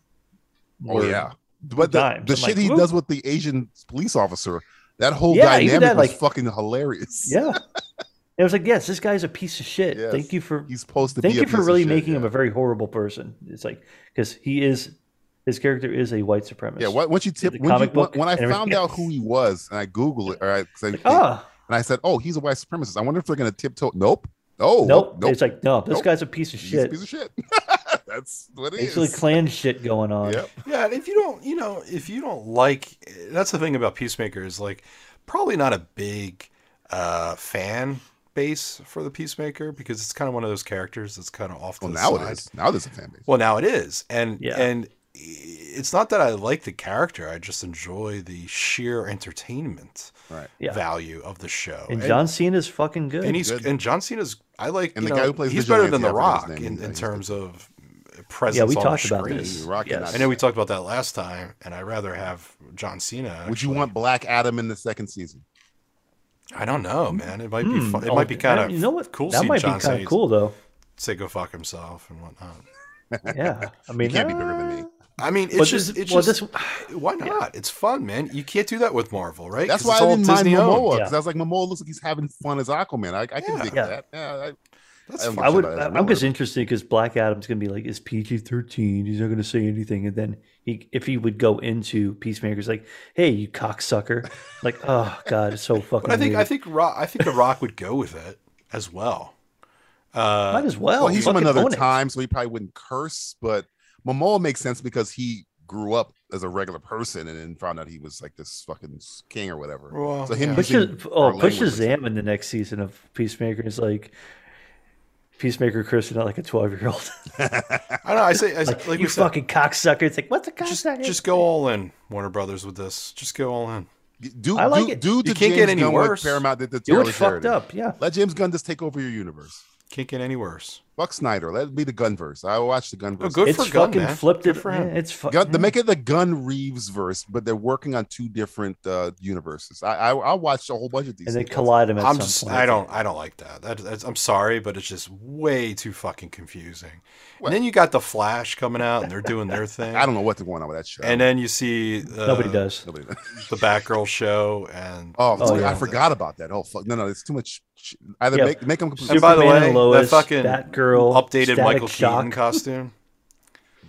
oh
word.
yeah. But the,
times.
the
I'm
shit
like,
he
"Woo."
does with the Asian police officer, that whole
Yeah, even
dynamic
that,
was
like-
fucking hilarious.
Yeah. It was like, yes, this guy's a piece of shit.
Yes.
Thank you for
He's supposed to
Thank
be a
you for
piece of
really
shit,
making
yeah.
him a very horrible person. It's like because he is his character is a white supremacist.
Yeah, wha- once you tip
the
when, you,
comic
when,
book
when I
and everything
found out who he was and I Googled it, all right, 'cause I think-
Ah,
and I said, Oh, he's a white supremacist. I wonder if they're gonna tiptoe. Nope. Oh
nope.
nope.
It's like no, this
Nope.
guy's a piece of
He's a
shit.
piece of shit. That's what it is.
Basically, clan shit going on.
Yep.
Yeah, and if you don't, you know, if you don't like, that's the thing about Peacemaker is like probably not a big uh, fan base for the Peacemaker because it's kind of one of those characters that's kind of off to
Well,
the
now
side.
it is. Now there's a fan base.
Well, now it is, and
Yeah.
and it's not that I like the character; I just enjoy the sheer entertainment
Right.
Yeah.
value of the show.
And John Cena's fucking good.
and he's
good.
and John Cena's. I like
And
you
the
know,
guy who plays
he's better
Vigilante,
than The
I
Rock
forget his name.
in,
Yeah,
in
he's
terms of presence.
yeah, we
on
talked
the
about
screen.
this.
Rocky
Yes.
I know we talked about that last time, and I'd rather have John Cena.
Would you
actually.
want Black Adam in the second season?
I don't know, man. It might be. Fun. It
Hmm. Oh,
might be kind
that-
of.
you know what?
Cool.
that
seeing
might
John
be kind
Cena
of cool though.
Say go fuck himself and whatnot.
Yeah, I mean,
He can't be bigger than me.
I mean, it's
But
just.
this-
it's
well,
just. why not? It's fun, man. You can't do that with Marvel, right?
That's
'Cause
why
it's
I
all
didn't mind
Disney-owned.
Momoa because
Yeah.
I was like, Momoa looks like he's having fun as Aquaman. I, I can
Yeah.
dig
Yeah.
that. Yeah, I,
That's
I
fun.
love
I would.
somebody that's
I- I'm
lower.
just interested because Black Adam's gonna be like, is PG thirteen? He's not gonna say anything, and then he, if he would go into Peacemaker's, like, hey, you cocksucker, like, oh god, it's so fucking.
But I think
weird.
I think Rock, I think The Rock would go with it as well.
might as well.
well, he's from
Fucking
another
own it.
time, so he probably wouldn't curse. But Momoa makes sense because he grew up as a regular person and then found out he was like this fucking king or whatever.
Well,
so him
yeah.
Push,
using
oh,
our
push
language was-
Shazam in the next season of Peacemaker is like, Peacemaker Chris is not like a 12 year old.
I know. I say, I,
like,
like, we
you
said,
fucking cocksucker. It's like, what's a
just,
cocksucker?
just go all in, Warner Brothers, with this. Just go all in.
Do,
I like
do,
it.
do to
You can't get
James
any
Gunn what
worse.
Paramount did to
do
Taylor
it fucked
Sheridan.
up. Yeah.
Let James Gunn just take over your universe.
Can't get any worse.
Fuck Snyder. Let it be the Gunverse. I will watch the Gunverse.
Oh, good
it's
for Gunn,
fucking
man.
flipped
Good
it.
for him.
yeah, It's fucking.
Gun, to make it the Gun Reeves verse, but they're working on two different uh, universes. I, I I watched a whole bunch of these.
and they
things.
collide them at
I'm
some
just.
point.
I don't. I don't like that. That that's, I'm sorry, but it's just way too fucking confusing.
Well-
and then you got the Flash coming out, and they're doing their thing.
I don't know what's going on with that show.
And then you see uh,
Nobody does.
Nobody knows.
the Batgirl show, and
Oh,
Oh,
dude, I
yeah.
forgot about that. Oh fuck! No, no, it's too much. sh- Either
Yeah.
make make them completely.
And by the
Superman
way,
and Lois,
that fucking
Batgirl,
updated
Static
Michael
Shock.
Keaton costume.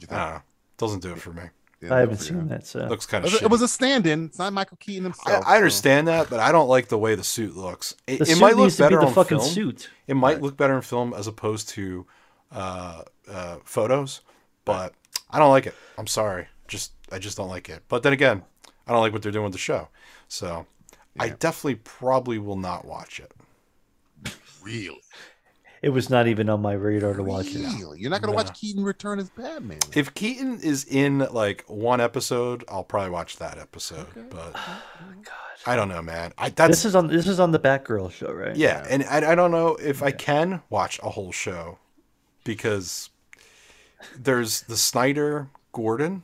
I don't know. Doesn't do it for me.
I haven't seen that. So
Looks kind of.
It was a stand-in. It's not Michael Keaton
I,
himself.
I understand that, but I don't like the way the suit looks. It,
the
it
suit
might
needs
look
to be
better
the
on
fucking
film.
suit.
It might look better in film as opposed to uh, uh, photos, but I don't like it. I'm sorry. Just I just don't like it. But then again, I don't like what they're doing with the show, so I definitely probably will not watch it.
Really,
It was not even on my radar to watch it.
really, you're not gonna watch Keaton return as Batman.
If Keaton is in like one episode, I'll probably watch that episode. But
Oh,
I don't know, man. I that's
This is on. This is on the Batgirl show, right?
yeah, and I, I don't know if I can watch a whole show because there's the Snyder Gordon,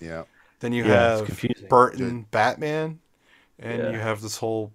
Yeah,
then you
Yeah, it's confusing.
have Burton Batman, and you have this whole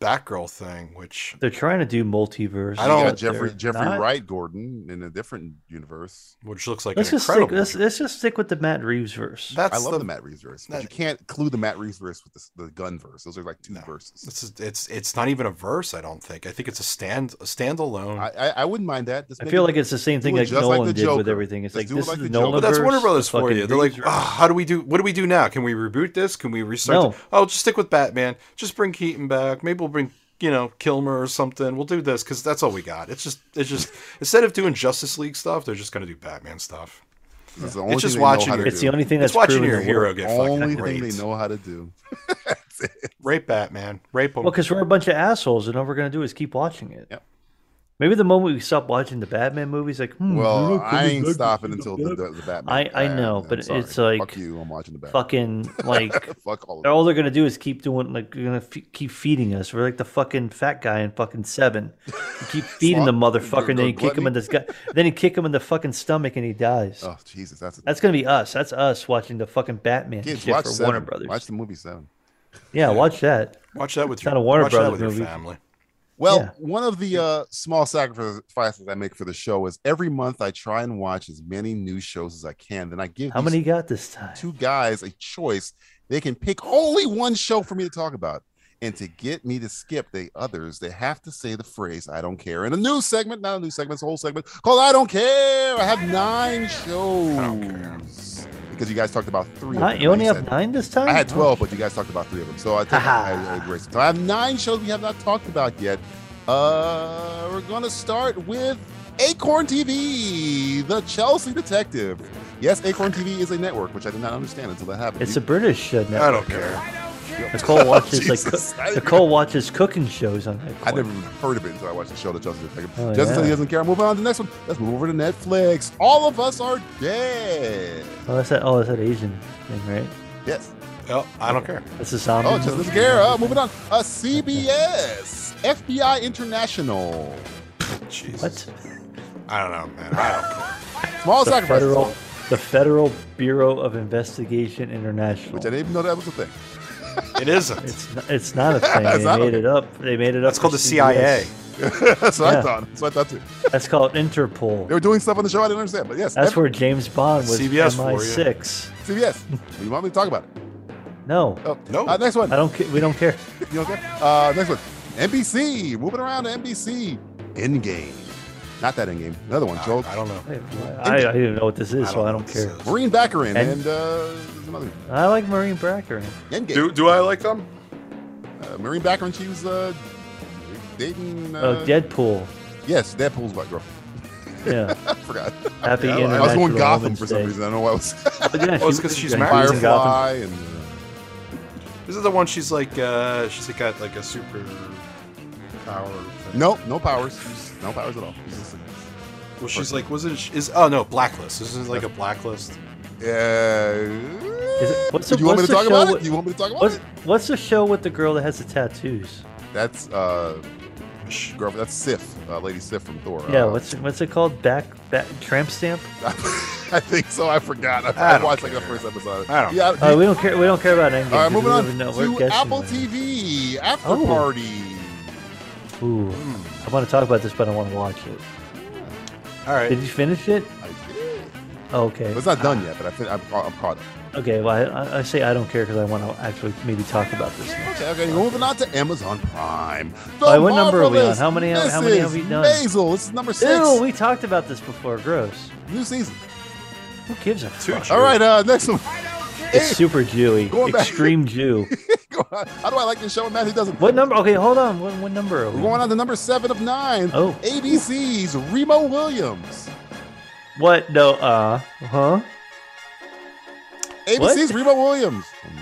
Batgirl thing, which
They're trying to do multiverse.
I
you
don't-
got
Oh,
Jeffrey
they're
Jeffrey
not-
Wright Gordon in a different universe.
which looks like
Let's
an
just stick.
incredible.
Let's, let's just stick with the Matt Reeves verse.
that's
I love
the,
the, Matt Reeves verse, but
that-
you can't clue the Matt Reeves verse with the, the gun verse. Those are like two verses.
This is, it's it's not even a verse. I don't think. I think it's a stand a standalone.
I, I I wouldn't mind that. Just
I
make
feel
it-
like it's the same thing
do it
like
just like
Nolan
the
did with
Joker.
everything. It's
Let's
like
do it
this
like
is
the
Nolan.
Joker.
But that's Warner Brothers for
fucking
you. They're like,
Reeves
"Ah,
verse."
how do we do? What do we do now? Can we reboot this? Can we restart?
No.
th- Oh, just stick with Batman. Just bring Keaton back. Maybe we'll bring you know Kilmer or something. We'll do this because that's all we got. It's just it's just instead of doing Justice League stuff, they're just gonna do Batman stuff.
this is the only
It's just
thing they know
watching
how to
your-
It's
do.
the only thing
It's
that's
watching
proven
your
to
hero
work.
get
only
fucking
thing
raped.
they know how to do.
Rape Batman. Rape him.
Well, because we're a bunch of assholes, and all we're gonna do is keep watching it.
Yep.
Maybe the moment we stop watching the Batman movies, like, hmm,
Well,
look,
I ain't
look,
stopping until the, the, the Batman.
I- I know,
I'm
but
sorry.
it's like-
fuck you. I'm watching the Batman.
fucking like
Fuck all of
all they're gonna do is keep doing like they're gonna f- keep feeding us. We're like the fucking fat guy in fucking seven. You keep feeding the motherfucker, and then you kick him in this guy. Then you kick him in the fucking stomach, and he dies.
Oh Jesus, that's a,
That's gonna be us. That's us watching the fucking Batman
kids.
shit
Watch
for
seven.
Warner Brothers.
Watch the movie seven.
yeah, watch that.
watch that with
not
your
a Warner
watch that
Brothers
with your
movie.
family.
Well,
Yeah.
one of the uh, small sacrifices I make for the show is every month I try and watch as many new shows as I can. Then I give
How
these
many you got this time?
two guys a choice. They can pick only one show for me to talk about. And to get me to skip the others, they have to say the phrase I don't care. In a new segment, not a new segment, it's a whole segment called I Don't Care. I have nine shows. Because you guys talked about three.
Huh?
of them.
you only have
said-
nine this time.
I had 12, but you guys talked about three of them. So I think I, I, I erased it. So I have nine shows we have not talked about yet. Uh, we're going to start with Acorn TV, The Chelsea Detective. Yes, Acorn TV is a network, which I did not understand until that happened.
It's
You-
a British uh,
I
network.
don't care.
Nicole watches like
Oh, Jesus.
cook- Nicole watches cooking shows on that.
I never even heard of it until I watched the show, The Chelsea Detective.
Oh,
Justin said
yeah.
he doesn't care. Moving on to the next one. Let's move over to Netflix. All of us are dead.
Oh, that's that. Oh, that's that Asian thing, right?
Yes.
Oh, I don't care.
That's a zombie.
Oh,
movie.
Justin Scare. Uh, moving on. Uh, CBS, FBI International.
Jesus.
What?
I don't know, man. I don't care.
Small
The
sacrifice.
federal, the Federal Bureau of Investigation International.
Which I didn't even know that was a thing.
It isn't.
It's not, it's not a thing.
It's
They
not a
made
thing.
it up. They made it up.
That's called
for
the CIA.
CBS.
That's what
Yeah.
I thought. That's what I thought too.
That's called
They
Interpol.
were doing stuff on the show I didn't understand, but yes,
That's where James Bond was
CBS for you.
MI6.
CBS. What do you want me to talk about? It?
No,
Oh
No.
Uh, next one.
I don't. ca- We don't care.
You okay? Uh, next one. NBC. Moving around to NBC. Endgame. Not that Endgame. Another one. Joel.
I don't know.
I, I don't even know what this is, so I
know
don't
what
care.
this is.
Marine Baccarin and,
And-
uh, there's another one.
I like Marine Bracker.
Endgame.
Do do I like them?
Uh, Marine Baccarin. She was uh, dating. Uh,
Oh, Deadpool.
Yes, Deadpool's black girl.
Yeah,
I forgot.
Happy
I, I
International
was going Gotham
Women's
for some
Day.
reason. I don't know why I was.
But yeah,
Oh, it's
she
'cause
was
she's
in
married.
Gotham.
Firefly and. uh,
This is the one she's like uh she's like got like a super
powers.
Nope, no powers. Just No powers at all. He's just
Well, she's like, was it? Is oh no, blacklist. This is like a blacklist.
a- uh,
Is it, what's the,
do you want me
what's
to
the
talk
show
about it?
with-
Do you want me to talk about
What's,
it?
what's the show with the girl that has the tattoos?
That's uh, girl. That's Sif, uh, Lady Sif from Thor.
yeah,
Uh,
what's what's it called? Back back tramp stamp?
I think so. I forgot. I,
I
I
don't
watched like the first episode.
I don't
Yeah.
Oh, we don't care. We don't care about anything.
all right, moving
we
on
don't even know. We're
to
guessing
Apple
right
TV After
Oh.
Party.
now. Ooh,
Hmm.
I want to talk about this, but I want to watch it.
All right.
Did you finish it?
I did.
Oh, okay.
But it's not done yet, but I fin- I'm, ca- I'm caught up.
Okay. Well, I- I, I say I don't care because I want to actually maybe talk about this. Next.
Okay, okay, moving on to Amazon Prime.
Oh.
The
All right, what number are we on?
Marvelous
How many-
Mrs.
how many have we done?
Maisel. This is number six.
Ew, we talked about this before. Gross.
New season.
Who gives a fuck?
All right, uh, next one.
It's super Jewy.
Going back-
Extreme Jew.
How do I like this show? And Matthew doesn't.
What number? Okay, hold on. What, what number? Are we
We're
on?
going on to number seven of nine.
Oh.
ABC's Remo Williams.
What? No. Uh. Huh.
ABC's Remo Williams. From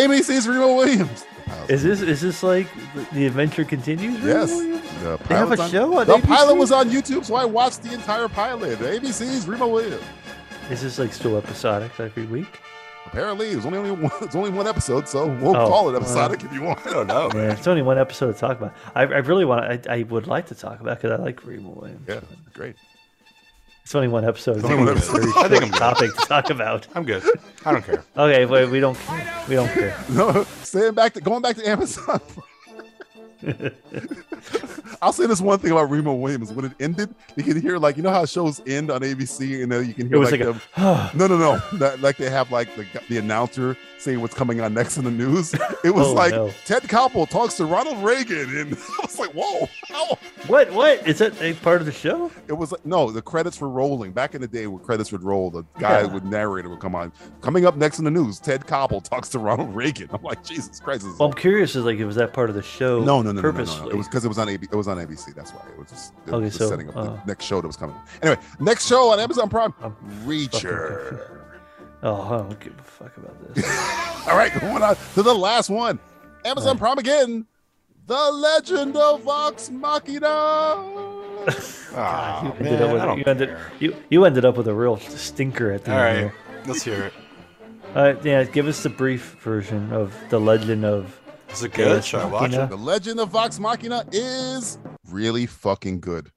1985. ABC's Remo Williams.
Is this is this like the- the adventure continues? Remo
Yes.
Williams?
The
They have
pilot's
a show on
The
ABC?
pilot was on YouTube, so I watched the entire pilot. ABC's Remo Williams.
Is this like still episodic every week?
Apparently, it was only, only one, it's only one episode, so we'll
Oh,
call it
uh,
episodic if you want.
I don't know.
Yeah, it's only one episode to talk about. I, I really want. I, I would like to talk about because I like Remo Williams.
Yeah, great.
It's only one episode. It's
only
only
one
a
episode.
very
I think
short
I'm good.
topic to talk about.
I'm good. I don't care.
Okay, wait, we don't. We don't care.
No, staying back to going back to Amazon. I'll say this one thing about Remo Williams: when it ended, you can hear like you know how shows end on ABC, and then you can hear
It was
like,
like a-
them. no, no, no, That- like they have like the, the announcer saying what's coming on next in the news. It was
Oh,
like
no.
Ted Koppel talks to Ronald Reagan, and I was like, whoa, how?
What? What is that? A part of the show?
It was like no, the credits were rolling. Back in the day, when credits would roll, the guy
Yeah.
with narrator would come on. Coming up next in the news, Ted Koppel talks to Ronald Reagan. I'm like, Jesus Christ, this is
Well, I'm curious. Is like, was that part of the show?
no, no, no, no, no,
purposely.
no, no. It was because it was on AB, it was on ABC. That's why it was just it
Okay,
was
so,
setting up the
uh,
next show that was coming. Anyway, next show on Amazon Prime,
I'm
Reacher.
Oh, I don't give a fuck about this.
All right, going on to the last one, Amazon Prime again. The Legend of Vox Machina.
Ah,
you, ended
man,
up
I
with,
don't
you, ended,
care.
you, you ended up with a real stinker at the
All
end.
right,
there.
let's hear it.
Uh, yeah, give us the brief version of the legend of.
Is it good?
Yes,
Should I watch
Machina.
it?
the Legend of Vox Machina is really fucking good.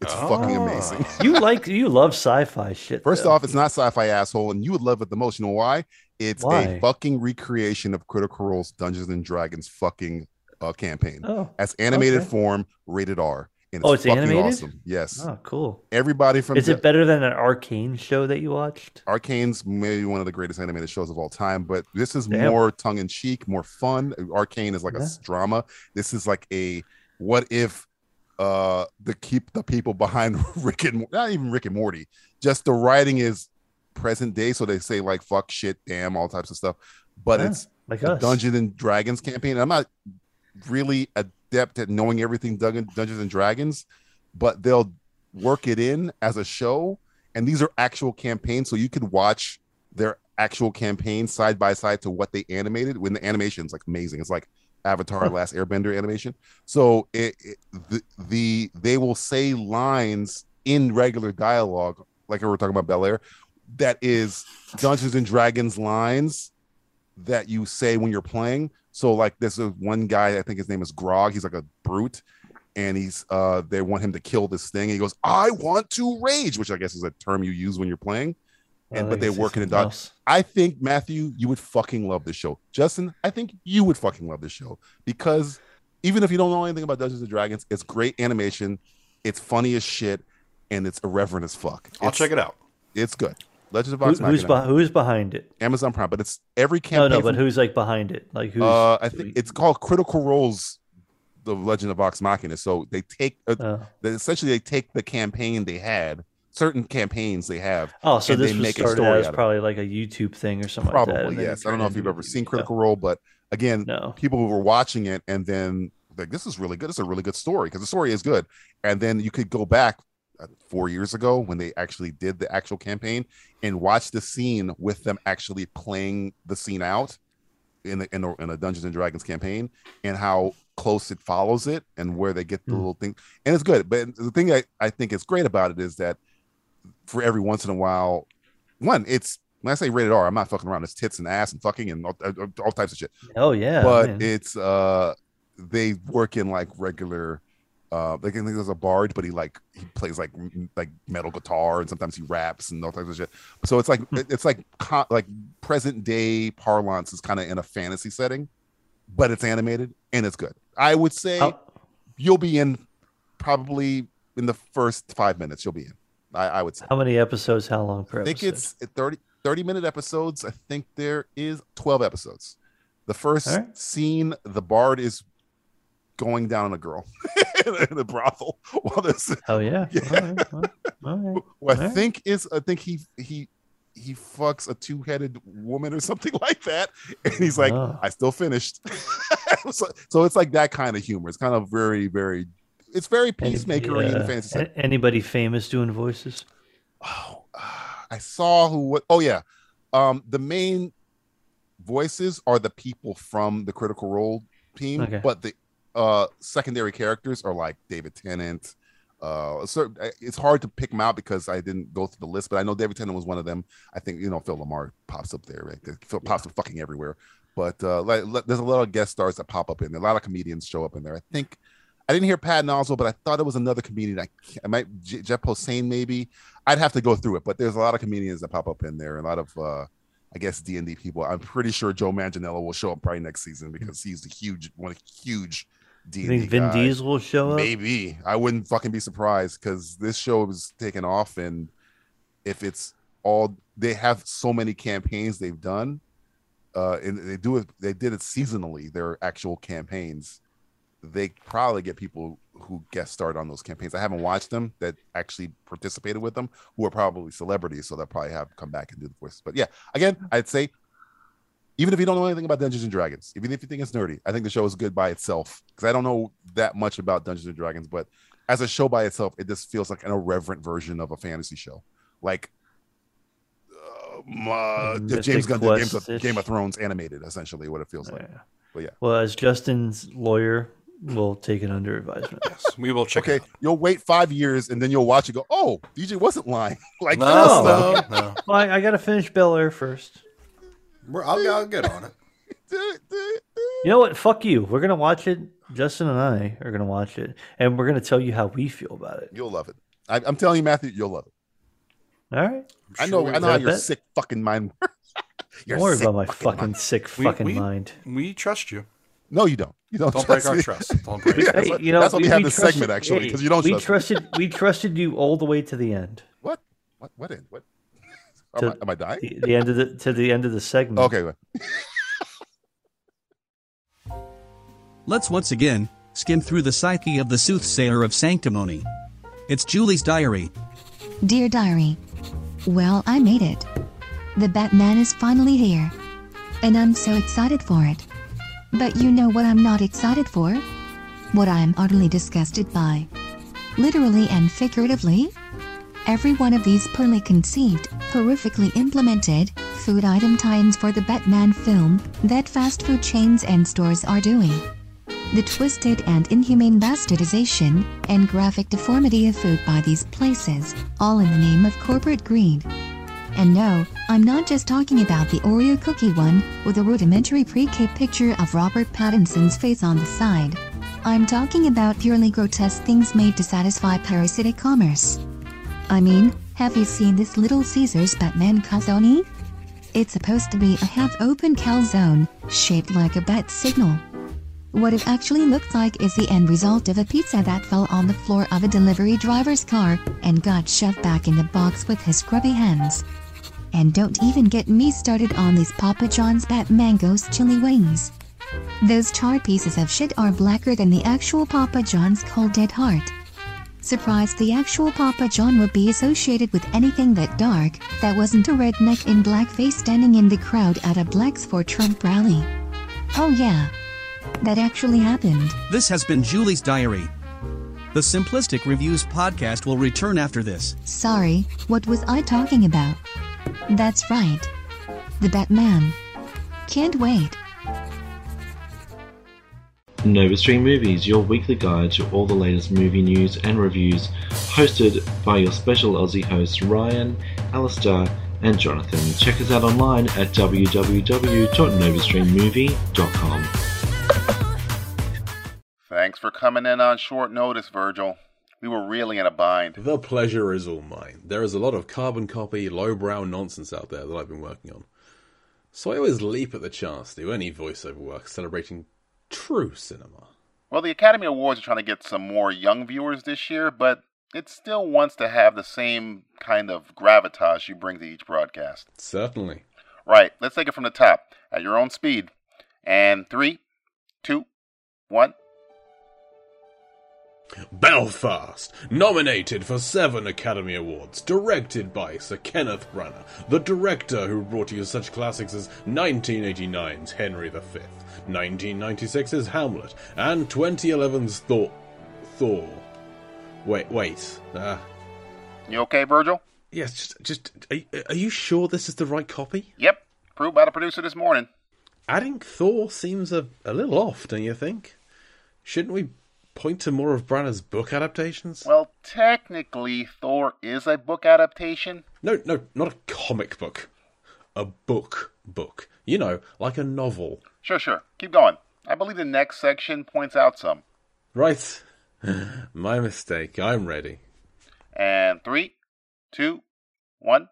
It's
Ah.
fucking
Oh.
amazing.
You like you love sci-fi shit.
First
though.
off, it's not sci-fi asshole, and you would love it the most. You know why? It's
Why?
a fucking recreation of Critical Role's Dungeons and Dragons fucking uh, campaign.
Oh,
as animated
Okay.
form, rated R. And
Oh, it's
fucking
animated?
awesome. Yes.
oh, cool.
Everybody from
Is
the,
it better than an arcane show that you watched?
Arcane's maybe one of the greatest animated shows of all time, but this is
Damn.
more tongue in cheek, more fun. Arcane is like a
Yeah.
s- drama. This is like a what if uh the keep the people behind Rick and Mor- not even Rick and Morty. Just the writing is present day, so they say like fuck, shit, damn, all types of stuff. But
Yeah.
it's
Like
the
us.
Dungeons and Dragons campaign. I'm not really adept at knowing everything Dun- Dungeons and Dragons, but they'll work it in as a show. And these are actual campaigns, so you could watch their actual campaign side by side to what they animated. When the animation's like amazing, it's like Avatar: Last Airbender animation. So it, it the, the they will say lines in regular dialogue, like we were talking about Bel Air, that is Dungeons and Dragons lines that you say when you're playing. So like this is one guy, I think his name is Grog. He's like a brute, and he's uh they want him to kill this thing. he goes, I want to rage, which I guess is a term you use when you're playing.
Oh, Well,
and
I
but they
guess it's
work in a
something
dot.
else.
I think Matthew, you would fucking love this show. Justin, I think you would fucking love this show because even if you don't know anything about Dungeons and Dragons, it's great animation, it's funny as shit, and it's irreverent as fuck.
I'll
it's,
check it out.
It's good. Legends of
Who-
Vox
who's
Machina,
beh- who's behind it?
Amazon Prime, but it's every
No,
campaign.
no, but
from-
who's like behind it? Like who's?
uh, I think it's called Critical Roles, The Legend of Vox Machina. So they take, uh,
Uh,
they, essentially, they take the campaign they had, certain campaigns they have.
oh, so
and
this
they
was
make a
started
story
as
out of it.
probably like a YouTube thing or something. like that,
Probably,
and then
yes.
it
I don't know if
turned
you've
into
ever
a
seen
TV.
Critical Role, but again,
No.
people who were watching it and then like, this is really good. It's a really good story because the story is good. And then you could go back uh, four years ago when they actually did the actual campaign and watch the scene with them actually playing the scene out in the in, the, in a Dungeons and Dragons campaign and how close it follows it and where they get the little thing. And it's good. But the thing I, I think is great about it is that for every once in a while, one, it's when I say rated R, I'm not fucking around. It's tits and ass and fucking and all, all types of shit
Oh yeah,
but
man.
it's uh they work in like regular uh like I think there's a bard, but he like he plays like m- like metal guitar and sometimes he raps and all types of shit. So it's like
Hmm.
it- it's like co- like present day parlance is kind of in a fantasy setting, but it's animated and it's good. I would say
How-
you'll be in probably in the first five minutes. You'll be in. I, I would say.
how many episodes? How long per
I think
episode?
it's 30, 30 minute episodes. I think there is 12 episodes. The first
All right.
scene, the bard is going down on a girl in a brothel while this
Oh yeah. All right, well, all right.
who I
All right.
think is I think he he he fucks a two-headed woman or something like that and he's like
Oh.
I still finished. so, so it's like that kind of humor. It's kind of very very it's very peacemaker in
uh,
the fantasy
a- Anybody famous doing voices?
Oh, ah, I saw who. wa- Oh yeah, um, the main voices are the people from the Critical Role team,
Okay.
but the uh, secondary characters are like David Tennant. Uh, a certain, I- it's hard to pick them out because I didn't go through the list, but I know David Tennant was one of them. I think you know Phil Lamar pops up there, right? Phil pops up fucking everywhere. But uh, like, le- there's a lot of guest stars that pop up in there. A lot of comedians show up in there. I think I didn't hear Pat Oswalt, but I thought it was another comedian. I, can't- I might J- Jeff Hossein maybe. I'd have to go through it, but there's a lot of comedians that pop up in there, and a lot of uh, I guess D and D people. I'm pretty sure Joe Manganiello will show up probably next season because he's a huge one, huge D
You
and D
think Vin Diesel will show up?
Maybe I wouldn't fucking be surprised because this show is taking off, and if it's all they have so many campaigns they've done, uh, and they do it, they did it seasonally. Their actual campaigns, they probably get people who guest starred on those campaigns. I haven't watched them that actually participated with them, who are probably celebrities, so they'll probably have come back and do the voices. But yeah, again, I'd say. Even if you don't know anything about Dungeons and Dragons, even if you think it's nerdy, I think the show is good by itself because I don't know that much about Dungeons and Dragons, but as a show by itself, it just feels like an irreverent version of a fantasy show, like um, uh,
Mystic
James Gunn did Games of,
Quest-ish.
Game of Thrones animated, essentially what it feels like.
Yeah.
But yeah.
Well, as Justin's lawyer, we'll take it under advisement.
Yes, we will check.
Okay,
It out.
you'll wait five years and then you'll watch and go, "Oh, DJ wasn't lying." like,
No.
no, no.
well, I, I gotta finish Bel Air first.
We're, I'll, I'll get on it.
You know what? Fuck you. We're gonna watch it. Justin and I are gonna watch it, and we're gonna tell you how we feel about it.
you'll love it. I, I'm telling you, Matthew, you'll love it.
All right.
I know. I know how
will.
your
Bet.
sick fucking mind. Your
Don't worry
sick
about my
fucking mind.
fucking sick
We-
fucking
we-
mind.
We trust you.
No, you don't. You don't.
Don't break
trust
our
me.
trust. Don't break.
Yeah,
it.
that's
Hey,
what, that's what we, have this segment actually because you don't
We
trust. me.
trusted. We trusted you all the way to the end.
What? What? What? In? What?
To-
Am I, am I dying?
The, the end of the to the end of the segment.
Okay. wait.
Let's once again skim through the psyche of the soothsayer of sanctimony. It's Julie's diary.
Dear Diary. Well, I made it. The Batman is finally here. And I'm so excited for it. But you know what I'm not excited for? What I am utterly disgusted by. Literally and figuratively? Every one of these poorly conceived, horrifically implemented, food item tie ins for the Batman film that fast food chains and stores are doing. The twisted and inhumane bastardization and graphic deformity of food by these places, all in the name of corporate greed. And no, I'm not just talking about the Oreo cookie one, with a rudimentary pre K picture of Robert Pattinson's face on the side. I'm talking about purely grotesque things made to satisfy parasitic commerce. I mean, have you seen this Little Caesars Batman calzone? It's supposed to be a half open calzone, shaped like a bat signal. What it actually looks like is the end result of a pizza that fell on the floor of a delivery driver's car and got shoved back in the box with his grubby hands. And don't even get me started on these Papa John's Bat Mango's chili wings. Those charred pieces of shit are blacker than the actual Papa John's cold dead heart. Surprised the actual Papa John would be associated with anything that dark, that wasn't a redneck in blackface standing in the crowd at a Blacks for Trump rally. Oh yeah, that actually happened.
This has been Julie's diary. The Simplistic Reviews podcast will return after this.
Sorry, what was I talking about? That's right. The Batman. Can't wait.
Nova Stream Movies, your weekly guide to all the latest movie news and reviews, hosted by your special Aussie hosts Ryan, Alistair, and Jonathan. Check us out online at www.novastreammovie.com.
Thanks for coming in on short notice, Virgil. We were really in a bind.
The pleasure is all mine. There is a lot of carbon copy, lowbrow nonsense out there that I've been working on. So I always leap at the chance to do any voiceover work celebrating true cinema.
Well, the Academy Awards are trying to get some more young viewers this year, but it still wants to have the same kind of gravitas you bring to each broadcast.
Certainly.
Right, let's take it from the top at your own speed. And three, two, one.
Belfast, nominated for seven Academy Awards, directed by Sir Kenneth Branagh, the director who brought you such classics as 1989's Henry V, 1996's Hamlet, and 2011's Thor. Thor. Wait, wait. Uh,
You okay, Virgil?
yes, just, just are, you- are you sure this is the right copy?
Yep, proved by the producer this morning.
Adding Thor seems a, a little off, don't you think? Shouldn't we point to more of Branagh's book adaptations?
Well, technically, Thor is a book adaptation.
No, no, not a comic book. A book book. You know, like a novel.
Sure, sure. Keep going. I believe the next section points out some.
Right. My mistake. I'm ready.
And three, two, one.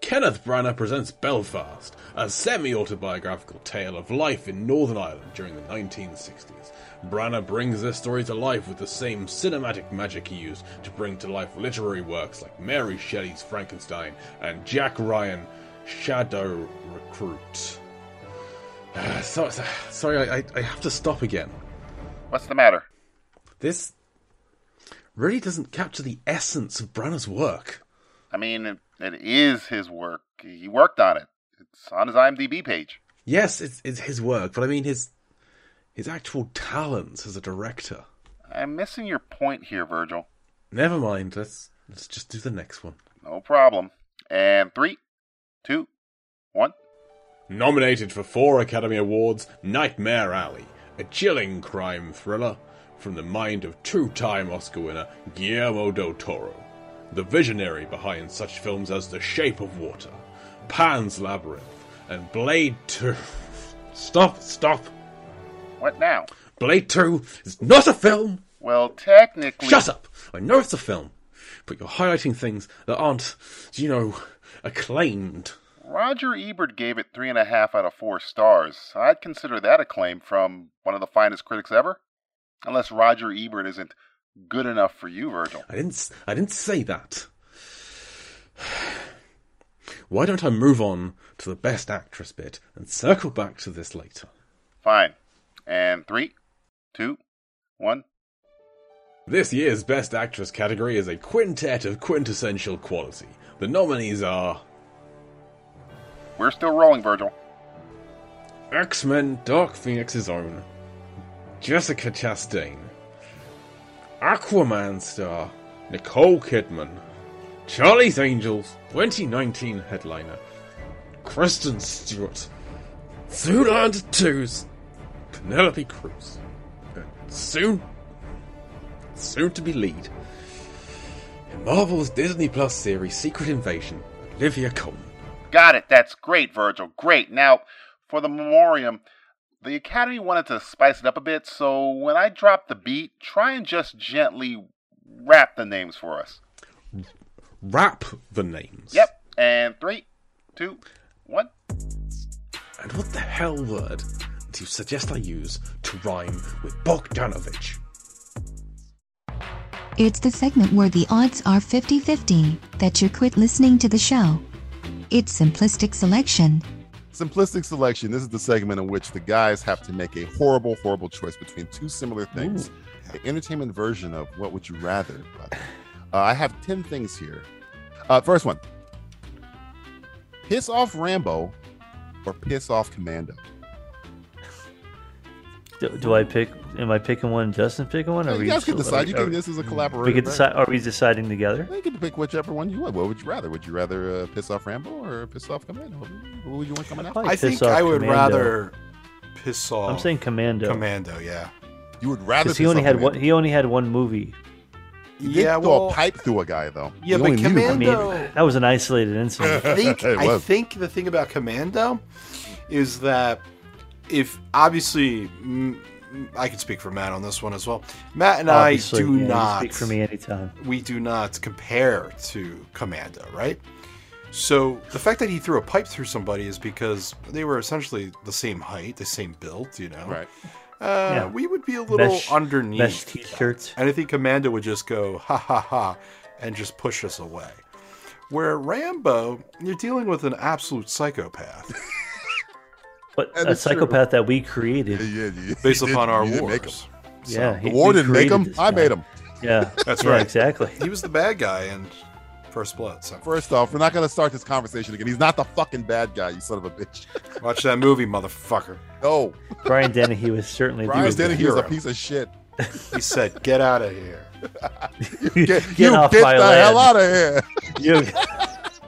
Kenneth Branagh presents Belfast, a semi autobiographical tale of life in Northern Ireland during the 1960s. Branagh brings this story to life with the same cinematic magic he used to bring to life literary works like Mary Shelley's Frankenstein and Jack Ryan Shadow Recruit. Ah, so, so- sorry, I, I- I have to stop again.
What's the matter?
This really doesn't capture the essence of Branagh's work.
I mean, it, it is his work. He worked on it. It's on his IMDb page.
Yes, it's, it's his work, but I mean his his actual talents as a director.
I'm missing your point here, Virgil.
Never mind. Let's let's just do the next one.
No problem. And three, two, one.
Nominated for four Academy Awards, Nightmare Alley, a chilling crime thriller from the mind of two-time Oscar winner Guillermo del Toro, the visionary behind such films as The Shape of Water, Pan's Labyrinth, and Blade Two. Stop! Stop!
What now?
Blade Two is not a film.
Well, technically.
Shut up! I know it's a film, but you're highlighting things that aren't, you know, acclaimed.
Roger Ebert gave it three and a half out of four stars. I'd consider that a claim from one of the finest critics ever. Unless Roger Ebert isn't good enough for you, Virgil.
I didn't. s- I didn't say that. Why don't I move on to the best actress bit and circle back to this later?
Fine. And three, two, one.
This year's Best Actress category is a quintet of quintessential quality. The nominees are
We're still rolling, Virgil.
X Men Dark Phoenix's own, Jessica Chastain, Aquaman star, Nicole Kidman, Charlie's Angels 2019 headliner, Kristen Stewart, Zoolander 2's Penelope Cruz, and soon, soon to be lead, in Marvel's Disney Plus series Secret Invasion, Olivia Colman.
Got it. That's great, Virgil. Great. Now, for the memoriam, the Academy wanted to spice it up a bit, so when I drop the beat, try and just gently wrap the names for us.
Wrap the names.
Yep. And three, two, one.
And what the hell word do you suggest I use to rhyme with Bogdanovich?
It's the segment where the odds are 50 50 that you quit listening to the show. It's simplistic selection.
Simplistic selection. This is the segment in which the guys have to make a horrible, horrible choice between two similar things. An entertainment version of what would you rather? brother. Uh, I have 10 things here. Uh, first one piss off Rambo or piss off Commando?
Do, do I pick? Am I picking one? Justin picking one? Or
You
are we
guys
still-
can
are
decide.
we-
You
are
can-
we-
this is a
We
collaborative
can decide.
effort.
Are we deciding together?
You can pick whichever one you want. What would you rather? Would you rather uh, piss off Rambo or piss off Commando? Who would you want coming out?
I think I would rather
his saw.
I'm saying Commando.
Commando, yeah.
You would
'Cause he only had one. He only had one movie.
Yeah,
throw a
well-
pipe through a guy though.
Yeah,
He
but
only knew-
I mean,
Commando-
that was an isolated incident.
I think
It
I
was.
think the thing about Commando is that if obviously mm, I could speak for Matt on this one as well. Matt and
Obviously,
I do
yeah, you
not
speak for me anytime.
We do not compare to Commando, right? So the fact that he threw a pipe through somebody is because they were essentially the same height, the same build, you know. Right. Uh,
Yeah.
We would be a little
Mesh-
underneath.
mesh t-shirts.
And I think Commando would just go ha ha ha, and just push us away. Where Rambo, you're dealing with an absolute psychopath.
but
And
a
it's true.
psychopath that we created.
based upon our
you did make
wars.
Yeah,
The war didn't make him. I made him.
Yeah,
That's
yeah,
right.
Exactly.
He was the bad guy in First Blood. So
First off, we're not gonna start this conversation again. He's not the fucking bad guy, you son of a bitch.
watch that movie, motherfucker.
No,
Brian Dennehy was certainly. the-
Brian Dennehy was a
hero.
piece of shit.
He said, "Get out of here."
Get,
Get
you
off
get the
my
hell out
land.
of here.
You,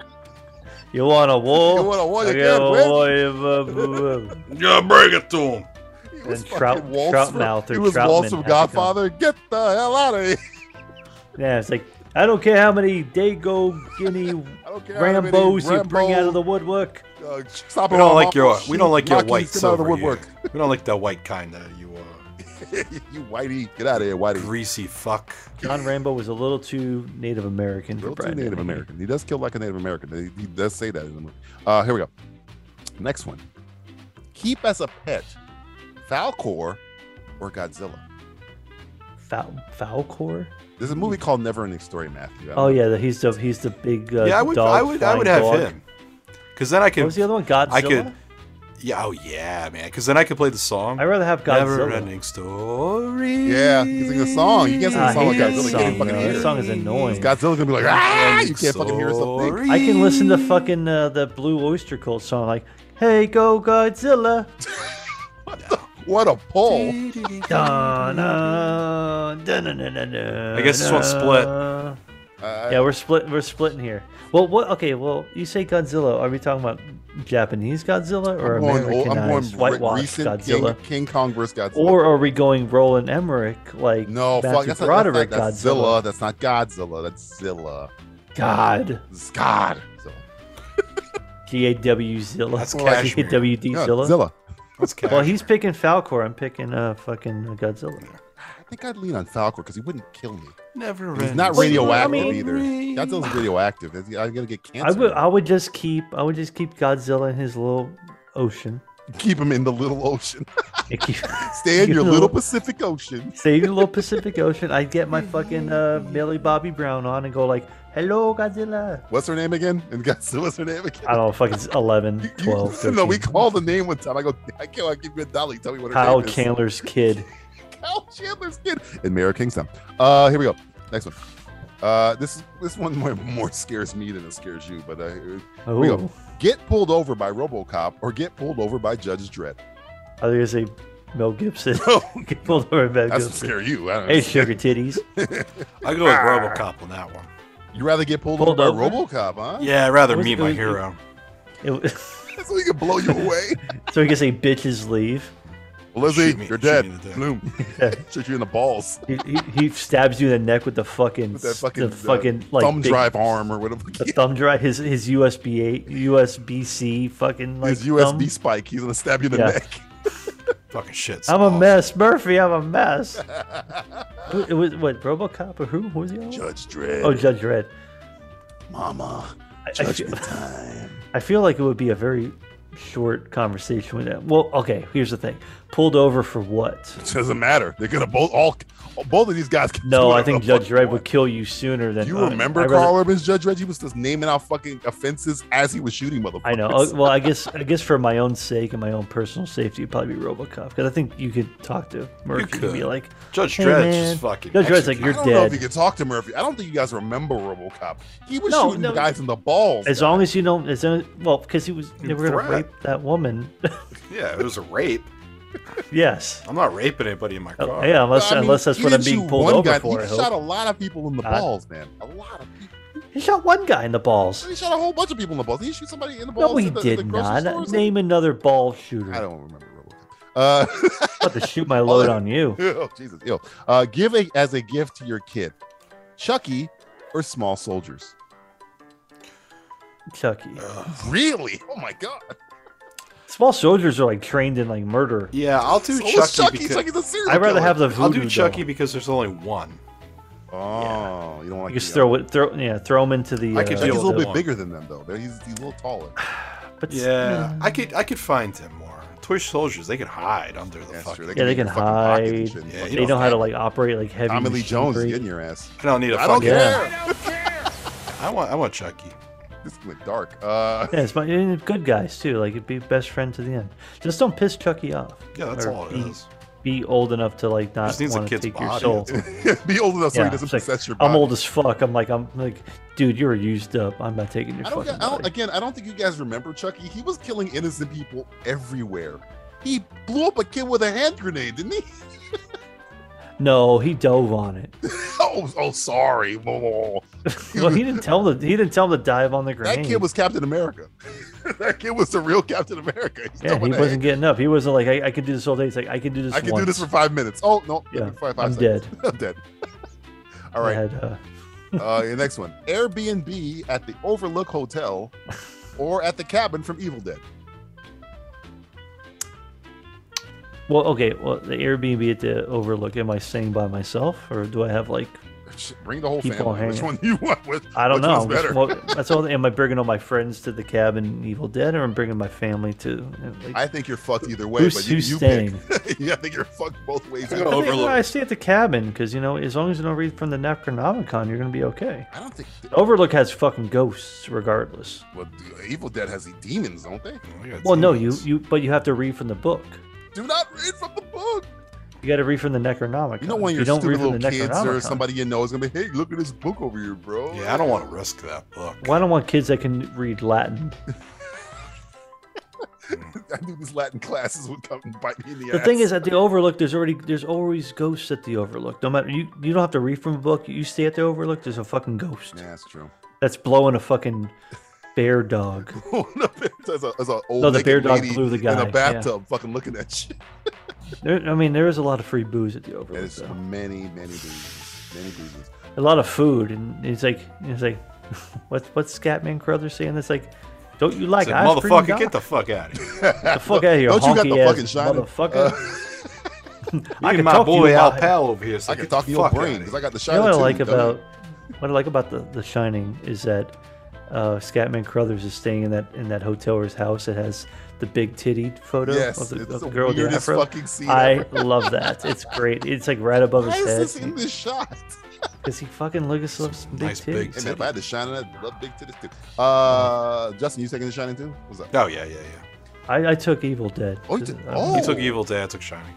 you want a war?
You want a war, you
I
can't
got a
win.
war, you- uh, boo- boo.
Yeah, bring it to him.
And Trout,
Waltz
Trout
from-
Mouth or
He was
Troutman
Waltz from
had to come.
Godfather. Get the hell out of here.
Yeah, it's like I don't care how many Dago Guinea
care how many
Rambo's you bring out
Rambo-
of the woodwork.
Uh, stop
We
it
don't
all
like
off.
your we don't like your
Rocky,
white
Get out of
silver
the woodwork.
here. We don't like the white kind that you uh,
you whitey, get out of here, whitey.
greasy fuck.
John Rambo was a little too Native American for Brian.
Native
Dennehy.
American. He does kill like a Native American. He, he does say that in the movie. Uh, here we go. Next one. Keep as a pet, Falcor or Godzilla.
Fal- Falcor.
There's a movie called Never Ending Story, Matthew. I don't
Hmm. Oh
know.
yeah, the, he's the he's the big uh,
yeah, I would
dog.
I would I would have
flying dog.
him because then I could.
What was the other one? Godzilla.
I could. Yeah, oh yeah, man. Because then I could play the song.
I'd rather have Godzilla.
Never ending story.
Yeah, he can sing the song. You can't sing
Ah,
the
I
song with
hate that
Godzilla. You
song,
can't fucking
though.
hear
That
it.
song is annoying.
Godzilla's gonna be like, ah, you can't fucking hear something.
I can listen to fucking uh, the Blue Oyster Cult song, like "Hey Go Godzilla."
What a pull.
Dun, dun, dun, dun, dun, dun,
I guess this one's split.
dun.
Uh,
Yeah, we're split. We're splitting here. Well, what? Okay. Well, you say Godzilla. Are we talking about Japanese Godzilla or
I'm going, old, I'm going
Americanized
re-
whitewashed
recent
Godzilla?
King, King Kong versus Godzilla.
Or are we going Roland Emmerich like
no,
Matthew
fuck, that's not, that's,
Broderick
not, that's
Godzilla?
Zilla. That's not Godzilla. That's Zilla.
God,
It's God. Zilla.
G A W Zilla.
That's
G A
Kashmir.
W D
Yeah,
Zilla.
Zilla.
That's cat.
Well, he's picking Falcor. I'm picking uh fucking Godzilla.
I think I'd lean on Falcor because he wouldn't kill me.
never.
He's
ending
not
Well, you know, I
radioactive
mean-
either. Godzilla's radioactive. Is he- I'm gonna get cancer.
I would. I would just keep. I would just keep Godzilla in his little ocean.
Keep him in the little ocean.
And keep-
Stay in
keep
your
the
little Pacific Ocean.
Stay in your little Pacific Ocean. I'd get my fucking uh, Millie Bobby Brown on and go like, "Hello, Godzilla."
What's her name again? And Godzilla, what's her name again?
I don't know, fucking 11, 12,
no, we
13.
called the name one time. I go, I can't I give you a dolly. Tell me what her
Kyle
name is.
Chandler's kid.
Kyle Chandler's kid in Mayor of Kingstown. Uh, here we go. Next one. Uh, this this one more, more scares me than it scares you. But uh, here we
Ooh.
go. Get pulled over by RoboCop or get pulled over by Judge Dredd.
I was gonna say Mel Gibson.
No.
Get pulled over by Mel
That's to
Gibson.
scare you. I don't
Hey, sugar titties.
I go with RoboCop on that one.
You rather get pulled,
Pulled
over,
over?
by RoboCop, huh?
Yeah, I'd rather
Was-
meet my
was-
hero.
It was-
so he can blow you away.
so we can say bitches leave.
Lizzie,
Shoot me-
you're
shoot me in
dead.
the dick.
Bloom. Shoot you in the balls
He, he, he stabs you in the neck with the fucking,
with that fucking,
the fucking
uh,
like
thumb
big-
drive arm or whatever.
the thumb drive, his his USB eight, USB C, fucking like
His USB
thumb.
spike. He's gonna stab you in the
Yeah.
neck.
Fucking shit.
Oh.
I'm a mess, Murphy. I'm a mess. Who- it was what RoboCop or who? Who was the other? one?
Judge Dredd.
Oh, Judge Red.
Mama.
I feel-
Judgment time.
I feel like it would be a very short conversation with that. Well, okay. Here's the thing. Pulled over for what?
doesn't matter. They're gonna both all both of these guys. Can do
No, I
whatever
think
the
Judge
fuck
Red
they
would
want.
kill you sooner than.
You
uh,
remember
I'd rather-
Carl Urban's Judge Reggie was just naming out fucking offenses as he was shooting motherfuckers.
I know. Oh, Well, I guess I guess for my own sake and my own personal safety, it'd probably be RoboCop because I think you could talk to Murphy and be
could.
like,
Judge
"Hey,
Dredd's
man."
just fucking
Judge Dredd's like,
I
"You're
don't know if you
dead."
can talk to Murphy. I don't think you guys remember RoboCop. He was
No,
shooting
no.
guys in the balls.
As long as you don't, as long, well, because he was they were gonna
Threat.
rape that woman.
Yeah, it was a rape.
yes.
I'm not raping anybody in my
Oh,
car.
yeah,
No,
unless
I mean,
unless that's
he
what I'm
didn't
being
shoot
pulled
one
over
guy.
for. I
He
hope.
shot a lot of people in the
God.
balls, man. A lot of people.
He shot one guy in the balls.
He shot a whole bunch of people in the balls. Did he shoot somebody in the balls?
No, he
at the, at the
did
grocery
not.
store or something?
Name another ball shooter.
I don't remember RoboCop. Uh,
about to shoot my load on you.
oh, Jesus. Ew. Uh, give a, as a gift to your kid Chucky or Small Soldiers.
Chucky.
Really? Oh my God.
Small soldiers are like trained in like murder.
Yeah, I'll do
So
Chucky.
is Chucky.
because-
Chucky's a serial
I'd rather have the
I'll
voodoo
do Chucky because there's only one.
Oh, you don't want
You just throw it, throw yeah, throw them into the.
I could
uh,
deal
He's
with
a little
the
bit
one.
bigger than them, though. They're- He's, he's a little taller.
But
yeah, I could I could find him more. Toy soldiers they can hide under the fucking.
yeah, they can hide.
Yeah, you
they
don't
know how to
think-
like operate like heavy.
Tommy Lee Jones is
machinery.
getting your ass. I don't need a
I don't
fucking-
care.
I want I want Chucky.
This went dark. Uh,
Yeah, it's my eh, good guys too. Like it'd be best friend to the end. Just don't piss Chucky off.
Yeah, that's
Or
all it
be,
is.
Be old enough to like not
Just needs a
want to
kid's
take your
body,
soul.
that's
be old enough so he
Yeah,
doesn't
it's like,
possess your body.
I'm old as fuck. I'm like I'm like, dude, you're used up. I'm not taking your
I don't,
fucking
get- I don't,
body.
again, I don't think you guys remember Chucky. He was killing innocent people everywhere. He blew up a kid with a hand grenade, didn't he?
No, he dove on it.
oh, oh, sorry. Whoa, whoa, whoa.
well, he didn't tell the he didn't tell him to dive on the
That
grenade.
kid was Captain America. that kid was the real Captain America. He's
yeah,
throwing
he
a
wasn't getting up. He wasn't like I, I could do this all day. It's like I could do this.
I can do
once.
this for five minutes. Oh no,
Yeah,
five, five
I'm
seconds.
dead.
I'm dead. All
I
right.
had, uh,
uh, your next one: Airbnb at the Overlook Hotel, or at the cabin from Evil Dead.
Well, okay. Well, the Airbnb at the Overlook. Am I staying by myself, or do I have like
Bring the whole
people
family. Which
hanging?
one you want? Which,
I don't
which
know.
One's better?
Well, that's all. Am I bringing all my friends to the cabin, Evil Dead, or am I bringing my family to? Like,
I think you're fucked either way.
Who's-
but you,
who's
you Pick. yeah, I think you're fucked both ways.
I think, well, I stay at the cabin because you know, as long as you don't read from the Necronomicon, you're gonna be okay.
I don't think
The Overlook has fucking ghosts, regardless.
well, Evil Dead has the demons, don't they?
Well, no, you you, but you have to read from the book.
Do not read from the book.
You got to read from the Necronomicon.
You know when
If
your
don't read
stupid
from
little
the
kids or
Necronomicon-
somebody you know is gonna be, hey, look at this book over here, bro.
Yeah, I don't want to risk that book.
Well, I don't want kids that can read Latin.
I knew these Latin classes would come and bite me in the,
The
ass.
thing is, at the Overlook, there's already there's always ghosts at the Overlook. No matter you, you don't have to read from a book. You stay at the Overlook. There's a fucking ghost
yeah, that's true.
that's blowing a fucking bear dog.
as Oh, a, as a old
No, the
naked
bear dog
lady
blew the guy,
in
yeah.
a bathtub, fucking looking at shit.
There, I mean, there is a lot of free booze at the Overlook.
There's
Though.
many, many bruises, many bruises.
A lot of food, and it's like it's like, what's what's Scatman Crothers saying? It's like, don't you like
It's like,
ice cream?
motherfucker,
dog?"
get the fuck out of here.
the fuck out of here,
Don't you got the
honky-ass
fucking shining? Uh,
motherfucker.
You
I
and
can
my
talk to
boy
you
Al
about-
Pal over here.
I can talk in your brain because I got the
You know
shining.
what I like
too, dummy.
about what I like about the, the Shining is that uh, Scatman Crothers is staying in that in that hotel or his house. It has the big titty photo
Yes,
of the,
it's
of
the
the girl with the
weirdest
afro.
fucking scene
I
ever.
love that. It's great. It's like right above
Why
his
is this
head
in this shot?
because he fucking looks at some big
nice
titty.
big
Hey man, if I had the shining, I'd love big titties too. Uh, Justin, you taking the shining too? What's that?
Oh yeah, yeah, yeah.
I, I took Evil Dead.
Oh, you took-
Um,
oh.
He took Evil Dad, took Shining.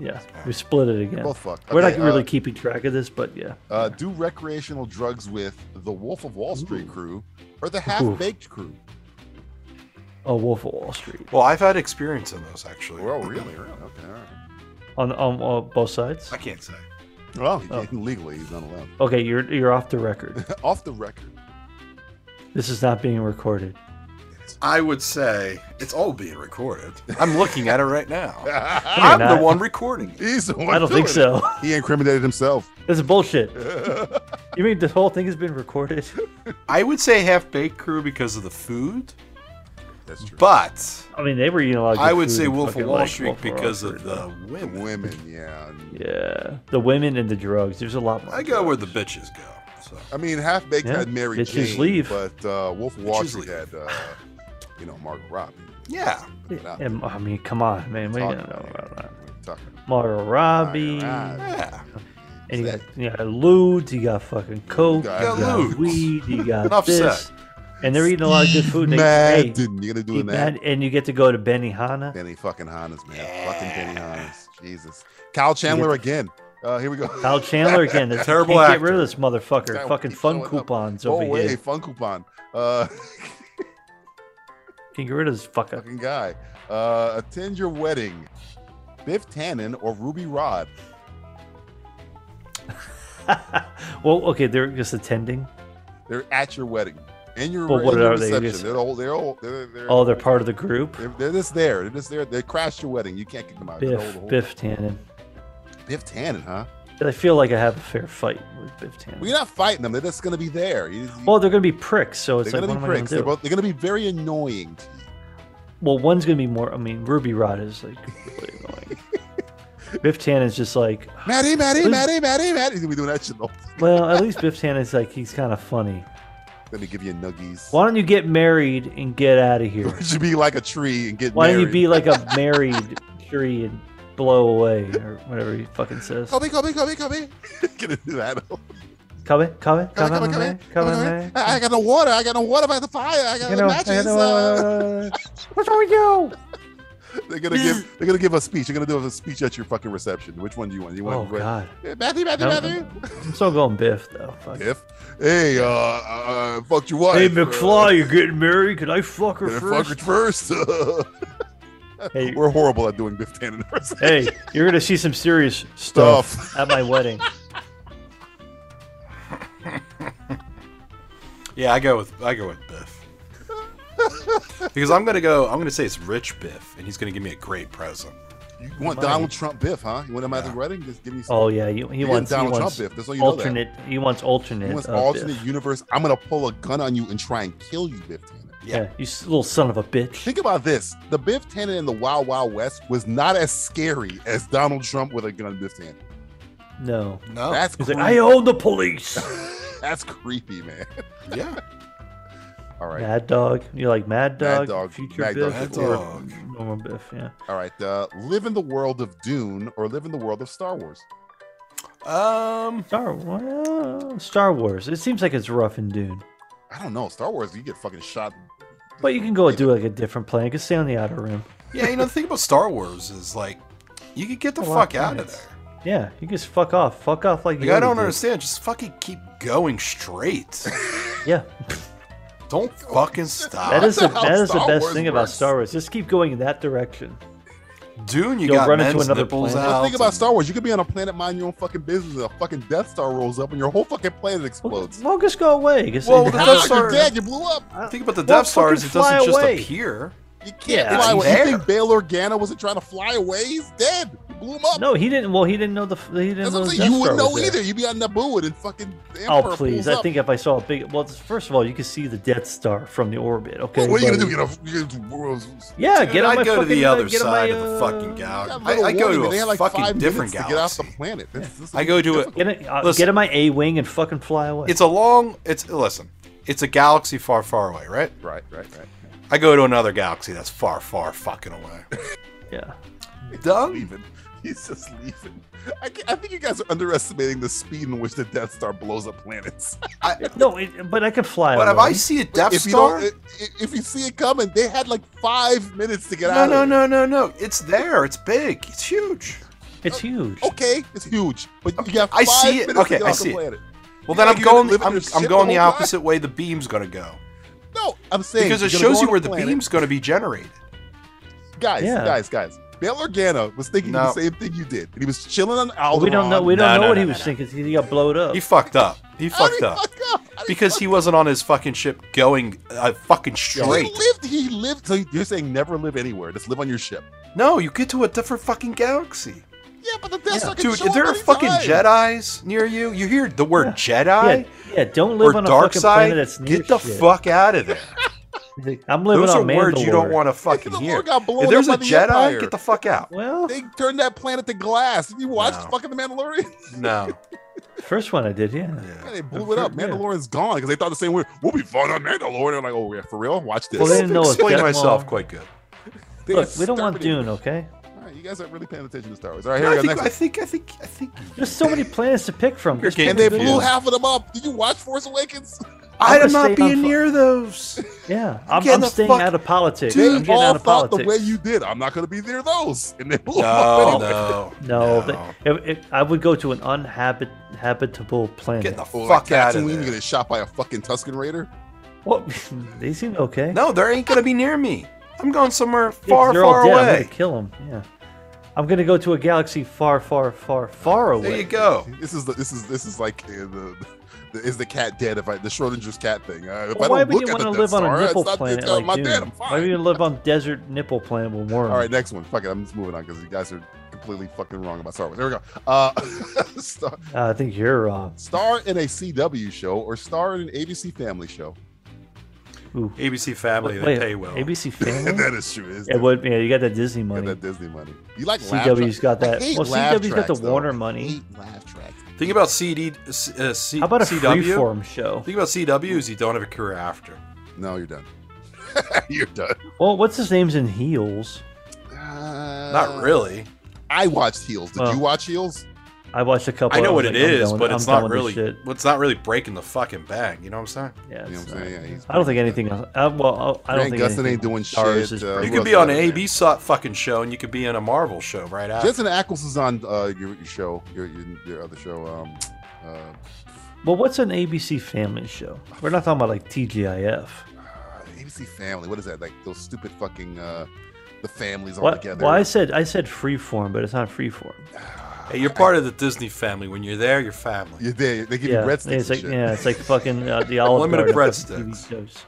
yeah, we split it again.
both fucked.
We're
Okay,
not
uh,
really keeping track of this, but yeah.
Uh, do recreational drugs with the Wolf of Wall Street crew or the Half Baked crew?
Oh, Wolf of Wall Street
Well, I've had experience in those actually.
Oh, really? really? Okay, all right.
on on uh, both sides.
I can't say.
Well, he can't- legally, he's not allowed.
Okay, you're you're off the record.
Off the record.
This is not being recorded.
I would say it's all being recorded. I'm looking at it right now.
you're
I'm the
not.
one recording. it.
He's the one
I don't
doing
think
it.
so.
He incriminated himself.
This is bullshit. you mean this whole thing has been recorded?
I would say half baked crew because of the food,
That's true.
but
I mean, they were eating a lot. Of good
I would
food
say
and
Wolf of
fucking,
Wall
like,
Street
Wolf of Wall
because of
Street,
the women.
Women, yeah.
yeah, the women and the drugs. There's a lot. More
I go where the bitches go. So
I mean, Half Baked
Yeah,
had Mary
bitches
Jane,
leave.
but uh, Wolf of Wall
Bitches
Street had, uh, you know, Margot Robbie.
yeah,
Nah,
And, I mean, come on, man. We don't
talking
know
about
about that.
it. Talking about
Margot Robbie,
Robbie.
yeah.
and you got you got lewd, you got fucking coke, you
got
got,
lewd.
weed, you got
Enough
this,
said.
and they're eating a lot of good food. and They,
Mad,
hey,
didn't you gonna do
eat
that?
mad, and you get to go to Benihana.
Benny fucking Hannes, man. Fucking Benny Hannes. Jesus. Kyle Chandler again. Uh, here we go.
Al Chandler again. This,
Terrible
can't
actor.
Get rid of this motherfucker.
Guy
fucking
keeps
fun
showing up.
coupons
Go
over
away,
here.
fun coupon. Uh,
Can get rid of this fucker.
fucking guy. Uh, attend your wedding. Biff Tannen or Ruby Rod?
well, okay, they're just attending.
They're at your wedding. in your,
But what
in your
are they?
reception.
Just-
They're all, they're all, they're, they're,
Oh, they're part of the group.
They're, they're just there. They're just there. They crashed your wedding. You can't kick them out. They're all- the
Biff,
whole-
Biff Tannen.
Biff Tannen, huh?
I feel like I have a fair fight with Biff Tannen.
Well, you're not fighting them. They're just going to be there. You- you-
Well, they're going to be pricks, so it's
they're
like,
going
what
to
am I going
be pricks.
to
They're,
do?
both, they're going to be very annoying to
Well, one's going to be more. I mean, Ruby Rod is like really annoying. Biff Tannen's just like,
you. Maddie, Maddie,
Who's-
Maddie, Maddie, Maddie. He's going to be doing that shit. the whole-
well, at least Biff Tannen's like he's kind of funny.
Let me give you nuggies.
Why don't you get married and get out of here?
You should be like a tree and get
Why don't you
married.
be like a married tree and blow away or whatever he fucking says?
Kobe, Kobe, Kobe, Kobe. Get into that.
Come, come, come,
Come on,
come,
come on,
come,
come on,
come,
come on. I I got no water. I got no water by the fire. I got
You
no
know, I
matches.
know, uh,
uh,
what's wrong with you?
They're gonna give. They're gonna give a speech. They're gonna do a speech at your fucking reception. Which one do you want? You want?
Oh God,
Eh, Matthew, Matthew,
That-
Matthew.
I'm still going Biff though. Fuck.
Biff. Hey, uh, uh, fucked your wife.
Hey
uh,
McFly, you getting married? Can I fuck her
Did I fuck her
first?
first.
Hey.
We're horrible at doing Biff Tannen impersonations.
Hey, you're gonna see some serious stuff, at my wedding.
Yeah, I go with I go with Biff. because I'm gonna go. I'm gonna say it's Rich Biff, and he's gonna give me a great present.
You want
Money.
Donald Trump Biff, huh? You want him at the wedding? Just give me. Some.
Oh yeah, you, he
You get
wants
Donald
he
Trump
wants
Biff. That's all you know that.
alternate. He wants alternate.
He wants
of
alternate
Biff.
universe. I'm gonna pull a gun on you and try and kill you, Biff Tannen.
Yeah. you s- little son of a bitch.
Think about this: the Biff Tannen in the Wild Wild West was not as scary as Donald Trump with a gun, Biff Tannen.
No,
No,
That's
he's
creepy.
like I own the police.
That's creepy, man.
yeah.
All right.
Mad Dog, you like Mad Dog?
Mad Dog,
Future
Mad Dog,
Biff,
Mad
or
Dog.
normal Biff? Yeah.
All right. Uh, live in the world of Dune or live in the world of Star Wars.
Um,
Star Wars. Star Wars. It seems like it's rough in Dune,
I don't know. Star Wars, you get fucking shot.
but you can go do like a different plan. You can stay on the outer rim.
Yeah, you know the thing about Star Wars is like, you could get the fuck out of there.
Yeah, you just fuck off. Fuck off like
Like,
you
I don't understand. Just fucking keep going straight.
Yeah,
Don't fucking stop.
that is the,
how
that is the
Star
best
Wars
thing about
works.
Star Wars. Just keep going in that direction.
Dune. You
You'll
got
run into
men's
another
nipples
planet.
out.
The thing about Star Wars, you could be on a planet minding your own fucking business, and a fucking Death Star rolls up, and your whole fucking planet explodes.
Well, just go away. Just-
Well, the
Ah,
Death
you're
Star.
dead. You blew up.
The thing about the
Well,
Death Star is it
fucking
doesn't
fly
just
away.
appear.
You can't
Yeah,
fly
it's
away. You
there.
think Bail Organa wasn't trying to fly away? He's dead. You blew him up.
No, he didn't. Well, he didn't know the. f- He didn't
That's
know.
what I'm
the
saying.
Death
You
Star
wouldn't know
was there.
either. You'd be on Naboo, and then fucking. the Emperor
Oh please!
pulls
I
up.
think if I saw a big, well, first of all, you can see the Death Star from the orbit. Okay,
What, what are you gonna do?
buddy?
Get off? Get off
Yeah,
Dude,
get on
I'd
my
go
fucking,
to the
uh,
other
get on
side
my,
of the
uh,
fucking galaxy.
little
I, I go
warning,
to
they
a
had like five
fucking different
minutes to get off
galaxy.
the planet. This- this
I go to a.
Get, in, uh,
Listen.
get in my A wing and fucking fly away.
It's a long. It's listen. It's a galaxy far, far away, right?
Right, right, right.
I go to another galaxy that's far, far fucking away.
yeah.
Done.
leaving. He's just leaving. I, ca- I think you guys are underestimating the speed in which the Death Star blows up planets.
No, it, but I could fly
But
away.
if I see a Death
if you
Star,
don't, uh, i- i- if you see it coming, they had like five minutes to get
no,
out.
no,
of
no, no, no. It's there. It's big. It's huge.
it's huge.
Oh,
It. Okay, it's huge, but you got. Five
I see it.
minutes
Okay,
to get
I
off
see
the
it.
planet.
Well, then I'm
think you're gonna
going.
live in
I'm,
your ship
I'm
the
going the
whole time?
opposite way. The beam's gonna go
No, I'm saying
because it
you're gonna
shows
go
you
on
where
a
the
planet.
beam's gonna be generated.
Guys,
Yeah.
guys, guys. Bail Organa was thinking
No.
the same thing you did, and he was chilling on
Well,
Alderaan.
we don't know. We
No,
don't know
no,
what
no,
he
no,
was
no.
thinking. 'cause He got blowed up.
He fucked up. He
How did
fucked
he
up
fuck up? How did he
because he wasn't on his fucking ship going uh, fucking straight.
He lived. He lived. So you're saying never live anywhere. Just live on your ship.
No, you get to a different fucking galaxy.
Yeah, but the Death Star can
Dude,
show
if there
up
are fucking
anytime.
Jedi's near you, you hear the word Jedi
yeah, yeah. Don't
or
live on a
dark
fucking
side.
planet that's near
Get the
shit.
fuck out of there.
I'm living
Those are
on Mandalore.
words you don't want to fucking
The Lord
hear.
got blown
If there's a
up by the
Jedi,
Empire.
get the fuck out.
Well,
They turned that planet to glass. You watched
No.
fucking The Mandalorian?
No.
first one I did. Yeah.
Yeah, they blew it up.
Yeah.
Mandalorian's gone because they thought the same way. We'll be fine on Mandalorian. They're like, oh yeah, for real? Watch this.
Well, they didn't know it's
Explain
that
myself
long.
quite good.
They
Look, we don't want
exterminated
Dune, okay?
it. All right, you guys aren't really paying attention to Star Wars. All right, here
I
we go.
think,
Next.
I
one.
think, I think, I think,
There's so many planets to pick from.
You're
Just
getting
And they
pick
blew
Dune.
confused.
half of them up. Did you watch Force Awakens?
I'm
I'm
gonna
not
stay on
being
fu-
near those.
Yeah, I'm,
getting
I'm
the
staying
fuck-
out of politics.
They
I'm getting
all
out of
thought
politics.
the way you did. I'm not going to be near those. And they blew them up
No,
anyway.
no,
no, they- if- if- I would go to an uninhabitable planet.
Get the
Oh,
fuck
like
out of
Tatooine, You
there.
get shot by a fucking Tusken Raider?
Well, they seem okay.
No, there ain't gonna be near me. I'm going somewhere
Yeah, 'cause
far,
they're
far
all dead. I'm gonna
away.
kill them. Yeah. I'm gonna go to a galaxy far, far, far, far away.
There you go. This is the, this is this is like uh, the, the is the cat dead? If I the Schrodinger's cat thing. Uh, if
Well, why
I don't
would
look
you
at
want to
the Death
live on
Star,
a nipple
it's not,
planet
It's not
like
my
Dune?
dad. I'm fine.
Why would you live on desert nipple planet with worm?
All right, next one. Fuck it. I'm just moving on because you guys are completely fucking wrong about Star Wars. There we go. Uh, star,
Uh, I think you're wrong.
star in a CW show or star in an ABC Family show.
ABC Family, they
Wait,
pay well.
ABC Family.
That is true, isn't
It
it?
would. Yeah, you got that Disney money.
that Disney money. You like laugh
CW's got
track- I
that.
hate
Well, CW's
laugh
got the
tracks, though.
Warner money.
Laugh track.
Think about CD, uh, C, uh, C,
How about a
CW?
freeform show?
Think about CW is you don't have a career after.
No, you're done. you're done.
Well, what's his name's in Heels?
Uh,
Not really.
I watched Heels. Did
Well,
you watch Heels?
I watched a couple.
I know what
it
it
is,
is, but it's not really. It's not really breaking the fucking bang. You know what I'm saying?
Yeah,
You know what I'm saying? Yeah, he's
I don't think anything else. Uh, well, I I don't
Grant
think
Gustin
anything
ain't doing
stars
shit,
is
uh,
pretty
You
Who
could be
else
on
is
an
on
AB so- fucking show, and you could be in a Marvel show right
Uh,
after.
Jensen Ackles is on uh, your, your show, your, your your other show. Um, uh,
Well, what's an ABC family show? We're not talking about like TGIF.
ABC Family. What is that? Like those stupid fucking uh, the families all
What,
together.
well, I said I said freeform, but it's not freeform.
Hey, you're part of the Disney family. When you're there, you're family.
You're there. They give
Yeah,
you breadsticks.
it's like
and shit.
yeah, it's like fucking uh, the Olive
Unlimited
Garden of TV
breadsticks.
shows.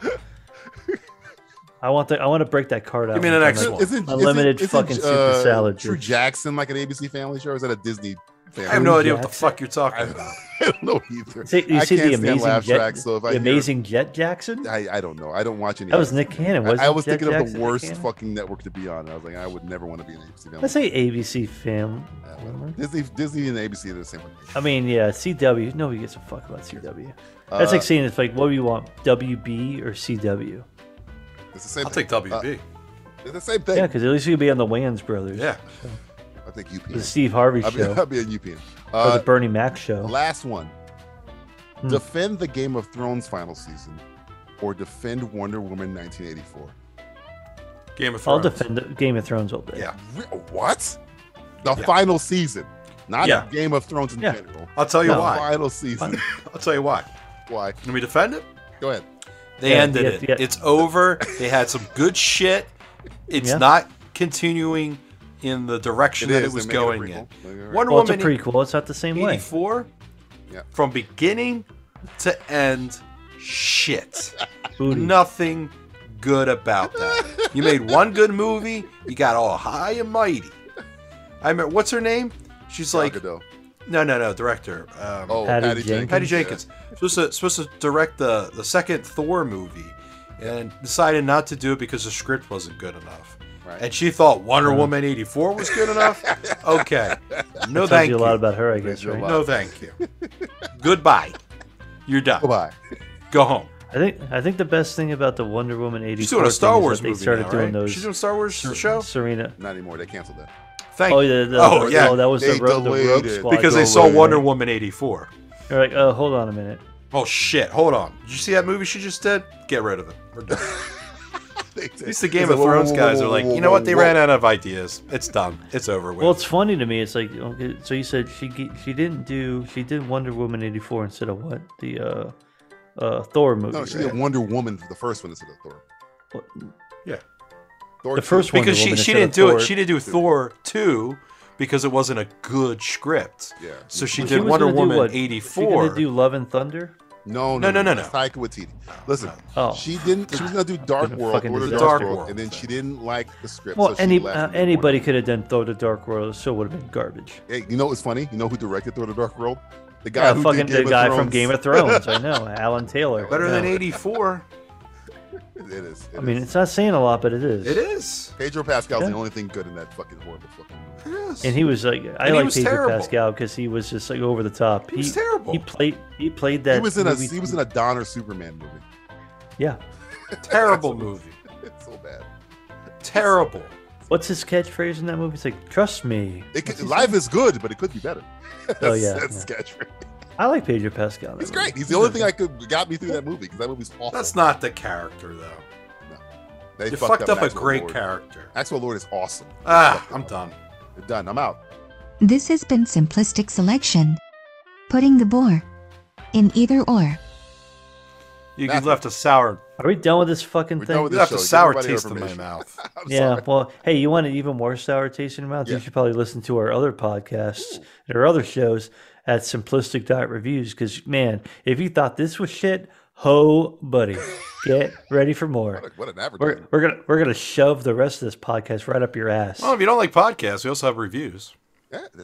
I want the I want to break that card out.
Give me the
and
next
come
one.
up with
Isn't-
Unlimited
isn't-
fucking
isn't,
super
uh,
salad.
True
juice.
Jackson, like an ABC Family show, or is that a Disney? Family?
I have no idea what the fuck you're talking about.
I don't know either.
See- you
I
see
can't
the
stand
amazing
laugh
Jet,
tracks, so if
the
I hear-
amazing Jet Jackson.
I, I don't know. I don't watch any.
That was
ABC
Nick Cannon,
Family. I- I,
wasn't
was
Jet
thinking
Jackson
of the
Nick
worst
Cannon?
fucking network to be on. and I was like, I would never want to be an ABC Family.
I say ABC fam.
Disney, Disney, and ABC are the same.
I mean, yeah, CW. Nobody gives a fuck about CW. That's
Uh,
like saying it's like, what do you want, WB or CW?
It's the same.
I'll
thing.
take WB.
It's the same thing.
Yeah, because at least you could be on the Wayans Brothers.
yeah.
I think UPN.
The Steve Harvey
I'll be,
show.
I'll be on UPN.
or
Uh,
the Bernie Mac show.
last one.
Hmm.
Defend the Game of Thrones final season, or defend Wonder Woman 1984.
Game of
I'll
Thrones.
defend the- Game of Thrones all day.
Yeah.
Re- What? The
Yeah.
final season, not
Yeah.
Game of Thrones in
Yeah.
general.
I'll tell you
The
why.
Final season.
I'll tell you why.
Why?
Can we defend it?
Go ahead.
They
Yeah,
ended
yeah,
it.
yeah.
It's over. They had some good shit. It's
Yeah.
not continuing in the direction
It
that
is.
it was
They're making a
going in.
prequel. Like, all right.
Wonder
Well, it's a
Woman
prequel. It's not the same way.
84
Yeah.
from beginning to end shit.
Booty.
Nothing good about that. You made one good movie, you got all high and mighty. I remember what's her name? She's
Gal
like
Gadot.
no, no, no, director. Um,
Oh,
Patty
Patty,
Jenkins.
Jenkins.
Patty Jenkins supposed to supposed to direct the the second Thor movie, and decided not to do it because the script wasn't good enough.
Right.
And she thought Wonder
Uh-huh.
Woman '84 was good enough. Okay, no
Tells
thank
you
you.
a lot about her, I guess.
Tells you a
Right?
lot.
no thank you. Goodbye. You're done.
Bye bye.
Go home.
I think I think the best thing about the Wonder Woman eighty.
She's doing a Star Wars
they
movie
started
now,
doing
right?
those.
She's doing a Star Wars show.
Serena.
Not anymore. They canceled that.
Thank.
Oh yeah. The,
oh
the-
yeah.
oh, that was
They
the, ro- the Rogue
deleted.
Squad.
because they
Don't
saw
worry.
Wonder Woman '84.
You're like, oh, hold on a minute.
Oh shit! Hold on. Did you see that movie she just did? Get rid of it. We're done.
They
At
did.
least the
It's
Game
like,
of
whoa,
Thrones
whoa,
guys
whoa,
are like,
whoa,
you know what?
whoa,
They
whoa.
ran out of ideas. It's done. It's over with.
Well, it's funny to me. It's like, okay, so you said she ge- she didn't do she did Wonder Woman eighty four instead of what the uh, uh, Thor movie.
No, she
right?
did Wonder Woman for the first one instead of Thor.
yeah.
Thor
The
two.
first one-
Because she,
Woman
she
instead
didn't
of
do
Thor
it. She didn't do Thor two because it wasn't a good script.
Yeah.
So she
Well,
did
was
Wonder
gonna do
Woman
what?
eighty
She
four.
gonna do Love and Thunder.
No,
No, no,
no,
no, no.
it's Taika Waititi. Listen,
Oh.
she didn't. She was gonna do Dark
Fucking
World, Lord of
disaster.
Dark,
Dark
World,
World.
and then she didn't like the script.
Well,
so she
any
left
uh,
and did
anybody
Wonder
could have done Thor: The Dark World, so would have been garbage.
Woman. Hey, you know what's funny? You know who directed Thor: The Dark World? The guy
Yeah,
who
fucking
did
the
Game of
guy from
Thrones.
Game of Thrones. I know, Alan Taylor.
Better
I
than
know.
eighty four.
it is. It
I mean,
is.
it's not saying a lot, but it is.
It is.
Pedro Pascal's
Yeah.
the only thing good in that fucking horrible fucking movie.
Yes.
And he was like, I
And he
like
was
Pedro
terrible.
Pascal because he was just like over the top.
He was terrible.
He played. He played that.
He was in a
movie-
he was in a Donner Superman movie.
Yeah.
terrible movie.
It's so bad.
Terrible.
What's his catchphrase in that movie? It's like, trust me.
It could, life is good, but it could be better. That's,
Oh, yeah,
that's
yeah.
catch right.
I like Pedro Pascal. in that
He's
movie.
great. He's the only thing I could got me through that movie because that movie's awful.
That's not the character though.
They
you fucked up, a
Maxwell
great
Lord.
character.
Maxwell Lord is awesome.
Ah, I'm done.
You're done. I'm out.
This has been simplistic selection. Putting the bore in either or.
You can left a sour.
Are we done with this fucking
We're
thing?
done with this Left a show. Give sour everybody taste in my information. mouth. I'm
yeah.
sorry.
Well, hey, you want an even more sour taste in your mouth? You should probably listen to our other podcasts and our other shows at Simplistic Diet Reviews. Because man, if you thought this was shit, ho, buddy, get ready for more.
What an
We're, we're gonna we're gonna shove the rest of this podcast right up your ass.
Well, if you don't like podcasts, we also have reviews.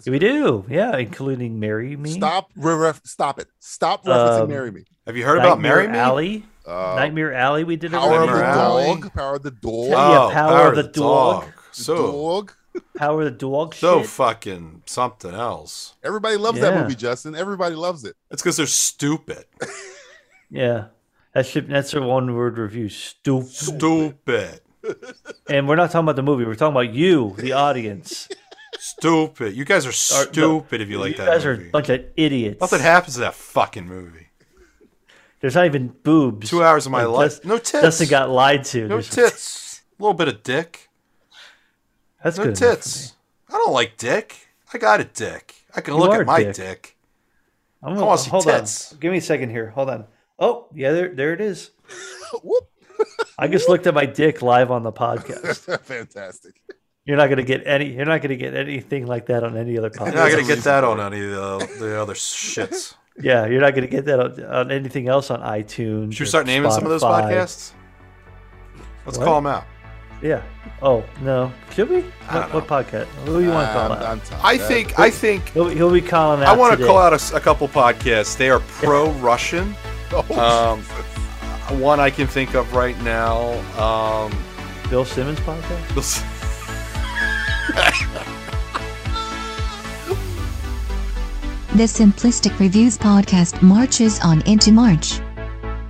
we do, yeah, including "Marry Me."
Stop, re- ref- stop it. Stop referencing
Um,
Marry Me.
Have you heard about
Nightmare
Marry Me?
Alley.
Uh,
Nightmare Alley. We did it.
Power of the
Alley.
Dog. Power of the Dog.
Yeah, Power,
Oh, Power
of the,
of the
Dog.
Dog. So-
Dog.
Power of the Dog.
So
shit.
fucking something else.
Everybody loves
Yeah.
that movie, Justin. Everybody loves it.
It's because they're stupid.
Yeah, that should that's a one word review. Stupid.
Stupid.
And we're not talking about the movie. We're talking about you, the audience.
Stupid. You guys are
Or- no,
stupid if you like
you
that
guys
movie.
are a bunch of idiots.
Nothing happens to that fucking movie.
There's not even boobs.
Two hours of my
Like,
life.
Jus-
No tits.
Justin got lied to.
No
There's-
tits. A little bit of dick.
That's
no
good enough
tits. I don't like dick. I got a dick. I can
You
look
are
at my
dick.
dick.
I'm
I wanna see
hold
tits.
on. Give me a second here. Hold on. Oh, yeah, there, there it is. I just looked at my dick live on the podcast.
Fantastic.
You're not gonna get any. You're not gonna get anything like that on any other podcast.
You're not gonna get that on any of the, the other shits.
Yeah, you're not gonna get that on, on anything else on iTunes.
Should we
or
start naming some of those
Spotify.
podcasts? Let's
What?
call them out.
Yeah. Oh no. Should we? What, what podcast? Who do you want to call
Ah, I'm-
out?
I'm tired.
I think. I think.
He'll, he'll be calling out.
I want to
today.
call out a s- a, couple podcasts. They are pro Russian.
Oh,
Uh,
um, one I can think of right now. Um,
Bill Simmons podcast.
Bill S-
The Simplistic Reviews podcast marches on into March.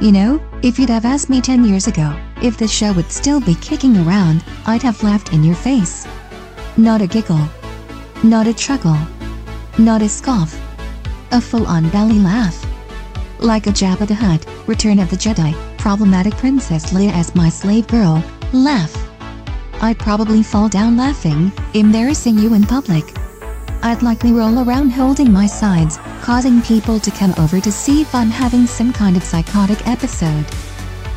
You know, if you'd have asked me 10 years ago if the show would still be kicking around, I'd have laughed in your face. Not a giggle. Not a chuckle. Not a scoff. A full on belly laugh. Like a Jabba the Hutt, Return of the Jedi, problematic Princess Leia as my slave girl, laugh. I'd probably fall down laughing, embarrassing you in public. I'd likely roll around holding my sides, causing people to come over to see if I'm having some kind of psychotic episode.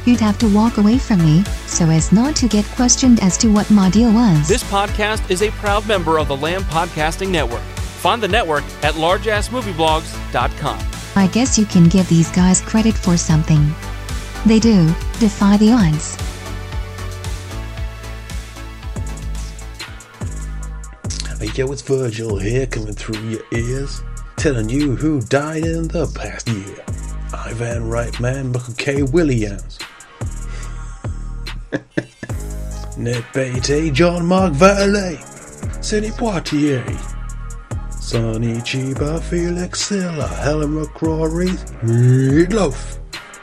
You'd have to walk away from me, so as not to get questioned as to what my deal was.
This podcast is a proud member of the Lamb Podcasting Network. Find the network at largeassmovieblogs.com.
I guess you can give these guys credit for something. They do, defy the odds.
Hey, yo, it's Virgil here coming through your ears, telling you who died in the past year. Ivan Reitman, Michael K. Williams, Nick Beatty, John Mark Valley, Sidney Poitier, Sonny Chiba, Felix Silla, Helen McCrory, Meatloaf,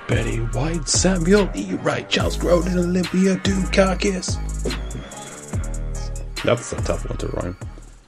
Betty White, Samuel E. Wright, Charles Grodin, Olympia Dukakis. That's a tough one to rhyme.